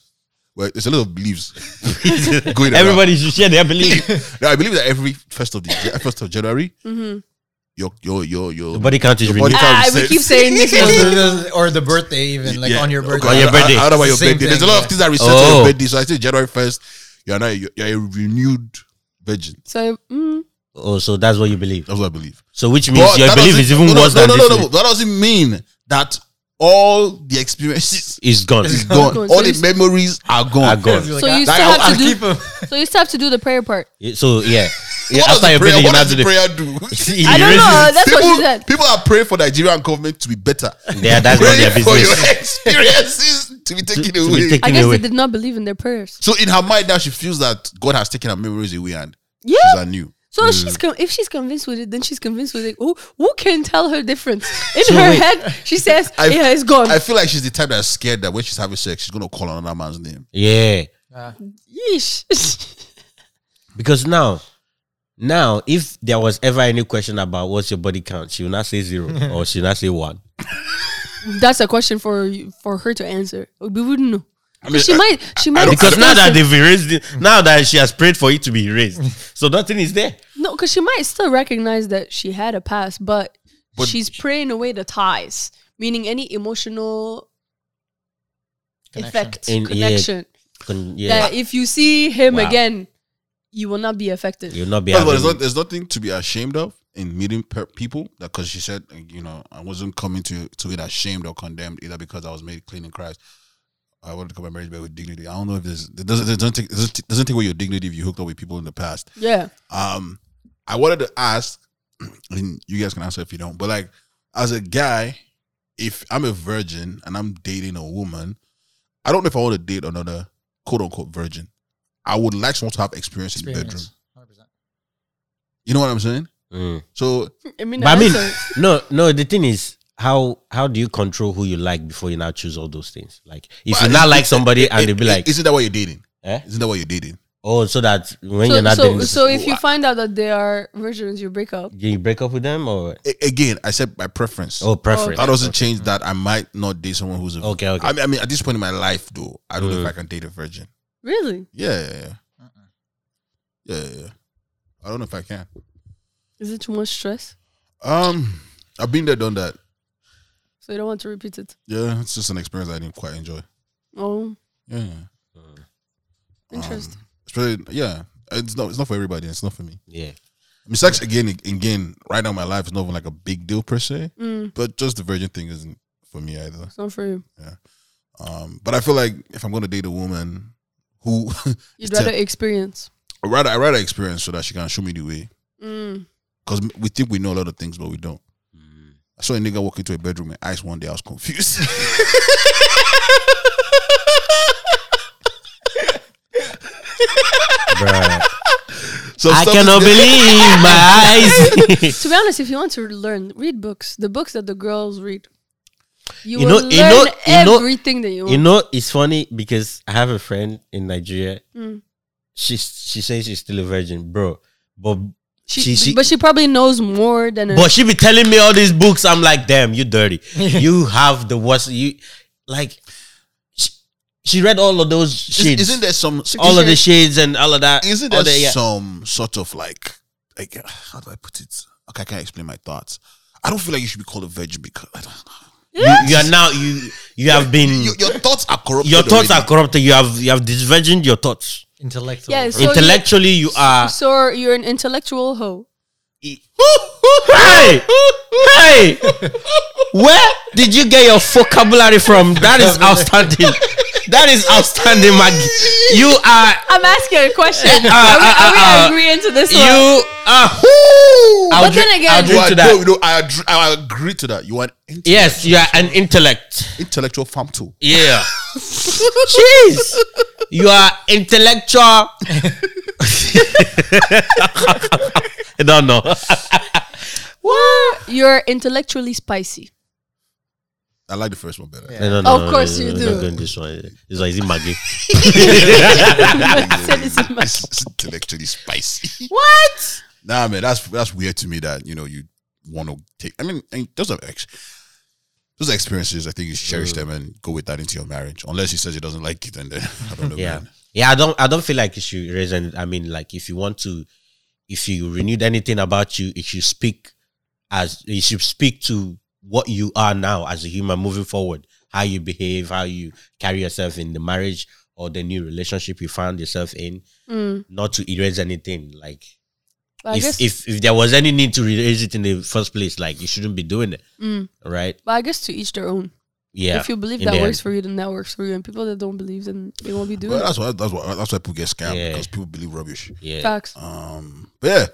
C: Well, there's a lot of beliefs going around.
D: Everybody should share their belief.
C: No, I believe that every first of the first of January,
A: Mm-hmm.
C: your your your your
D: Body count is
C: your body
D: renewed.
C: count
A: I, I, we
C: resets.
A: keep saying this
F: or,
A: one.
F: the, or the birthday, even like
C: Yeah.
F: on your
C: Okay,
F: birthday.
C: I-
D: On your
C: I-
D: birthday.
C: I, don't know about your
F: Same
C: birthday. There's a
F: thing,
C: lot
F: yeah.
C: of things that reset on
D: Oh.
C: your birthday. So I say January first, you're not you're, you're a renewed virgin.
A: So mm,
D: Oh, so that's what you believe.
C: That's what I believe.
D: So which means
C: But
D: your
C: that
D: belief
C: doesn't-
D: is even
C: no, no,
D: worse
C: no, no,
D: than this. eh?
C: no, no,
D: one.
C: But that doesn't mean that all the experiences
D: It's gone.
C: is gone.
A: gone. So
C: All the
A: it's-
C: memories are gone.
D: Are gone.
A: so you
C: That-
A: still
C: I'll-
A: have to
C: I'll
A: do. So you still have to do the prayer part.
D: So yeah, yeah.
C: What does
D: After
C: the prayer,
D: your birthday, you
C: what
D: now
C: does
D: do
C: the
D: the.
C: prayer do?
A: I don't know. That's what she
C: people,
A: said.
C: people are praying for Nigerian government to be better.
D: Yeah, that's not
C: Praying
D: their
C: for your
D: business.
C: experiences to be taken
D: to be
C: away.
D: taken-
A: I
D: Taking
A: guess
D: away.
A: they did not believe in their prayers.
C: so in her mind now, she feels that God has taken her memories away and
A: Yeah.
C: she's anew.
A: So she's con- if she's convinced with it, then she's convinced with it. Who who can tell her different? In
D: So
A: her
D: wait.
A: head, she says,
C: I-
A: "Yeah, it's gone."
C: I feel like she's the type that's scared that when she's having sex, she's gonna call another man's name.
D: Yeah,
A: Yeesh.
D: because now, now, if there was ever any question about what's your body count, she will not say zero or she will not say one.
A: That's a question for you- for her to answer. We wouldn't know.
C: I mean,
A: She
C: I-
A: might. She might.
C: don't-
D: Because now that
A: still-
D: they've erased it, now that she has prayed for it to be erased, so nothing is there.
A: no, because she might still recognize that she had a past, but,
C: But-
A: she's praying away the ties, meaning any emotional effect
D: In- yeah.
A: connection.
D: Con- Yeah,
A: That if you see him
D: Wow.
A: again, you will not be affected.
D: you'll not be.
C: But there's,
D: having-
C: not, there's nothing to be ashamed of in meeting per- people because she said, uh, you know, I wasn't coming to to it ashamed or condemned either because I was made clean in Christ. I wanted to come my marriage back with dignity. I don't know if there's it doesn't it doesn't take it doesn't, it doesn't take away your dignity if you hooked up with people in the past.
A: Yeah.
C: Um, I wanted to ask, and you guys can answer if you don't, but like as a guy, if I'm a virgin and I'm dating a woman, I don't know if I want to date another quote unquote virgin. I would like someone to have experience, in the bedroom. You know what I'm saying?
D: Mm.
C: So
A: I mean,
D: But I mean,
A: that's
D: no, no. The thing is, how how do you control who you like before you now choose all those things? Like, if
C: But
D: you
C: it-
D: not
C: it-
D: like somebody and they
C: it-
D: be
C: it-
D: like,
C: isn't that what you're dating?
D: eh?
C: Isn't that what you're dating?
D: oh, so that when you're
A: a-
D: not
A: so, so,
D: doing
A: so if you find out that they are virgins, you break up.
D: you break up with them or
C: A- again, I said my preference.
D: oh preference.
C: That doesn't change that I might not date someone who's a
D: Okay, okay.
C: I mean, I mean, at this point in my life, though, I don't know
D: Mm.
C: if I can date a virgin.
A: Really?
C: Yeah, yeah, yeah. Yeah, yeah, yeah. I don't know if I can.
A: Is it too much stress?
C: Um, I've been there, done that.
A: So you don't want to repeat it?
C: Yeah, it's just an experience I didn't quite enjoy.
A: Oh,
C: Yeah, yeah.
D: Mm,
A: interesting.
C: especially yeah. It's not. It's not for everybody. It's not for me.
D: Yeah.
C: I mean, sex again, again. Right now, in my life is not even like a big deal per se,
A: Mm,
C: but just the virgin thing isn't for me either.
A: it's not for you.
C: Um, but I feel like if I'm gonna date a woman who
A: You'd
C: It's
A: rather experience.
C: I'd rather I rather experience so that she can show me the way.
A: Mm.
C: Because we think we know a lot of things, but we don't. I saw a nigga walk into a bedroom and ice one day. I was confused. so
D: I
C: stuff
D: cannot
C: is there.
D: believe my eyes.
A: to be honest, if you want to learn, read books. The books that the girls read. You,
D: You know-
A: will learn
D: you know- you know-
A: everything that you want.
D: you know, it's funny because I have a friend in Nigeria.
A: Mm.
D: She she says she's still a virgin, bro. But
A: she,
D: she, she,
A: but she probably knows more than a
D: But she be telling me all these books. I'm like, damn, you dirty. you have the worst. You like she, she read all of those shades.
C: Isn't there some
D: all of the shades and all of that?
C: isn't
D: all
C: there
D: the- yeah.
C: some sort of like like uh, how do I put it? Okay, I can't explain my thoughts. I don't feel like you should be called a virgin because I don't
D: you, you are now you you have been
C: Your, your thoughts are corrupted.
D: Mm. your thoughts are
C: already.
D: corrupted. You have you have diverged your thoughts.
F: Intellectual.
A: yeah, so you-
D: Intellectually, you are. e-
A: so you're an intellectual hoe.
D: hey, hey. Where did you get your vocabulary from? That is outstanding. That is outstanding, Maggie. You are
A: I'm asking a question. are we, are we
D: uh, uh,
A: agreeing to this one?
D: you are. I'll
A: But then
D: dri-
A: again-
D: I'll
C: You
D: drink
C: are,
D: to
C: no,
D: that.
C: no, I, agree, I agree to that. You are an inte-
D: Yes, you are an intellect.
C: intellectual farm too.
D: Yeah. Jeez. You are intellectual. I don't know.
A: You're intellectually spicy.
C: I like the first one better.
D: No, no,
A: Of course you
D: we're
A: do.
D: Not going this one. It's like, is it Maggie?
A: Said it's in my-
C: It's, it's intellectually spicy.
A: what?
C: nah, man, that's that's weird to me that you know you want to take. I mean, and those are ex- those are experiences. I think you should
D: Mm.
C: cherish them and go with that into your marriage. Unless he says he doesn't like it, and then I don't know.
D: Yeah.
C: man.
D: Yeah, I don't I don't feel like you should raise any I mean like if you want to if you renewed anything about you, it should speak as it should speak to what you are now as a human moving forward, how you behave, how you carry yourself in the marriage or the new relationship you found yourself in, not to erase anything. Like
A: Mm. Mm-hmm. But I
D: if,
A: guess,
D: if if there was any need to erase it in the first place, like you shouldn't be doing it. Right?
A: but I guess to each their own.
D: Yeah.
A: Mm. If you believe
D: in
A: that
D: the
A: works
D: end.
A: for you, then that works for you. And people that don't believe, then they won't be doing
C: Well,
A: it.
C: that's why that's why that's why people get scammed
D: Yeah.
C: because people believe rubbish.
D: yeah.
A: Facts.
C: Um, but yeah,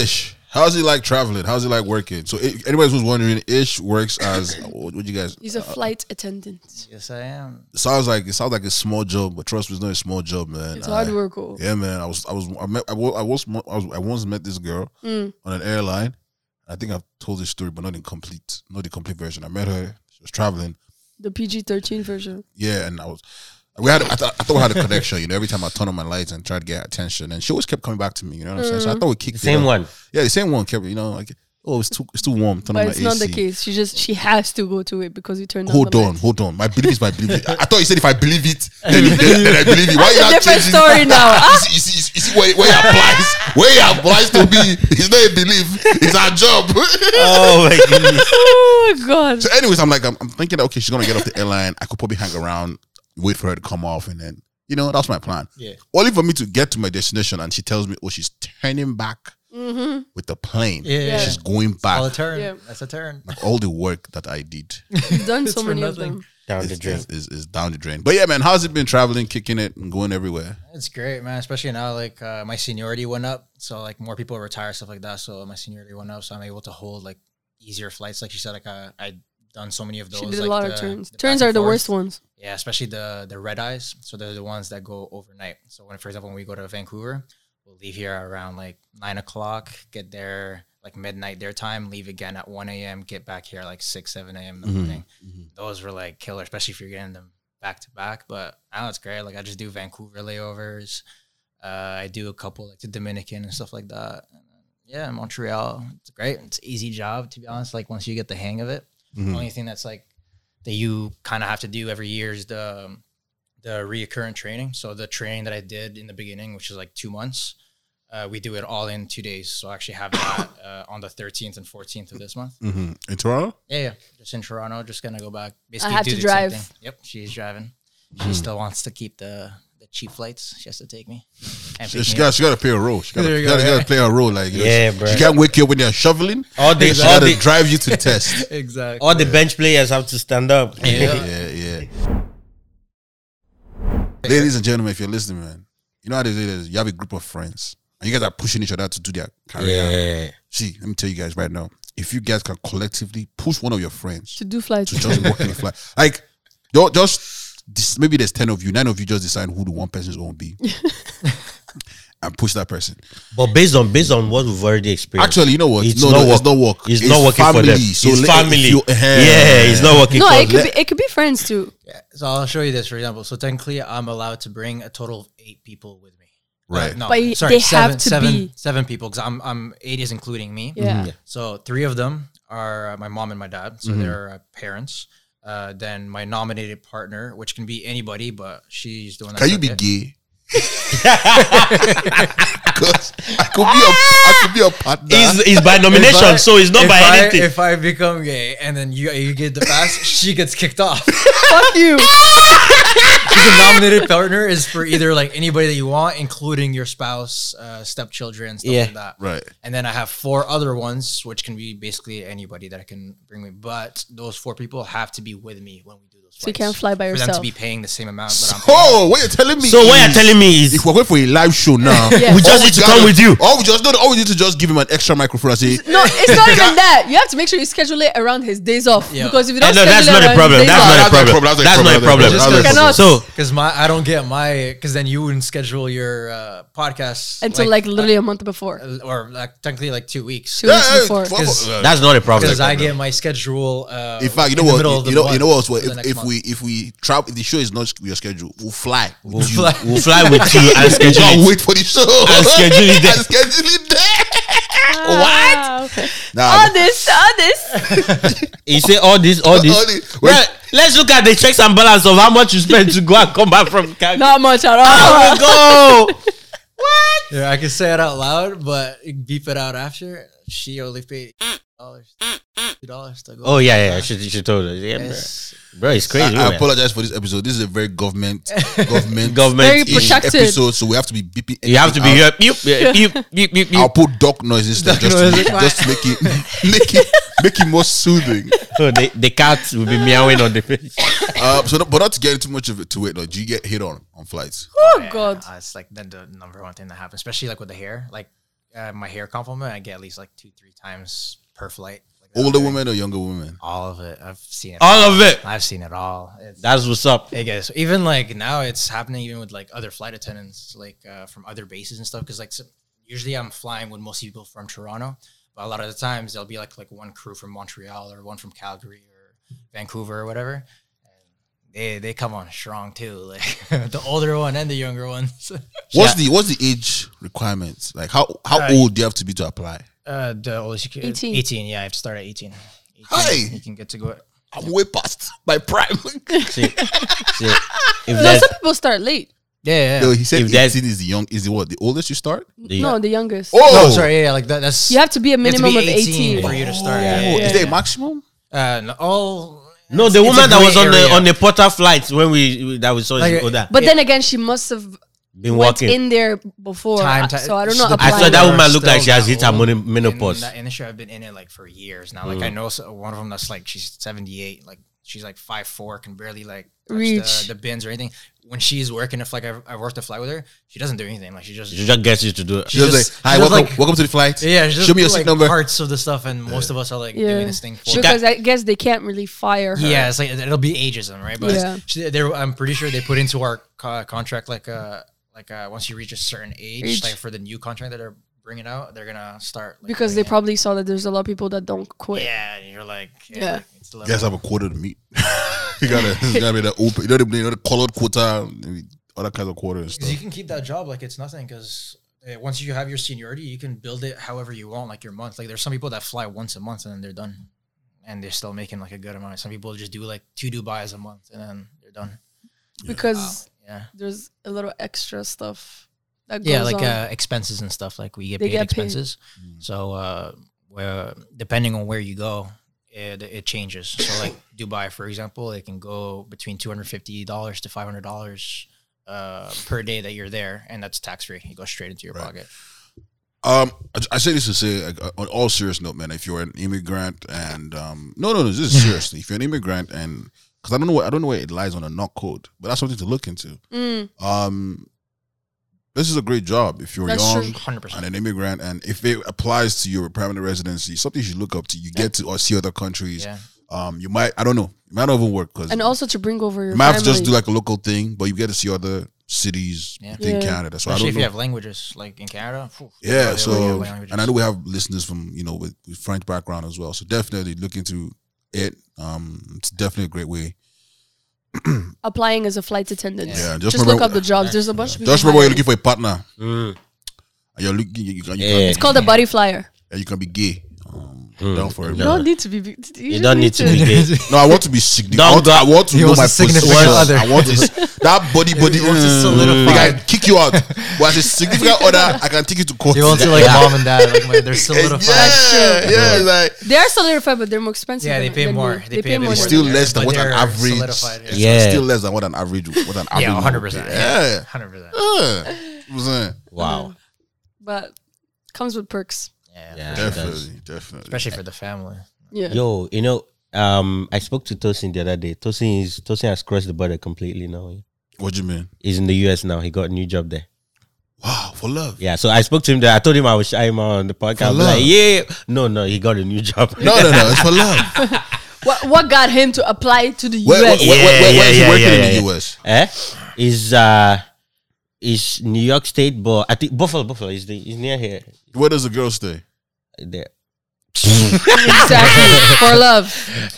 C: Ish, how's it like traveling? How's it like working? So, i- anybody who's wondering, Ish works as what what you guys.
D: uh,
A: He's a flight attendant.
E: Yes, I am.
C: It sounds like it sounds like a small job, but trust me, it's not a small job, man.
A: It's
C: I-
A: hard work. oh.
C: Yeah, man. I was I was I met I was I was, I, was, I once met this girl
A: Mm.
C: on an airline. I think I've told this story, but not in complete, not the complete version. I met her. She was traveling.
A: The PG 13 version.
C: Yeah, and I was. We had, I, thought I thought we had a connection, you know. Every time I turned on my lights and tried to get her attention, and she always kept coming back to me, you know what I'm saying? So
A: Mm.
C: I thought we kicked it
D: The same
C: off.
D: one.
C: Yeah, the same one kept, you know, like, oh, it's too, it's too warm. Turn on
A: But
C: my
A: it's
C: AC.
A: not the case. She just, she has to go to it because you turned
C: Hold
A: the
C: on,
A: lights.
C: hold on. My belief is my belief. I, I thought you said if I believe it, then, it- then, then I believe it. Why you
A: That's a
C: not
A: different
C: changing?
A: story now, huh?
C: you see, you see, you see, you see where, where it applies. Where it applies to be, it's not a belief. It's our job.
D: Oh my goodness.
A: Oh my God.
C: so, anyways, I'm like, I'm, I'm thinking, okay, she's gonna get off the airline. I could probably hang around, wait for her to come off, and then, you know, that's my plan.
F: Yeah.
C: Only for me to get to my destination, and she tells me, oh, she's turning back with the plane.
F: Yeah, yeah,
C: She's going back.
F: All a turn.
A: Yeah.
F: That's a turn.
C: all the work that I did
A: You've done so
F: for
A: many of
F: nothing.
A: them.
D: Down the
C: is,
D: drain.
C: is, is, is down the drain. But yeah, man, how's it been traveling, kicking it, and going everywhere?
F: It's great, man. Especially now, like uh, my seniority went up, so like more people retire, stuff like that. So my seniority went up, so I'm able to hold like easier flights. Like she said, like uh, I done so many of those.
A: She did a
F: like,
A: lot
F: the-
A: of turns.
F: the
A: Turns
F: back
A: are
F: and
A: the
F: forth.
A: worst ones.
F: Yeah, especially the the red eyes. So they're the ones that go overnight. So when, for example, when we go to Vancouver, we'll leave here around like nine o'clock, get there like midnight their time, leave again at one a.m., get back here like six seven a.m. in the morning. Those were like killer, especially if you're getting them back to back. But now it's great. Like I just do Vancouver layovers. Uh, I do a couple like the Dominican and stuff like that. And then, yeah, Montreal. It's great. It's an easy job to be honest. Like once you get the hang of it, the only thing that's like that you kind of have to do every year is the um, the reoccurrent training. So the training that I did in the beginning, which is like two months, uh, we do it all in two days. So I actually have that uh, on the 13th and 14th of this month.
C: Mm-hmm. In Toronto?
F: Yeah, yeah, just in Toronto, just gonna go back. Basically,
A: had
F: do
A: to
F: the same
A: drive.
F: thing. Yep, she's driving. She still wants to keep the the cheap flights. She has to take me. And
C: She,
F: pick
C: she
F: me up.
C: got, she got to play a role. She got
F: There
C: to
F: you go, yeah.
C: play a role. Like, you know,
D: Yeah,
C: she,
D: bruh.
C: she can't wake you up when they're shoveling.
D: All the,
C: She
D: all
C: got to
D: the,
C: drive you to the test.
F: Oh,
E: Exactly.
D: all the bench players have to stand up.
C: yeah, yeah. Ladies and gentlemen, if you're listening, man, you know how they say this: you have a group of friends, and And you guys are pushing each other to do their career.
D: Yeah.
C: See, let me tell you guys right now. If you guys can collectively push one of your friends
A: to do flight.
C: to just work in a fly, like you just this, maybe there's ten of you, nine of you just decide who the one person is going to be, and push that person.
D: But based on based on what we've already experienced,
C: Actually, you know what?
D: It's
C: no,
D: not
C: no, it's
D: work-
C: not work.
D: it's not working for them. It's
C: let-
D: family.
C: if you- eh,
D: yeah, it's not working
A: no,
D: for
A: it
D: them.
A: could be it could be friends
D: Mm.
A: too.
F: So I'll show you this, for example. So technically, I'm allowed to bring a total of eight people with me.
C: Right.
F: Uh, no,
A: But y-
F: sorry,
A: they have
F: seven,
A: to
F: seven-
A: be.
F: seven people because I'm I'm eight is including me.
D: Mm.
A: Yeah.
F: So three of them are uh, my mom and my dad.
C: Mm-hmm.
F: So they're uh, parents. Uh, then my nominated partner, which can be anybody, but she's doing.
C: Can you be gay? Because I could be a I could be a partner.
D: It's, it's by nomination,
F: I-
D: so it's not
F: if
D: by
F: I,
D: anything.
F: If I become gay and then you you get the pass, she gets kicked off.
A: Fuck you.
F: the nominated partner is for either like anybody that you want, including your spouse, uh, stepchildren, stuff
D: Yeah.
F: like that.
C: right.
F: And then I have four other ones, which can be basically anybody that I can bring me. But those four people have to be with me when we do those.
A: So you
F: flights.
A: can't fly by
F: for them
A: yourself.
F: to be paying the same amount. That I'm paying.
C: Oh, what you're telling me?
D: so what
C: is-
D: you're telling me is
C: If we're going for a live show now,
A: Yeah. We
D: just
C: all
D: need to
C: gotta-
D: come with you.
C: All we just no, no, all we need to just give him an extra microphone and say,
A: No, it's not even that. You have to make sure you schedule it around his days off
F: Yeah.
A: because if you
D: Eh,
A: don't,
D: no, that's
A: schedule
D: not
A: it
D: a
A: around
D: problem.
A: his days
D: That's
A: off-
D: not a
C: That's not a
D: problem.
C: problem.
D: That's not a problem.
C: That's
A: a problem.
D: So
F: Because my I don't get my because then you wouldn't schedule your uh, podcast
A: until like, literally a month before,
F: uh, or like technically like two weeks
A: two weeks
C: "Hey,
A: before.
C: fuck-
F: Because-
C: uh,
D: that's not a problem.
F: because I get my schedule. Uh,
C: In fact, you
F: in
C: know
F: the middle of
C: what?
F: the
C: You know, you
F: month
C: know what's
F: for
C: what?
F: the
C: If,
F: next
C: if
F: month.
C: we if we travel, if the show is not your schedule, we'll fly. We'll
D: Fly- we'll fly with you and schedule
C: Don't
D: it.
C: wait for the show.
D: And schedule it there.
C: And schedule it there.
A: Wow.
C: Nah,
A: All this, all this.
D: You say all this, all this.
C: All this.
D: Well, let's look at the checks and balance of how much you spent to go and come back from Calgary.
A: Not much at
D: How
A: all.
D: we go.
F: Yeah, I can say it out loud, but beep it out after. She only paid dollars, two dollars to go.
D: Oh yeah, yeah. She, she told us. Yeah,
F: Yes.
D: bro. bro, it's crazy.
C: I, I
D: man.
C: apologize for this episode. This is a very government government
D: Government.
A: Very
C: ish
A: protected.
C: episode, so we have to be beeping.
D: You have to be
C: everything out.
D: here. Yep, yep, yep, yep, yep,
C: I'll
D: yep.
C: put duck noise instead, just, to make, just to make it make it make it more soothing.
D: So the, the cat will be meowing on the face.
C: Uh, so, no- but not to get too much of it to it. Like, do you get hit on on flights?
A: Oh God.
F: Uh, it's like then the number one thing that happens, especially like with the hair. Like uh, my hair compliment, I get at least like two, three times per flight. Like,
C: Older women or younger women?
F: all of it. I've seen it.
D: All of it.
F: I've seen it all. It's,
D: That's what's up.
F: I guess even like now it's happening even with like other flight attendants, like uh, from other bases and stuff. Because like so, usually I'm flying with most people from Toronto, but a lot of the times there'll be like like one crew from Montreal or one from Calgary or Vancouver or whatever. And they they come on strong too, like the older one and the younger ones.
C: What's the what's the age requirement? Like how how
F: Uh,
C: old do you have to be to apply?
F: Uh, the oldest you could,
A: 18.
F: 18, yeah, I have to start at 18. 18
C: Hey!
F: You can get to go.
C: I'm way past my prime.
D: See, see, if
A: No,
D: there's
A: some people start late.
F: Yeah, yeah.
C: no, he said
D: If that's-
C: 18 is the young is the what the oldest you start?
D: the,
A: No, the youngest.
C: Oh,
F: No, sorry, yeah, yeah, like that, that's.
A: You have to be a minimum
F: you have
A: of
F: to be
A: 18.
F: for you to start.
C: Oh,
F: Yeah, yeah,
C: is there a maximum?
F: yeah. Uh, no, all.
D: no, the
F: It's a
D: woman that
F: grey
D: was on the
F: area.
D: on the Porter flight when we, we- that we saw
F: Like,
D: like, that
A: But then again, she must have
D: been
A: went
D: walking.
A: in there before.
F: Time,
A: uh,
F: time-
A: so I don't
F: it's
A: know.
F: the-
D: I
A: applying
D: saw that
A: it.
D: woman look
F: Still
D: like she has hit her
F: not old.
D: mono- menopause.
F: In that industry, I've been in it like for years now. Like I
C: Mm.
F: know so- one of them that's like she's seventy eight. Like she's like five four, can barely like touch
A: Reach.
F: the, the bins or anything. When she's working, if like I, I worked a flight with her, she doesn't do anything. Like she just
D: She just gets you to do it.
C: She was like,
F: just-
C: hi,
F: she was
C: welcome,
F: like-
C: welcome to the flight.
F: yeah, she just
C: show me your
F: do,
C: seat
F: like,
C: number.
F: Parts of the stuff, and most of us are like doing this thing. For
A: because I guess they can't really fire her.
F: yeah, it's like it'll be ageism, right? But
A: Yeah.
F: she, they're, I'm pretty sure they put into our co- contract like uh like uh once you reach a certain age,
A: Age.
F: like for the new contract that they're bringing out, they're gonna start like,
A: Because they
F: bringing
A: probably saw that there's a lot of people that don't quit.
F: in- yeah, and you're like
A: Yeah.
F: yeah, it's a
C: You guys
F: little
C: have a quarter to meet. you gotta, you gotta be that open. You know the, you know the colored quota, other kinds of quarters and stuff.
F: Because you can keep that job like it's nothing. Because once you have your seniority, you can build it however you want, like your month. Like there's some people that fly once a month and then they're done, and they're still making like a good amount. Some people just do like two Dubai's a month and then they're done.
A: Because
F: Yeah.
A: there's a little extra stuff that goes
F: yeah like
A: on.
F: uh, expenses and stuff like we get
A: They
F: paid
A: get paid.
F: expenses so uh where depending on where you go it, it changes so like dubai for example it can go between $250 to $500 uh, per day that you're there and that's tax free it goes straight into your
C: Right.
F: pocket
C: Um, I, I say this to say, like, uh, on all serious note, man, if you're an immigrant and um, no, no, no, this is seriously. If you're an immigrant and because I don't know, what, I don't know where it lies on a knock code, but that's something to look into.
A: Mm,
C: Um, This is a great job if you're
A: That's true.
C: young
F: 100%.
C: and an immigrant, and if it applies to your permanent residency, something you should look up to. You get to or see other countries.
F: Yeah.
C: Um, you might I don't know, it might not even work because
A: and also to bring over your
C: you might have to just
A: family.
C: do like a local thing, but you get to see other cities
F: Yeah.
C: within
A: Yeah.
C: Canada. So
F: Especially
C: I
F: if
C: don't
F: you
C: know.
F: have languages like in Canada. phew,
C: Yeah,
F: they really have
C: so
F: languages.
C: and I know we have listeners from you know with, with French background as well. So definitely look into it. Um, it's definitely a great way.
A: applying as a flight attendant.
C: Yeah, just
A: just,
C: remember-
A: look up the jobs. There's a bunch of people.
C: Just remember when you're
A: hiring.
C: looking for a partner.
F: Mm.
C: And you're looking. You, you, can- you, can,
D: Yeah.
A: It's called a body flyer.
C: and you can be gay. Um,
F: Hmm.
C: down for it.
A: You don't need to be. You,
D: You
A: just
D: don't need to be gay.
C: No, I want to be significant.
D: Don't
C: I want,
D: go-
C: I want to
F: He
C: know
F: wants
C: my
F: a significant
C: position.
F: other.
C: I want this that body body.
F: wants to
C: Mm.
F: solidify.
C: They can kick you out, but as a significant other, I can take you to court.
F: You won't see like mom and dad. Like, my- they're solidified.
C: yeah, yeah, like
A: They are solidified, but they're more expensive.
F: Yeah, they
A: than-
F: pay
A: than
F: more.
A: we-
F: They pay a bit
A: more.
C: it's
F: more
C: still
A: than-
C: less than
F: But
C: what an
F: they're
C: average.
F: solidified, yeah.
C: it's
D: Yeah.
C: still less than what an average. What an average.
F: Yeah,
C: would
F: hundred
C: be.
F: percent.
C: Yeah.
F: hundred percent.
C: Yeah. You know what I'm saying?
D: Wow.
A: But comes with perks.
F: Yeah,
D: Yeah, it does.
C: Definitely, definitely.
F: especially for the family.
A: Yeah.
D: Yo, you know, um, I spoke to Tosin the other day. Tosin is Tosin has crossed the border completely now.
C: What do you mean?
D: He's in the US now. He got a new job there.
C: Wow, for love.
D: Yeah, so I spoke to him there. I told him I was shy him out on the podcast. I'm
C: love.
D: Like, yeah, no, no, he got a new job.
C: No, no, no. It's for love.
A: What what got him to apply to the
C: Where, where,
A: US?
C: where, where, where is he
D: Yeah, yeah,
C: working
D: yeah,
C: in
D: yeah,
C: the
D: yeah.
C: US?
D: eh? Is uh, is New York State, but I think Buffalo, Buffalo is the is near here.
C: Where does the girl stay?
D: There.
A: exactly for love.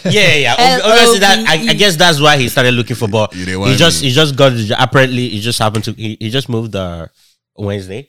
D: yeah, yeah. Ob-
A: L-O-V-E.
D: Obviously, that
A: E.
D: I, I guess that's why he started looking for ball.
C: You
D: he
C: didn't want
D: just
C: me.
D: he just got the jo- apparently he just happened to he, he just moved uh Wednesday,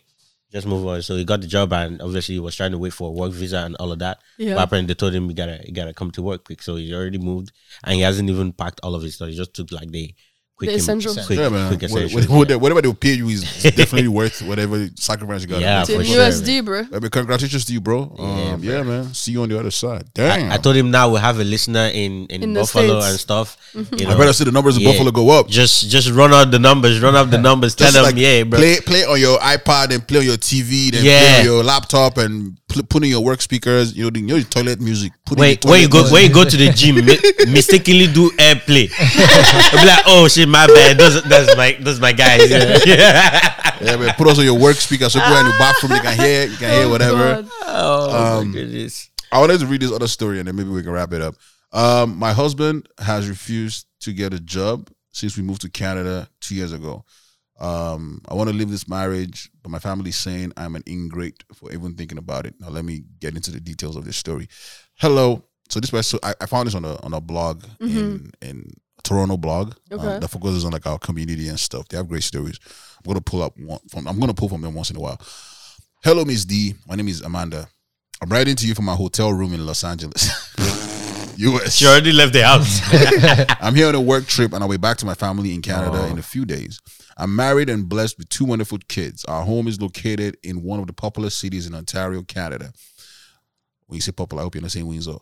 D: just moved on. So he got the job and obviously he was trying to wait for a work visa and all of that.
A: Yeah.
D: But apparently they told him you gotta you gotta come to work quick. So he already moved and he hasn't even packed all of his stuff. He just took like the quick
A: The
D: im-
A: essentials.
D: quick,
C: yeah, man.
D: quick
C: What-
D: essentials.
C: what- what- Whatever they'll pay you is definitely worth whatever sacrifice you got.
D: Yeah,
A: To
D: for
A: an
D: sure.
A: USD, bro.
C: I mean, congratulations to you, bro. Um, yeah, man. See you on the other side. Damn.
D: I, I told him now we have a listener in in,
A: In the
D: Buffalo
A: States. Mm-hmm.
D: and stuff. You
C: I
D: know,
C: better see the numbers in
D: Yeah.
C: Buffalo go up.
D: just just run out the numbers, run out the numbers. Tell
C: Just
D: them
C: like
D: yeah, bro.
C: Play, play on your iPod and play on your TV, then play
D: Yeah.
C: on your laptop and pl- put in your work speakers. You know, the- you know, your toilet music. Put in
D: Wait,
C: your
D: where you
C: toilet
D: go?
C: music.
D: Where you go to the gym? mi- mistakenly do airplay. I'll be like, oh shit, my bad. Those, that's my, those my guys. Yeah.
C: Yeah, man. Put us on your work speaker so people in the bathroom they can hear, you can hear whatever.
A: God.
D: Oh my goodness.
C: I wanted to read this other story and then maybe we can wrap it up. Um, my husband has refused to get a job since we moved to Canada two years ago. Um, I want to leave this marriage, but my family's saying I'm an ingrate for even thinking about it. Now let me get into the details of this story. Hello. So this person, I, I found this on a on a blog in in Toronto blog um,
A: Okay.
C: that focuses on like our community and stuff. They have great stories. I'm gonna pull up one from. I'm gonna pull from them once in a while. Hello, Miss D. My name is Amanda. I'm writing to you from my hotel room in Los Angeles, US.
D: She already left the house.
C: I'm here on a work trip and I'll be back to my family in Canada in a few days. I'm married and blessed with two wonderful kids. Our home is located in one of the popular cities in Ontario, Canada. When you say popular, I hope you're not saying Windsor.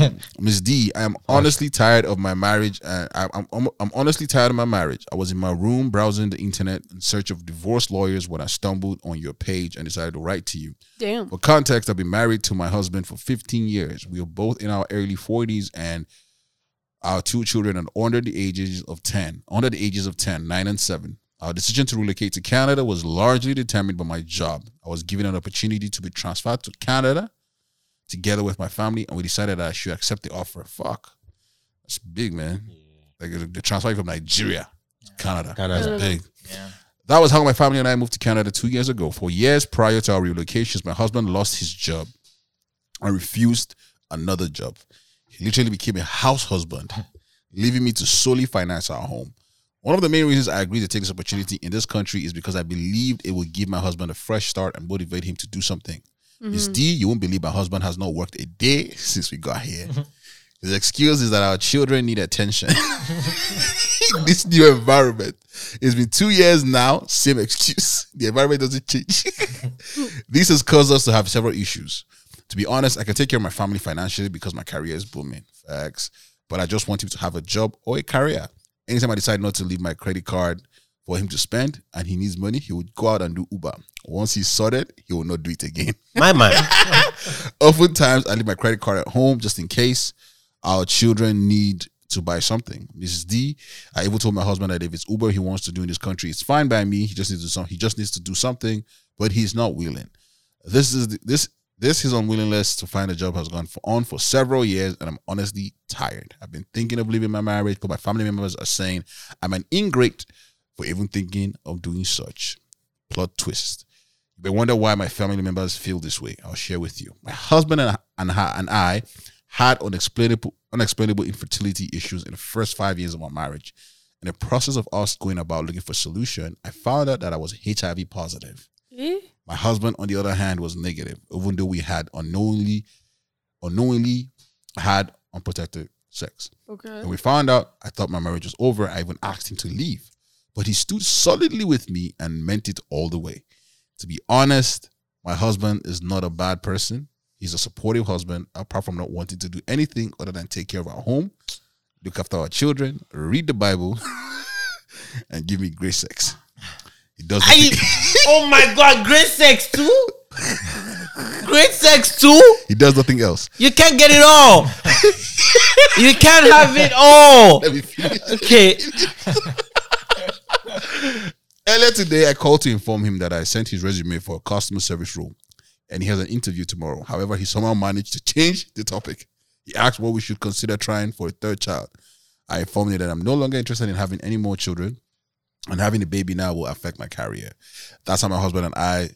C: Um, Ms. D, I am honestly tired of my marriage. And I, I'm, I'm, I'm honestly tired of my marriage. I was in my room browsing the internet in search of divorce lawyers when I stumbled on your page and decided to write to you.
A: Damn.
C: For context, I've been married to my husband for 15 years. We are both in our early 40s and our two children are under the ages of 10, under the ages of 10, 9 and 7. Our decision to relocate to Canada was largely determined by my job. I was given an opportunity to be transferred to Canada together with my family and we decided that I should accept the offer. Fuck. That's big, man. Like the transfer from Nigeria to Canada.
D: Canada.
C: That's big.
F: Yeah.
C: That was how my family and I moved to Canada two years ago. For years prior to our relocations, my husband lost his job and refused another job. He literally became a house husband, leaving me to solely finance our home. One of the main reasons I agreed to take this opportunity in this country is because I believed it would give my husband a fresh start and motivate him to do something. Miss D, you won't believe my husband has not worked a day since we got here. His excuse is that our children need attention. this new environment. It's been two years now, same excuse. The environment doesn't change. this has caused us to have several issues. To be honest, I can take care of my family financially because my career is booming. Facts. But I just want him to have a job or a career. Anytime I decide not to leave my credit card for him to spend and he needs money, he would go out and do Uber. Once he's sorted, he will not do it again.
D: My man.
C: Oftentimes, I leave my credit card at home just in case. Our children need to buy something. Mrs. D, I even told my husband that if it's Uber he wants to do in this country, it's fine by me. He just needs to do some, he just needs to do something, but he's not willing. This is the, this this his unwillingness to find a job has gone for, on for several years, and I'm honestly tired. I've been thinking of leaving my marriage, but my family members are saying I'm an ingrate for even thinking of doing such. Plot twist. They wonder why my family members feel this way. I'll share with you. My husband and, and, her, and I had unexplainable, unexplainable infertility issues in the first five years of our marriage. In the process of us going about looking for solution, I found out that I was HIV positive.
A: Eh?
C: My husband, on the other hand, was negative, even though we had unknowingly, unknowingly had unprotected sex.
A: Okay.
C: When we found out, I thought my marriage was over. I even asked him to leave. But he stood solidly with me and meant it all the way. To be honest, my husband is not a bad person. He's a supportive husband, apart from not wanting to do anything other than take care of our home, look after our children, read the Bible, and give me great sex. He does not
D: I, oh my god, great sex too. Great sex too.
C: he does nothing else.
D: You can't get it all. you can't have it all.
C: Let me finish.
D: Okay.
C: Earlier today, I called to inform him that I sent his resume for a customer service role and he has an interview tomorrow. However, he somehow managed to change the topic. He asked what we should consider trying for a third child. I informed him that I'm no longer interested in having any more children and having a baby now will affect my career. That's how my husband and I,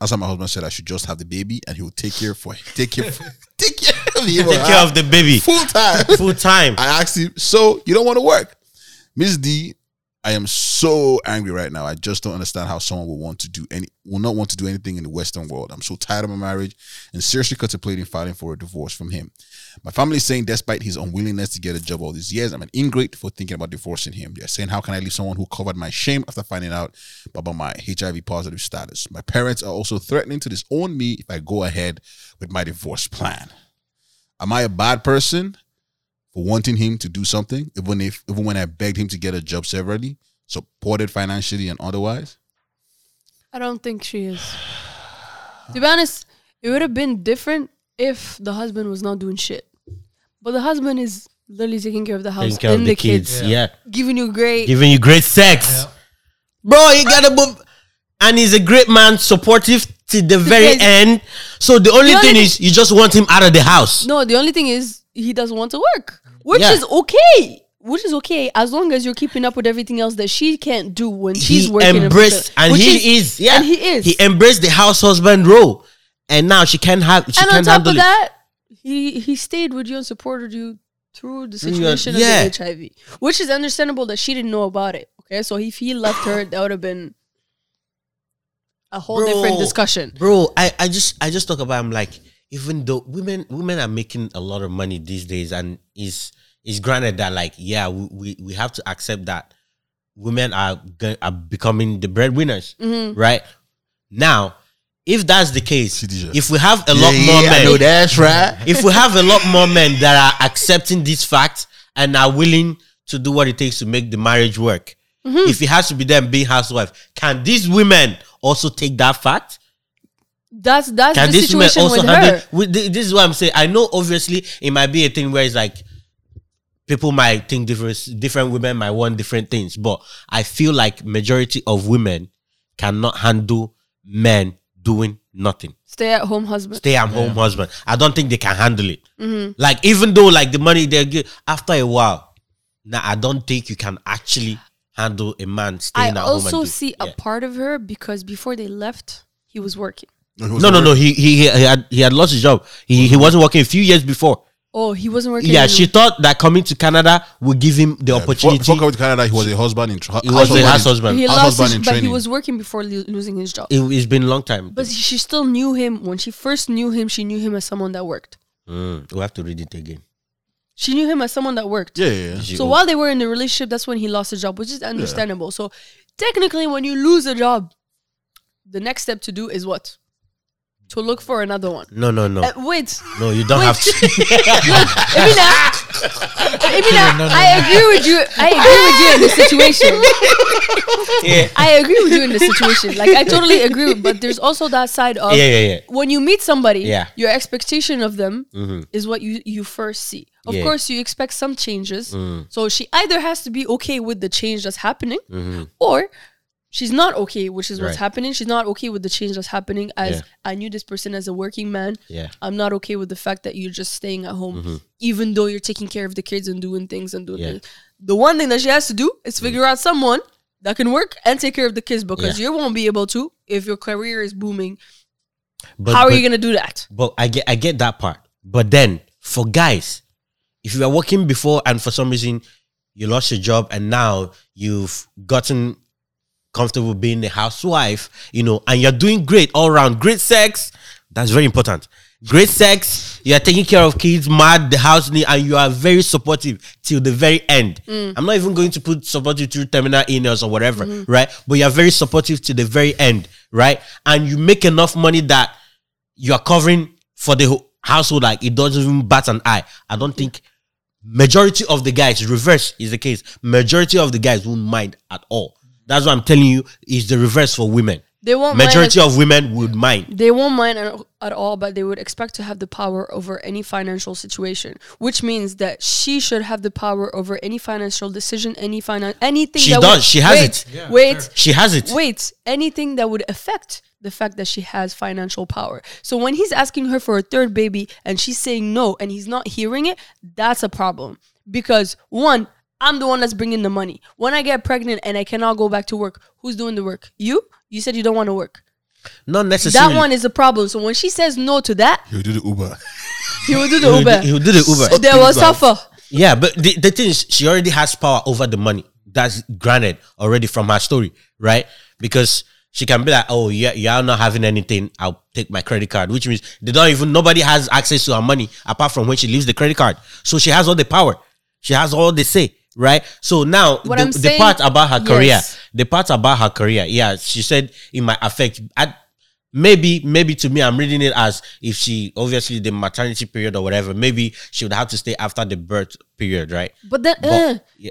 C: that's how my husband said I should just have the baby and he will take care for take care take care of him
D: Take care of the baby
C: full time.
D: full time.
C: I asked him, so you don't want to work? Miss D, I am so angry right now. I just don't understand how someone will want to do any will not want to do anything in the Western world. I'm so tired of my marriage and seriously contemplating filing for a divorce from him. My family is saying, despite his unwillingness to get a job all these years, I'm an ingrate for thinking about divorcing him. They're saying, How can I leave someone who covered my shame after finding out about my HIV positive status? My parents are also threatening to disown me if I go ahead with my divorce plan. Am I a bad person? for wanting him to do something, even if even when I begged him to get a job severally, supported financially and otherwise.
A: I don't think she is. to be honest, it would have been different if the husband was not doing shit. But the husband is literally taking care of the house
D: Taking care
A: and
D: of the kids. Yeah.
A: giving you great.
D: Giving you great sex. Bro, you gotta move. And he's a great man, supportive to the very
A: Yes.
D: end. So the only
A: The only
D: thing
A: thing-
D: is you just want him out of the house.
A: no, the only thing is he doesn't want to work, which
D: Yeah.
A: is okay. Which is okay as long as you're keeping up with everything else that she can't do when she's
D: he
A: working. and
D: embraced
A: shit,
D: and
A: which
D: he is, yeah.
A: and he is.
D: He embraced the house husband role. And now she can have she
A: and on
D: can
A: top
D: handle
A: of
D: it.
A: that, he he stayed with you and supported you through the
D: Through your-
A: situation
D: Mm, yeah.
A: of the HIV, which is understandable that she didn't know about it. Okay, so if he left her, that would have been a whole different
D: Bro.
A: discussion.
D: bro I, I just i just talk about i'm like even though women women are making a lot of money these days and is is granted that like yeah we, we, we have to accept that women are go- are becoming the breadwinners
A: Mm-hmm.
D: right now if that's the case
C: CDJ.
D: if we have a lot more men
C: that's right.
D: if we have a lot more men that are accepting this fact and are willing to do what it takes to make the marriage work,
A: Mm-hmm.
D: if it has to be them being housewife, can these women also take that fact?
A: That's that's
D: Can
A: the
D: these women
A: situation
D: also
A: with
D: handle?
A: her.
D: with thi- This is what I'm saying. I know obviously it might be a thing where it's like people might think different. Different women might want different things, but I feel like majority of women cannot handle men doing nothing
A: Stay at home husband.
D: stay at home husband. I don't think they can handle it.
A: Mm-hmm.
D: Like even though like the money they give after a while, now I don't think you can actually handle a man
A: I
D: staying at home. and
A: also
D: do-
A: see
D: yeah.
A: a part of her because before they left, he was working.
D: No, no, no. He he he had he had lost his job. He
A: Mm-hmm.
D: he wasn't working a few years before.
A: Oh, he wasn't working.
D: Yeah,
A: anymore.
D: she thought that coming to Canada would give him the
C: Before,
D: opportunity.
C: before coming to Canada, he was a husband in tra-
D: he was a house
C: in-
D: husband.
A: he
C: her
A: lost,
C: husband
A: his,
C: in
A: but he
C: training.
A: was working before lo- losing his job.
D: It, has been a long time.
A: but she still knew him when she first knew him. She knew him as someone that worked.
D: Mm, we have to read it again.
A: She knew him as someone that worked.
C: Yeah, yeah, yeah.
D: She-
A: So while they were in the relationship, that's when he lost his job, which is understandable. So technically, when you lose a job, the next step to do is what? to look for another one.
D: No, no, no,
A: Uh, wait,
D: no. You don't have to.
A: Emina, Emina,
F: no, no,
A: I agree with you. I agree with you in this situation.
D: yeah.
A: I agree with you in this situation. Like I totally agree, with- but there's also that side of
D: yeah, yeah, yeah.
A: when you meet somebody,
D: Yeah. Mm-hmm.
A: your expectation of them is what you you first see. Of
D: Yeah. Mm.
A: course, you expect some changes. So she either has to be okay with the change that's happening, or she's not okay, which is what's
D: Mm-hmm. Right.
A: happening. She's not okay with the change that's happening. As
D: Yeah.
A: I knew this person as a working man,
D: Yeah.
A: I'm not okay with the fact that you're just staying at home, even though you're taking care of the kids and doing things and doing
D: Mm-hmm. Yeah. Mm-hmm.
A: things. The one thing that she has to do is figure out someone that can work and take care of the kids because you won't be able to if your career is booming.
D: But,
A: How are
D: but-
A: you gonna do that?
D: But I get I get that part. But then for guys, if you were working before and for some reason you lost your job and now you've gotten comfortable being a housewife, you know, and you're doing great all around. Great sex, that's very important. Great sex, you are taking care of kids, mad the house, need- and you are very supportive till the very end. I'm not even going to put supportive through terminal illness or whatever, right? But you are very supportive to the very end, right? And you make enough money that you are covering for the whole household like it doesn't even bat an eye i don't think majority of the guys reverse is the case majority of the guys won't mind at all that's what i'm telling you is the reverse for women
A: They won't
D: majority
A: mind
D: of women would mind
A: they won't mind at, at all, but they would expect to have the power over any financial situation, which means that she should have the power over any financial decision, any finan- anything.
D: She
A: that
D: does.
A: Would,
D: She has
A: wait,
D: it.
A: wait,
D: she has it
A: wait, anything that would affect the fact that she has financial power. So when he's asking her for a third baby and she's saying no and he's not hearing it, that's a problem. Because one, I'm the one that's bringing the money. When I get pregnant and I cannot go back to work, who's doing the work? You? You said you don't want to work.
D: not
A: That
D: necessarily
A: one is a problem. So when she says no to that,
C: You do the Uber.
A: he will do
D: he
A: the
D: will do-
A: Uber.
D: he will do the uber
A: They will suffer.
D: Yeah, but the, the thing is, she already has power over the money. That's granted already from her story, right? Because she can be like, oh, yeah, you're not having anything. I'll take my credit card, which means they don't even, nobody has access to her money apart from when she leaves the credit card. So she has all the power. She has all the say, right? So now,
A: What
D: the,
A: I'm
D: the
A: saying-
D: part about her career,
A: Yes.
D: the part about her career, yeah, she said it might affect. I, maybe maybe to me i'm reading it as if she obviously the maternity period or whatever maybe she would have to stay after the birth period right
A: But then
D: But-
A: uh,
D: yeah.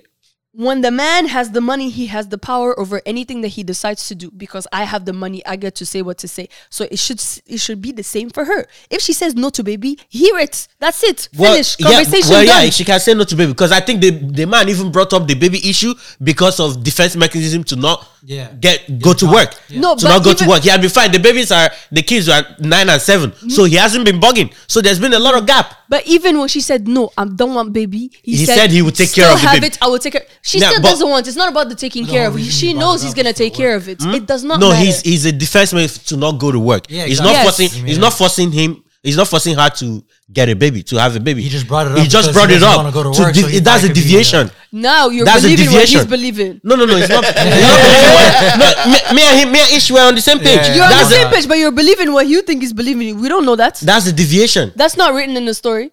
A: when the man has the money, he has the power over anything that he decides to do because I have the money, I get to say what to say. So it should s- it should be the same for her. If she says no to baby, hear it. That's it. Finish conversation
D: well,
A: done.
D: yeah, she can say no to baby because I think the, the man even brought up the baby issue because of defense mechanism to not
F: Yeah.
D: get go to work.
A: No,
D: to
A: but
D: not go to
A: even-
D: work. He had been fine. The babies are the kids are nine and 7
A: Mm.
D: so he hasn't been bugging. So there's been a lot of gap.
A: but even when she said no, I don't want baby. He,
D: He said he would take care
A: "Still
D: of the
A: have
D: baby."
A: it. I will take care. She
D: Yeah,
A: still
D: but-
A: doesn't want. It's not about the taking care of. it. She knows he's gonna take care of it. It does not.
D: no,
A: matter.
D: he's he's a defense mechanism to not go to work.
F: Yeah,
D: He's
F: exactly.
D: not
A: Yes.
D: forcing. He's not forcing him. He's not forcing her to get a baby to have a baby.
F: He just brought it
D: He
F: up because
D: just
F: he
D: brought it
F: doesn't
D: up.
F: wanna go to
D: to
F: work,
D: de-
F: so he
D: that's a
F: might be, uh,
D: deviation.
A: now you're
D: That's a
A: believing what he's
D: deviation.
A: believing.
D: No, no, no. It's not. he's not believing what- no, me, me and him, me and Ish were on the same page.
F: Yeah,
A: You're on the
D: that's,
A: same page, but you're believing what you think is believing. We don't know that.
D: that's the deviation.
A: That's not written in the story.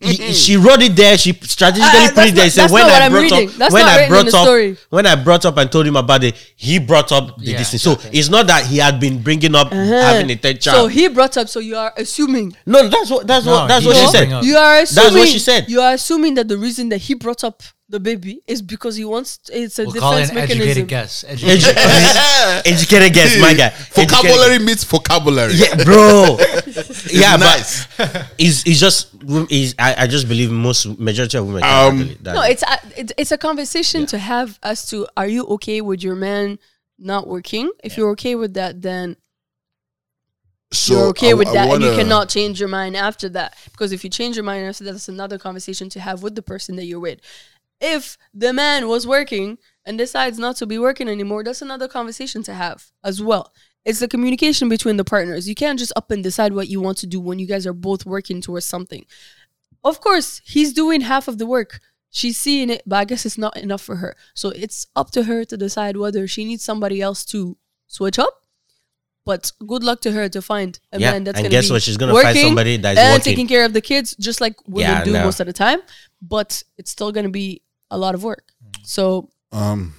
D: He- she wrote it there. She strategically
A: Uh,
D: put it
A: that's
D: there. He
A: not-
D: said
A: that's
D: when
A: not what
D: I
A: I'm
D: brought
A: reading.
D: up,
A: That's
D: when
A: not
D: I
A: written in
D: brought
A: the
D: up,
A: story.
D: when I brought up and told him about it, he brought up the
F: Yeah,
D: distance. So
F: exactly.
D: it's not that he had been bringing up having a third child.
A: Uh-huh. Eh, So he brought up. So you are assuming.
D: no, that's what that's
F: No,
D: what that's
F: he
D: what she
F: didn't
D: said.
F: bring up.
A: You are
D: what
A: assuming.
D: she said.
A: You are assuming that the reason that he brought up the baby is because he wants. It's a
F: We'll call
A: defense
F: it an
A: mechanism.
F: educated guess. Educated.
D: Edu- educated guess, my guy.
C: Vocabulary meets vocabulary.
D: Educated. Yeah, bro. yeah,
C: nice.
D: but it's, it's just is I, I just believe most majority of women.
C: Um,
D: can handle it. That's
A: No,
D: it.
A: it's a, it, it's a conversation to have as to are you okay with your man not working? If you're okay with that, then
C: So
A: you're okay
C: I-
A: with
C: I
A: that, and you
C: wanna-
A: cannot change your mind after that. Because if you change your mind after that, that's another conversation to have with the person that you're with. If the man was working and decides not to be working anymore, that's another conversation to have as well. It's the communication between the partners. You can't just up and decide what you want to do when you guys are both working towards something. Of course, he's doing half of the work. She's seeing it, but I guess it's not enough for her. So it's up to her to decide whether she needs somebody else to switch up but good luck to her to find a
D: Yeah,
A: man that's
D: and
A: gonna
D: guess
A: be
D: what? She's gonna find
A: working
D: somebody that is
A: and
D: working.
A: taking care of the kids, just like women
D: Yeah,
A: do
D: no.
A: most of the time. But it's still gonna be a lot of work. So
C: Um,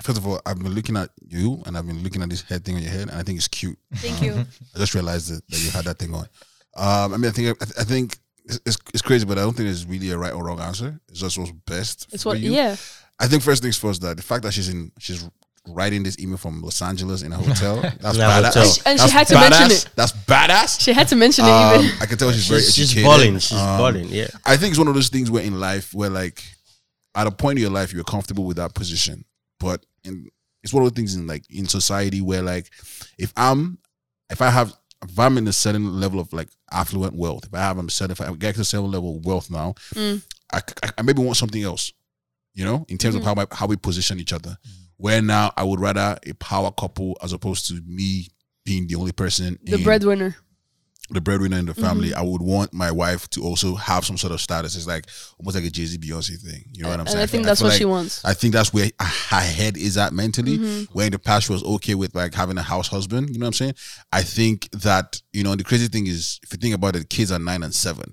C: First of all, I've been looking at you and I've been looking at this head thing on your head, and I think it's cute.
A: Thank you.
C: I just realized that, that you had that thing on. Um, I mean, I think I, th- I think it's, it's, it's crazy, but I don't think there's really a right or wrong answer. It's just what's best
A: It's
C: for
A: what,
C: you.
A: yeah.
C: I think first things first, that the fact that she's in she's writing this email from Los Angeles in a hotel, that's
D: In a
C: badass.
D: hotel. And she-
A: and she
C: That's
A: had to mention
C: badass.
A: it.
C: That's badass.
A: She had to mention it
C: Um,
A: even.
C: I can tell she's, very
D: She's, she's
C: educated.
D: balling. She's
C: Um,
D: balling. Yeah.
C: I think it's one of those things where in life where like at a point in your life you're comfortable with that position, but in it's one of the things in like in society where like if I'm if I have if I'm in a certain level of like affluent wealth, if I have a certain if I get to a certain level of wealth now,
A: Mm.
C: I, I, I maybe want something else, you know, in terms of how I, how we position each other. Where now I would rather a power couple as opposed to me being the only person
A: The
C: in-
A: breadwinner.
C: the breadwinner in the family,
A: Mm-hmm.
C: I would want my wife to also have some sort of status. It's like almost like a Jay Z Beyonce thing. You know what I'm
A: And
C: saying?
A: I think
C: feel-
A: that's
C: feel
A: what she
C: like-
A: wants.
C: I think that's where her head is at mentally.
A: Mm-hmm.
C: Where in the past she was okay with like having a house husband. You know what I'm saying? I think that you know the crazy thing is if you think about it, kids are nine and seven.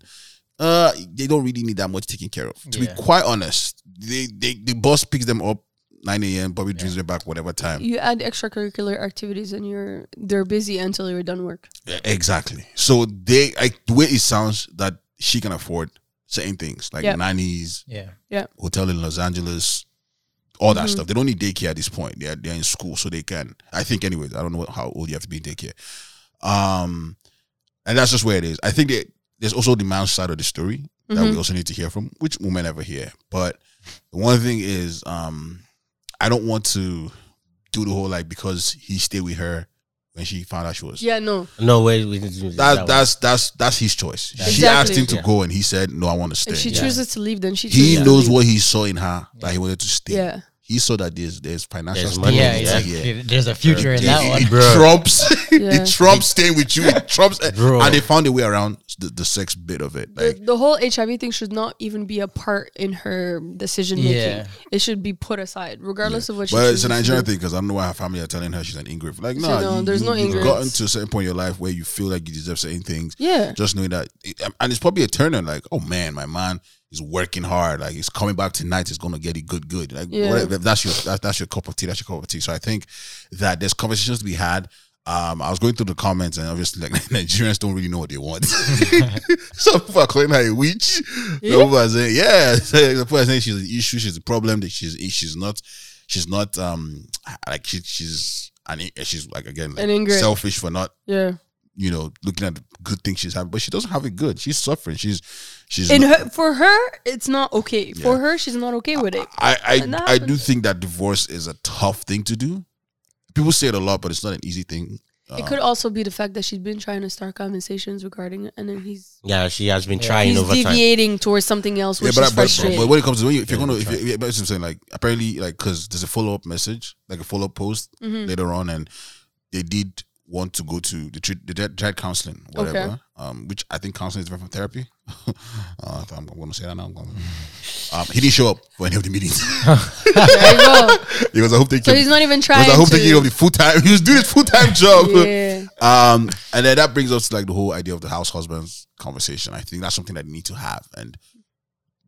C: Uh, they don't really need that much taken care of. To
F: Yeah.
C: be quite honest, they, they the boss picks them up nine a.m. Bobby brings them back whatever time.
A: You add extracurricular activities and you're they're busy until you're done work.
C: Exactly. So they like the way it sounds that she can afford certain things like
A: Yep.
C: nannies,
F: Yeah.
C: hotel in Los Angeles, all that stuff. They don't need daycare at this point. They're they're in school, so they can. I think, anyways. I don't know how old you have to be in daycare. Um, and that's just where it is. I think that there's also the man's side of the story that we also need to hear from, which women never hear. But the one thing is, um, I don't want to do the whole like because he stayed with her when she found out she was
A: Yeah, no.
D: No way. We didn't do
C: that,
D: that one.
C: that's that's that's his choice. She asked him to
D: Yeah.
C: go, and he said, "No, I want to stay."
A: If she chooses to leave, then she
C: he
A: chooses
C: knows
A: to leave.
C: what he saw in her that he wanted to stay.
A: Yeah.
C: He saw that there's there's financial
D: There's
C: stability
D: money,
F: Yeah,
C: here.
F: yeah. There's a future in
C: It,
F: that one.
C: it trumps
A: Yeah.
C: it trumps staying with you. It trumps
D: Bro.
C: and they found a way around the, the sex bit of it. Like
A: the, the whole HIV thing should not even be a part in her decision making.
F: Yeah.
A: It should be put aside, regardless of what she.
C: But it's a
A: chooses to
C: Nigerian
A: do.
C: thing because I don't know why her family are telling her she's an ingrate. Like,
A: So
C: nah,
A: no,
C: you-
A: there's
C: you-
A: no
C: You've
A: ingrates.
C: gotten to a certain point in your life where you feel like you deserve certain things.
A: Yeah.
C: Just knowing that, and it's probably a turner. Like, oh man, my man is working hard. Like, he's coming back tonight. He's gonna get it good, good. Like,
A: Yeah.
C: whatever. if That's your that, that's your cup of tea. That's your cup of tea. So I think that there's conversations to be had. Um, I was going through the comments, and obviously, like Nigerians don't really know what they want. Some people are calling her a witch. Some people are saying, "Yeah." Some people are saying she's an issue. She's a problem. That she's she's not she's not um like she, she's an she's like again like
A: An ingrate.
C: selfish for not
A: Yeah.
C: you know looking at the good things she's having, but she doesn't have it good. She's suffering. She's she's
A: In
C: not-
A: her, for her, it's not okay. For
C: Yeah.
A: her, she's not okay with it.
C: I
A: And that
C: I, I do
A: happens.
C: think that divorce is a tough thing to do. People say it a lot, but it's not an easy thing.
A: It could
C: Oh.
A: also be the fact that she's been trying to start conversations regarding it, and then he's
D: yeah, she has been trying
A: he's
D: over time.
A: deviating towards something else, which
C: but,
A: is
C: but-
A: frustrating.
C: but when it comes to when you, if you're
D: Yeah,
C: gonna,
D: that's
C: if you, yeah, but that's what I'm saying like apparently like because there's a follow up message, like a follow up post
A: Mm-hmm.
C: later on, and they did want to go to the treat, they tried counseling, whatever.
A: Okay.
C: Um, which I think counseling is different from therapy. uh, I thought I'm, I'm gonna say that now. I'm gonna, um, he didn't show up for any of the meetings
A: There you go.
C: because I hope they.
A: So
C: came-
A: he's not even trying.
C: because I hope
A: to,
C: they gave up the full time. He was doing his full time job.
A: Yeah.
C: Um, and then that brings us to like the whole idea of the house husbands conversation. I think that's something that we need to have and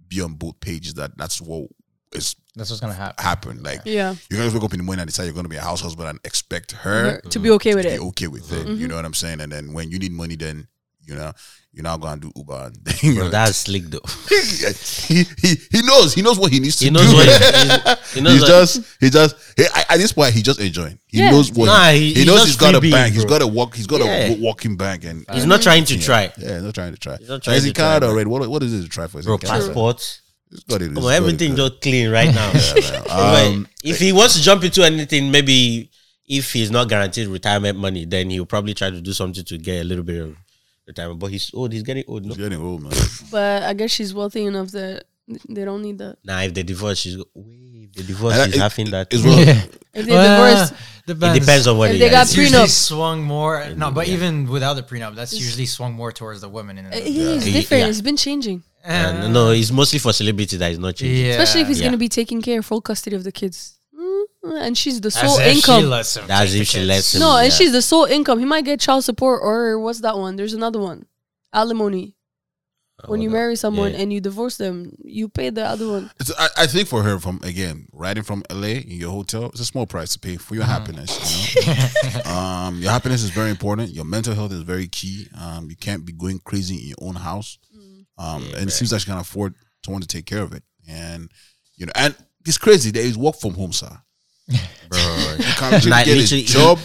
C: be on both pages. That that's what is
F: That's what's gonna happen.
C: happen. Like
A: Yeah.
C: you guys wake up in the morning and decide you're going to be a house husband and expect her
A: To be okay with
C: to be
A: it.
C: okay with it.
A: Mm-hmm.
C: You know what I'm saying? And then when you need money, then you know you're not going to do Uber. And then,
D: Bro, that's slick though.
C: he, he he knows he knows what he needs to
D: He knows
C: do.
D: what he- he knows
C: he's
D: what-
C: just he just he, at this point he just enjoying. He
A: Yeah.
C: knows what
D: Nah,
C: he,
D: he-
C: he
D: he's
C: knows.
D: just
C: He's got a
D: free being,
C: bank. He's
D: bro.
C: got a walk. He's got
D: Yeah.
C: a wa- walking bank, and
D: He's not trying to try.
C: yeah, he's not trying to try. He's
D: not
C: not
D: trying
C: trying. He's
D: to
C: in
D: try,
C: Canada
D: bro.
C: already. What what is it to try for? He's
D: Bro,
C: in Canada.
D: passport.
C: He's got it. He's
D: Bro,
C: got it
D: everything
C: good.
D: just clean right now.
C: Um,
D: But if he wants to jump into anything, maybe if he's not guaranteed retirement money, then he'll probably try to do something to get a little bit of retirement. But he's old. He's getting old. No?
C: he's getting old, man.
A: But I guess she's wealthy enough that they don't need that.
D: Nah, if they divorce, she's wait. If they divorce,
C: And
D: she's
C: it-
D: having that.
C: It's well,
A: If they divorce,
D: it depends on what
A: If
D: he
A: they got
D: has.
F: It's usually
A: Prenup.
F: swung more. No, but even without the prenup, that's usually swung more towards the women. In
A: it
F: the,
A: is
D: Yeah.
A: different.
D: Yeah.
A: It's been changing,
D: Uh, no, it's mostly for celebrity that is not changing.
F: yeah.
A: especially if he's
D: Yeah.
A: going to be taking care full custody of the kids, Mm, and she's the
F: As
A: sole
F: if
A: income.
F: She lets him
D: That's if
F: take the
D: she
F: kids.
D: lets him.
A: No, and
D: Yeah.
A: she's the sole income. He might get child support or what's that one? There's another one, alimony. when you marry someone
D: Oh, yeah.
A: and you divorce them, you pay the other one.
C: It's, I, I think for her, from again, riding from LA in your hotel, it's a small price to pay for your happiness. You know? um, your happiness is very important. Your mental health is very key. Um, you can't be going crazy in your own house. Um, and it seems like she can afford someone to take care of it. And you know, and it's crazy. There is work from home, sir. Bro, you can't just
D: Like,
C: get a
D: literally,
C: job.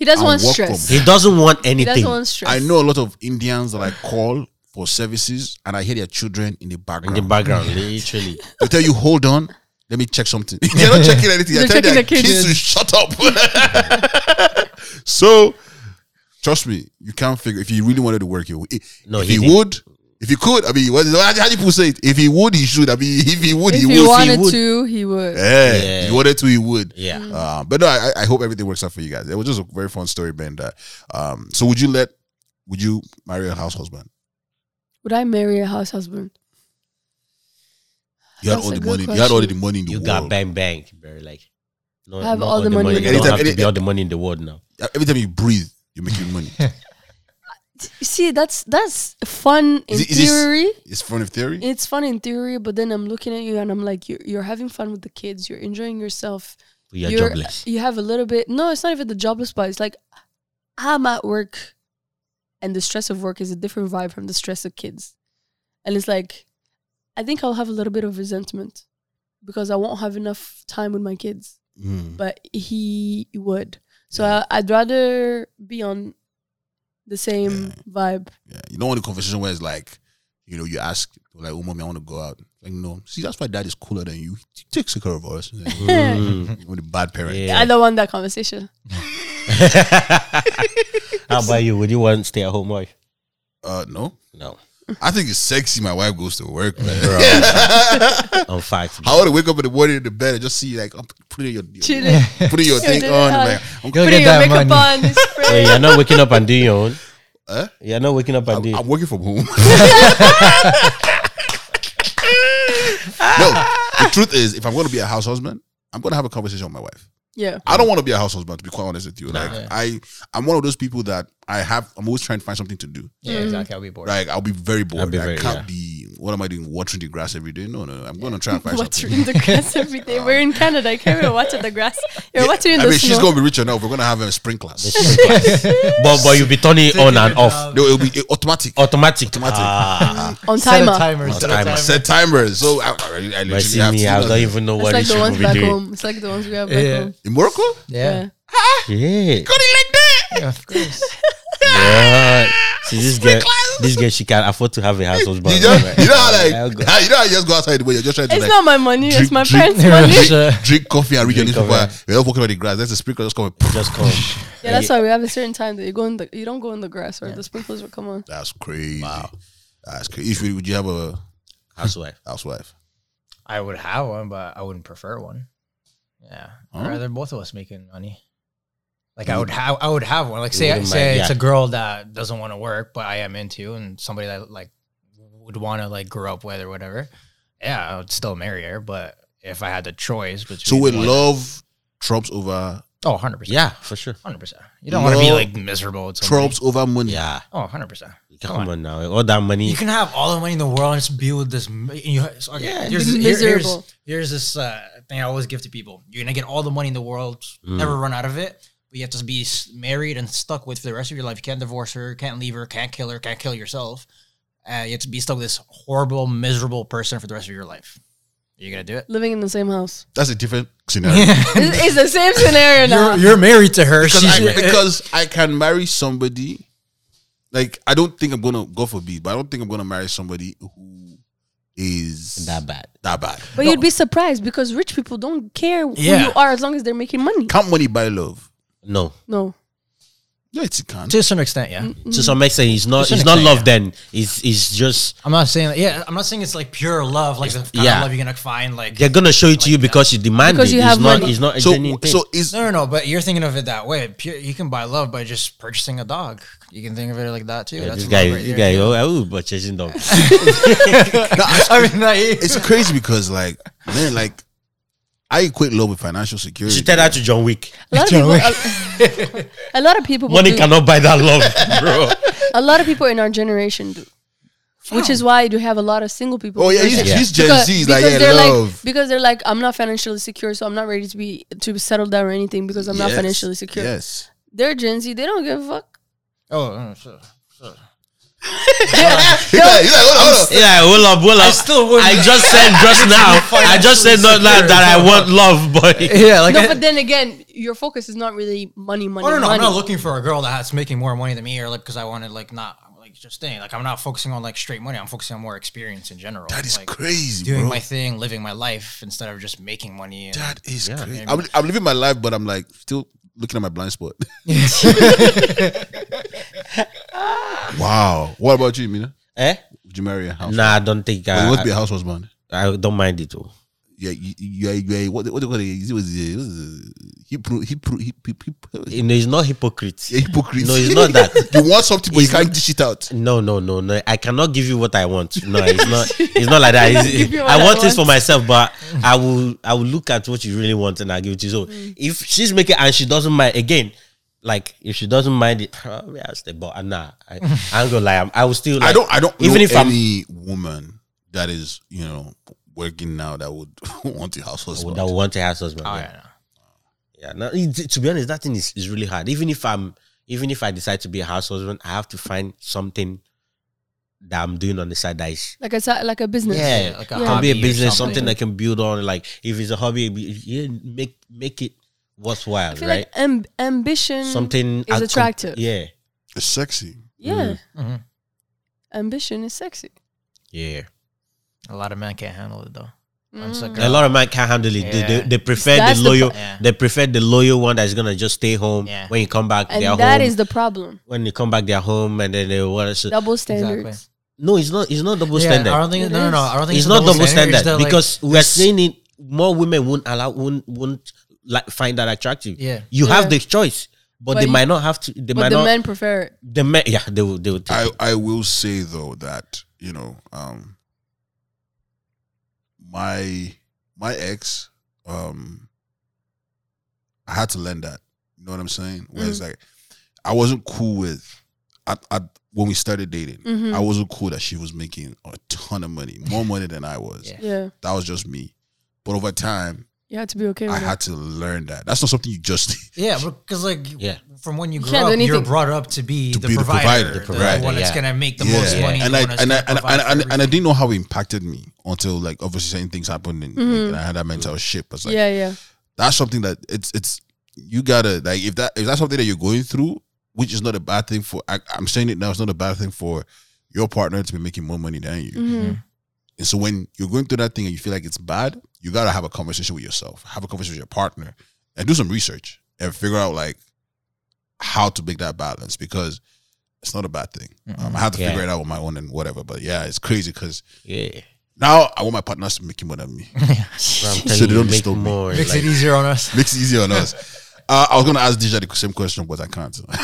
A: He doesn't
C: I'll
A: want
C: work from
A: stress.
D: He doesn't want
A: He
D: anything.
A: doesn't want stress.
C: I know a lot of Indians that I call for services, and I hear their children in the
D: in
C: background.
D: the background, literally.
C: They tell you, hold on, let me check something. They're not checking anything. They're
A: They're
C: telling
A: checking
C: their
A: the kids.
C: kids to shut up. so, trust me, you can't figure. If you really wanted to work, you
D: No,
C: if
D: he
C: he,
D: didn't.
C: would, if he could, I mean, what, how, how do people say it? If he would, he should. I mean, if he would,
A: If
C: he
A: he,
C: would.
A: wanted
C: he would. Eh?
A: to, he would.
C: Yeah,
D: Yeah.
C: if he wanted to, he would.
D: Yeah. Mm.
C: Uh, but no, I, I hope everything works out for you guys. It was just a very fun story, Ben. That, um, so would you let? Would you marry a house husband?
A: Would I marry a house husband?
C: You had
A: That's
C: all
A: a
C: the
A: good
C: money. You had all the
A: question.
C: money in the
D: You
C: world.
D: got bang bang, bro. Like, no,
A: I have
D: not
A: all the money in
D: You
A: the
D: don't
C: world.
D: have to be
C: Anytime-
D: all the money in the world now.
C: Every time you breathe, you're making money.
A: You see, that's that's fun in
C: Is it- is this-
A: theory.
C: it's fun of theory.
A: it's fun in theory, but then I'm looking at you and I'm like, you're, you're having fun with the kids. You're enjoying yourself.
D: We are
A: You're-
D: jobless.
A: You have a little bit. No, it's not even the jobless part. It's like I'm at work, and the stress of work is a different vibe from the stress of kids. And it's like, I think I'll have a little bit of resentment because I won't have enough time with my kids. But he would. So I, I'd rather be on the same vibe.
C: Yeah, you don't want a conversation where it's like, you know, you ask like, "Oh, mommy, I want to go out." Like, no, see, that's why dad is cooler than you. He takes care of us. Like, mm, With a bad parent.
D: Mm-hmm. Yeah.
A: I don't want that conversation.
D: How about you? Would you want stay at home wife?
C: Uh, no,
D: No.
C: I think it's sexy. My wife goes to work, man.
D: I'm fact.
C: I want to wake up in the morning in the bed and just see like, I'm putting your, your
A: Chilling.
C: putting your thing
A: Yeah.
C: on. and, like, I'm,
F: Go
A: putting
F: get
A: your
F: that
A: makeup
F: money.
A: on. It's
D: Wait,
A: pretty.
D: you're not waking up and doing your own.
C: Huh?
D: You're not waking up and
C: I'm,
D: doing.
C: I'm working from home. no, the truth is, if I'm going to be a house husband, I'm going to have a conversation with my wife.
A: Yeah.
C: I don't want to be a house husband, to be quite honest with you. Like I, I'm one of those people that I have. I'm always trying to find something to do.
F: Yeah, exactly. I'll be bored.
C: Like I'll be very bored.
D: I'll be
C: I
D: very-
C: can't
D: yeah.
C: be. What am I doing? Watering the grass every day? No, no. no. I'm going to try and find
A: Watering
C: something.
A: the grass every day. We're in Canada. You can't even water the grass. You're
C: Yeah,
A: watering
C: I
A: the
C: mean,
A: snow.
C: she's going to be richer now. We're going to have a sprinklers.
D: but but you'll be turning it on and off.
C: no, it'll be it- automatic.
D: Automatic.
C: Automatic.
D: Ah,
A: on
F: Set a
A: timer.
F: timer.
D: set a timer.
C: Set timers. So I, I, I literally
D: but see
C: have
D: me,
C: to
D: I
C: do
D: don't
C: nothing.
D: even know
A: It's
D: what
A: like
D: this
A: the
D: should
A: ones
D: be
A: back
D: doing.
A: home. It's like the ones we have back
F: Yeah.
A: home.
C: in Morocco.
A: Yeah.
F: Yeah.
D: Yeah.
F: yeah, of course.
D: yeah. See this girl. This girl, she can afford to have a house husband.
C: You, just,
D: Right.
C: you know how like
D: I'll go.
C: you know how you just go outside the way you're just trying to
A: It's
C: like
A: not my money.
C: drink-
A: it's my
C: drink-
A: parents'
F: Yeah,
A: money.
F: it's, uh,
C: drink coffee and read your
D: Drink
C: newspaper.
D: coffee.
C: You're not walking on the grass. There's a sprinkler just coming.
D: Just come.
A: Yeah, that's why we have a certain time that you go in the you don't go in the grass or the sprinklers will come on.
C: That's crazy. Wow. That's crazy. If you, would you have a
D: Housewife.
C: housewife?
F: I would have one, but I wouldn't prefer one. Yeah, I'd
C: Huh?
F: rather both of us making money. Like I would have, I would have one. Like say,
D: wouldn't
F: say
D: mind,
F: it's
D: yeah.
F: a girl that doesn't want to work, but I am into, and somebody that like would want to like grow up with or whatever. Yeah, I would still marry her, but if I had the choice between,
C: So we
F: one-
C: love trumps over
F: oh, 100 percent,
D: Yeah, for sure.
F: hundred percent. You don't want to be
C: Love
F: like miserable. With somebody.
C: trumps over money.
D: Yeah.
F: oh, 100 percent.
D: Come, on. now. All that money.
F: You can have all the money in the world and just be with this. m- And you, so, okay,
D: Yeah,
F: here's,
A: be
F: this- here- here's-
A: miserable.
F: here's this uh, thing I always give to people. You're gonna get all the money in the world,
D: Mm.
F: never run out of it. But you have to be s- married and stuck with for the rest of your life. You can't divorce her, can't leave her, can't kill her, can't kill yourself. Uh, you have to be stuck with this horrible, miserable person for the rest of your life. Are you gonna do it?
A: Living in the same house.
C: That's a different scenario.
A: It's, it's the same scenario now.
F: married to her. uh,
C: Because, I, because I can marry somebody. Like I don't think I'm gonna go for B, but I don't think I'm gonna marry somebody who is
D: that bad.
C: that bad.
A: But you'd be surprised because rich people don't care who
F: Yeah.
A: you are as long as they're making money.
C: Can't money buy love?
D: No.
A: No.
C: Yes, it can.
F: to some extent, yeah.
D: To some extent, it's not.
F: To some
D: It's not
F: extent,
D: love.
F: yeah.
D: Then it's it's just
F: I'm not saying, yeah, I'm not saying it's like pure love, like the kind
D: yeah.
F: of love you're gonna find, like
D: they're gonna show it to you because you demand
A: Because
D: it.
A: you
D: it's
A: have
D: not.
A: money.
D: It's not a
C: So
D: genuine thing.
C: so is
F: No, no, no. But you're thinking of it that way. Pure, you can buy love by just purchasing a dog. You can think of it like that too.
D: Yeah, this
F: love
D: guy,
F: right
D: this
F: there.
D: guy, oh, oh, but chasing dog.
F: I mean, like,
C: it's crazy because like man like I equate love with financial security.
D: She tell that to John Wick.
A: A lot of people a, a lot of people will
D: Money
A: do-
D: cannot buy that love, bro.
A: a lot of people in our generation do. which is why you have a lot of single people.
C: Oh yeah, he's,
A: Because-
C: he's Gen Z. He's like yeah,
A: they're
C: love.
A: like because they're like I'm not financially secure, so I'm not ready to be to settle down or anything because I'm not
C: Yes,
A: financially secure.
C: Yes.
A: They're Gen Z. They don't give a fuck.
F: Oh,
C: uh,
F: mm, sure.
C: He's like, he's like, hold on, hold on.
D: Yeah, will up, will up. I
F: still wouldn't-
D: I just said just now. I just said not now that I want love, but
F: Yeah, like
A: no,
F: I-
A: but then again, your focus is not really money, money,
F: Oh no, no,
A: money.
F: I'm not looking for a girl that's making more money than me, or like because I wanted like not like just staying. Like I'm not focusing on like straight money. I'm focusing on more experience in general.
C: That is
F: like,
C: crazy,
F: Doing
C: bro.
F: my thing, living my life instead of just making money. And,
C: that is crazy.
F: man.
C: I'm, I'm living my life, but I'm like still looking at my blind spot. wow. What about you, Mina?
D: eh?
C: Would you marry a house?
D: Nah, I don't think
C: Well, you
D: I,
C: want to be a house husband?
D: I, I don't mind it. All.
C: Yeah, you, you, are- you, are- what, what do you call it? Is it was it was Hebrew, Hebrew, Hebrew,
D: You know, it's not hypocrite.
C: hypocrisy.
D: No, it's not that.
C: you want something, but you can't dish it out.
D: No, no, no, no. I cannot give you what I want. No, it's not. It's not like that. It's-
A: Give you what
D: I
A: I
D: want this for
A: want.
D: myself, but I will. I will look at what you really want and I will give it to you. So
A: Mm.
D: if she's making and she doesn't mind again, like if she doesn't mind it, probably I'll stay. But uh, nah, I, I'm gonna lie. I'm, I will still. Like,
C: I don't. I don't.
D: Even
C: know
D: if I'm-
C: any woman that is, you know, working now that would want a house
D: I would,
C: husband.
D: I would want a house husband.
F: Oh,
D: yeah.
F: yeah, no.
D: Yeah, no, it- to be honest, that thing is, is really hard. Even if I'm, even if I decide to be a house husband, I have to find something that I'm doing on the side that is.
A: like a si- like a business.
D: Yeah, like
F: like a
D: can be a
F: hobby or
D: business, something.
F: something.
D: that can build on. Like if it's a hobby, it be- yeah, make make it worthwhile,
A: I feel
D: right?
A: like amb- ambition.
D: something
A: is
D: as com-
A: attractive.
D: yeah,
C: It's sexy.
A: Yeah.
D: Mm-hmm.
F: Mhm.
A: Ambition is sexy.
D: yeah.
F: A lot of men can't handle it though. I'm
A: Mm.
F: just like,
D: A lot of men can't handle it. They, they,
F: Yeah.
D: they prefer
A: That's
D: the
A: the
D: loyal.
A: pro-
F: Yeah.
D: They prefer the loyal one that's gonna just stay home.
F: Yeah.
D: When you come back,
A: And
D: they're home.
A: that is the problem.
D: when you come back, they're home, and then they want to.
A: Double standards.
D: No, it's not. It's not double
F: Yeah,
D: standard.
F: I don't think.
A: It
F: No, no, no.
A: is.
F: I don't think
D: it's
F: a
D: not double standard,
F: It's that, like-
D: because we're seeing it. More women won't allow, won't, won't like find that attractive.
F: Yeah.
D: you have
A: Yeah.
D: the choice, but,
A: But
D: they
A: you-
D: might not have to. They might
A: But the
D: not.
A: men prefer it.
D: the men, yeah, they will. They will. Take
C: I, I will say though that you know um my my ex um I had to learn that you know what I'm saying where it's like I wasn't cool with I, I when we started dating I wasn't cool that she was making a ton of money more money than I was
F: Yeah.
A: Yeah.
C: that was just me but over time
A: You have to be okay
C: I
A: with that.
C: had to learn that that's not something you just
F: Yeah, because like
D: Yeah.
F: from when you
A: You
F: grow
A: can't
F: up,
A: do
F: you're
A: anything.
F: brought up to be,
C: To
F: the,
C: be the provider,
F: provider,
C: the
F: the
D: provider,
F: one that's
D: yeah.
F: gonna make the most money,
C: and
F: the
C: I
F: one that's
C: and I and
F: gonna
C: I, and,
F: provide for
C: and I
F: everything.
C: didn't know how it impacted me until like obviously certain things happened and, and I had that mental shift. I was like,
A: yeah, yeah.
C: that's something that it's it's you gotta like if that if that's something that you're going through, which is not a bad thing for I, I'm saying it now, it's not a bad thing for your partner to be making more money than you.
A: Mm-hmm.
C: And so when you're going through that thing and you feel like it's bad, you gotta have a conversation with yourself, have a conversation with your partner, and do some research and figure out like how to make that balance because it's not a bad thing. Um, I had to
D: Yeah.
C: figure it out on my own and whatever. But yeah, it's crazy because
D: Yeah,
C: now I want my partners to make more than me.
D: Bro, I'm
C: So
D: telling
C: they
D: you,
C: don't
D: make
C: disturb me.
D: more.
F: Makes
D: like-
F: it easier on us.
C: Makes it easier on us. Uh, I was gonna ask Deja the same question, but I can't.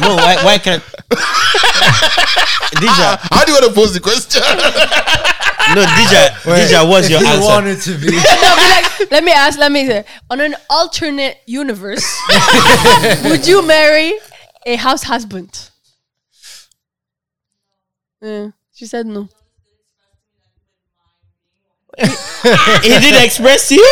D: no, why, why can't? Dija,
C: How do you want to pose the question?
D: no, Dija, Dija, what's your
F: I
D: answer?
F: wanted to be.
A: No, but like, let me ask, let me say, on an alternate universe, would you marry a house husband? Yeah, she said no.
D: He did express you,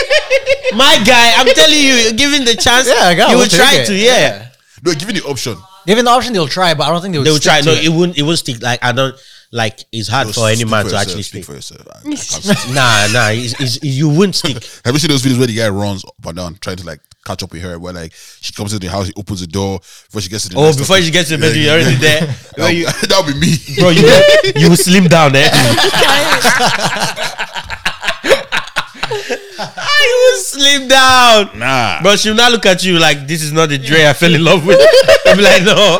D: my guy. I'm telling you, you're given the chance.
F: Yeah, I got.
D: you
F: we'll
D: will try
F: take it.
D: to. Yeah,
C: no, give me the option.
F: Given the option, they'll try, but I don't think they would.
D: they will
F: stick
D: try.
F: to
D: No,
F: it.
D: it won't. It won't stick. Like I don't. Like it's hard
C: No,
D: for any
C: speak
D: man to
C: yourself,
D: actually
C: speak
D: speak.
C: for yourself. I- I can't speak.
D: Nah, nah. It's, it's, you won't stick.
C: Have you seen those videos where the guy runs up and down trying to like catch up with her? Where like she comes into the house, he opens the door before she gets to the.
D: Oh,
C: next
D: before
C: topic.
D: you get to the
C: Yeah,
D: bedroom, you're
C: yeah.
D: already there. Bro,
C: That,
D: you,
C: that would be me.
D: bro, you, you will slim down, eh? I will slim down.
C: Nah,
D: Bro, she'll not look at you like this is not the Dre I fell in love with. I'm like, no.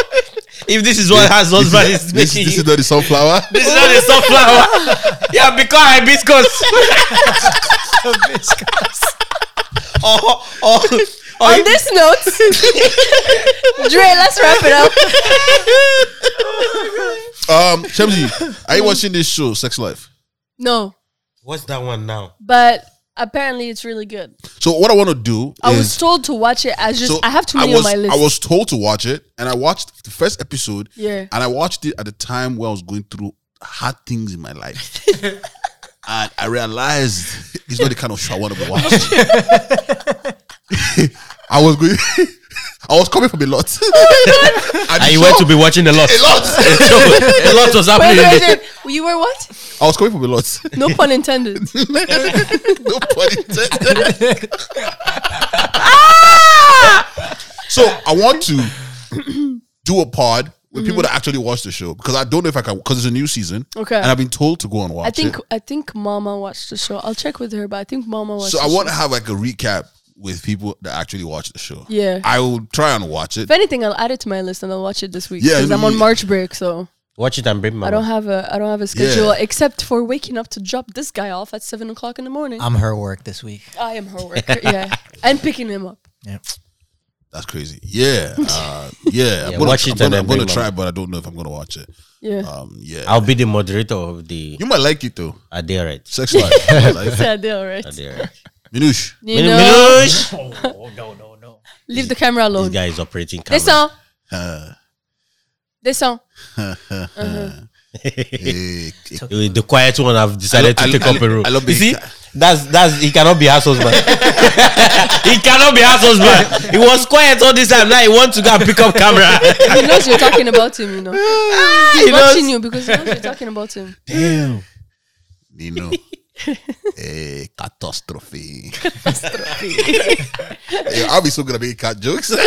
D: If this is what has
C: this,
D: husband
C: is,
D: is
C: this, is-
D: making
C: this
D: you,
C: is not the sunflower.
D: this is not a sunflower. yeah, because hibiscus. Or or or
A: On this note, Dre, let's wrap it up.
C: um, Shemzi, are you watching this show, Sex Life?
A: No,
D: what's that one now?
A: but apparently it's really good.
C: So what I want to do
A: I
C: is
A: was told to watch it as just
C: so
A: I have too
C: I
A: many
C: was,
A: on my list.
C: I was told to watch it, and I watched the first episode.
A: Yeah.
C: And I watched it at the time where I was going through hard things in my life. and I realized it's not the kind of show I want to be watching. I was going. I was coming from a lot. And
D: And you went
C: so-
D: to be watching a lot.
C: a lot.
D: a lot
A: wait,
D: was happening. in
A: wait,
D: the-
A: wait. You were what?
C: I was coming from a lot.
A: No pun intended.
C: no pun intended. so I want to do a pod with people that actually watch the show because I don't know if I can because it's a new season.
A: Okay.
C: And I've been told to go and watch
A: I think
C: it.
A: I think Mama watched the show. I'll check with her, but I think Mama watched.
C: So I
A: the
C: want to
A: show.
C: have like a recap with people that actually watch the show.
A: Yeah.
C: I will try and watch it.
A: If anything, I'll add it to my list and I'll watch it this week
C: Yeah,
A: because
C: no,
A: I'm on
C: yeah.
A: March break, so
D: Watch it and bring my
A: I don't have a I don't have a schedule except for waking up to drop this guy off at seven o'clock in the morning.
F: I'm her work this week.
A: I am her worker, yeah, and picking him up.
C: That's crazy. Yeah. Uh, yeah. I'm gonna,
D: watch
C: I'm
D: it and
C: gonna,
D: then
C: I'm gonna
D: bring
C: try,
D: them.
C: but I don't know if I'm gonna watch it.
A: Yeah,
C: Um, yeah.
D: I'll be the moderator of the.
C: you might like it though.
D: Are they right?
C: Sex life.
D: Oh.
C: like,
A: yeah, they all right.
D: Are they right?
C: Minush.
A: You know,
D: Minush!
A: leave the camera
D: This
A: alone.
D: guy is operating camera.
A: Descend,
C: Uh,
A: descend.
C: eh, eh,
D: Uh, The quiet one have decided
C: I lo-
D: to
C: I
D: take
C: lo-
D: up a role.
C: I love
D: you
C: being
D: see,
C: ca-
D: that's that's he cannot be house husband. he cannot be house husband. He was quiet all this time. Now he wants to go and pick up camera.
A: He knows you're talking about him. You know, he's
D: he
A: watching
D: knows.
A: you because he knows you're talking about him.
C: Damn. Nino. eh, catastrophe. Eh, I'll be so good at making cat jokes. All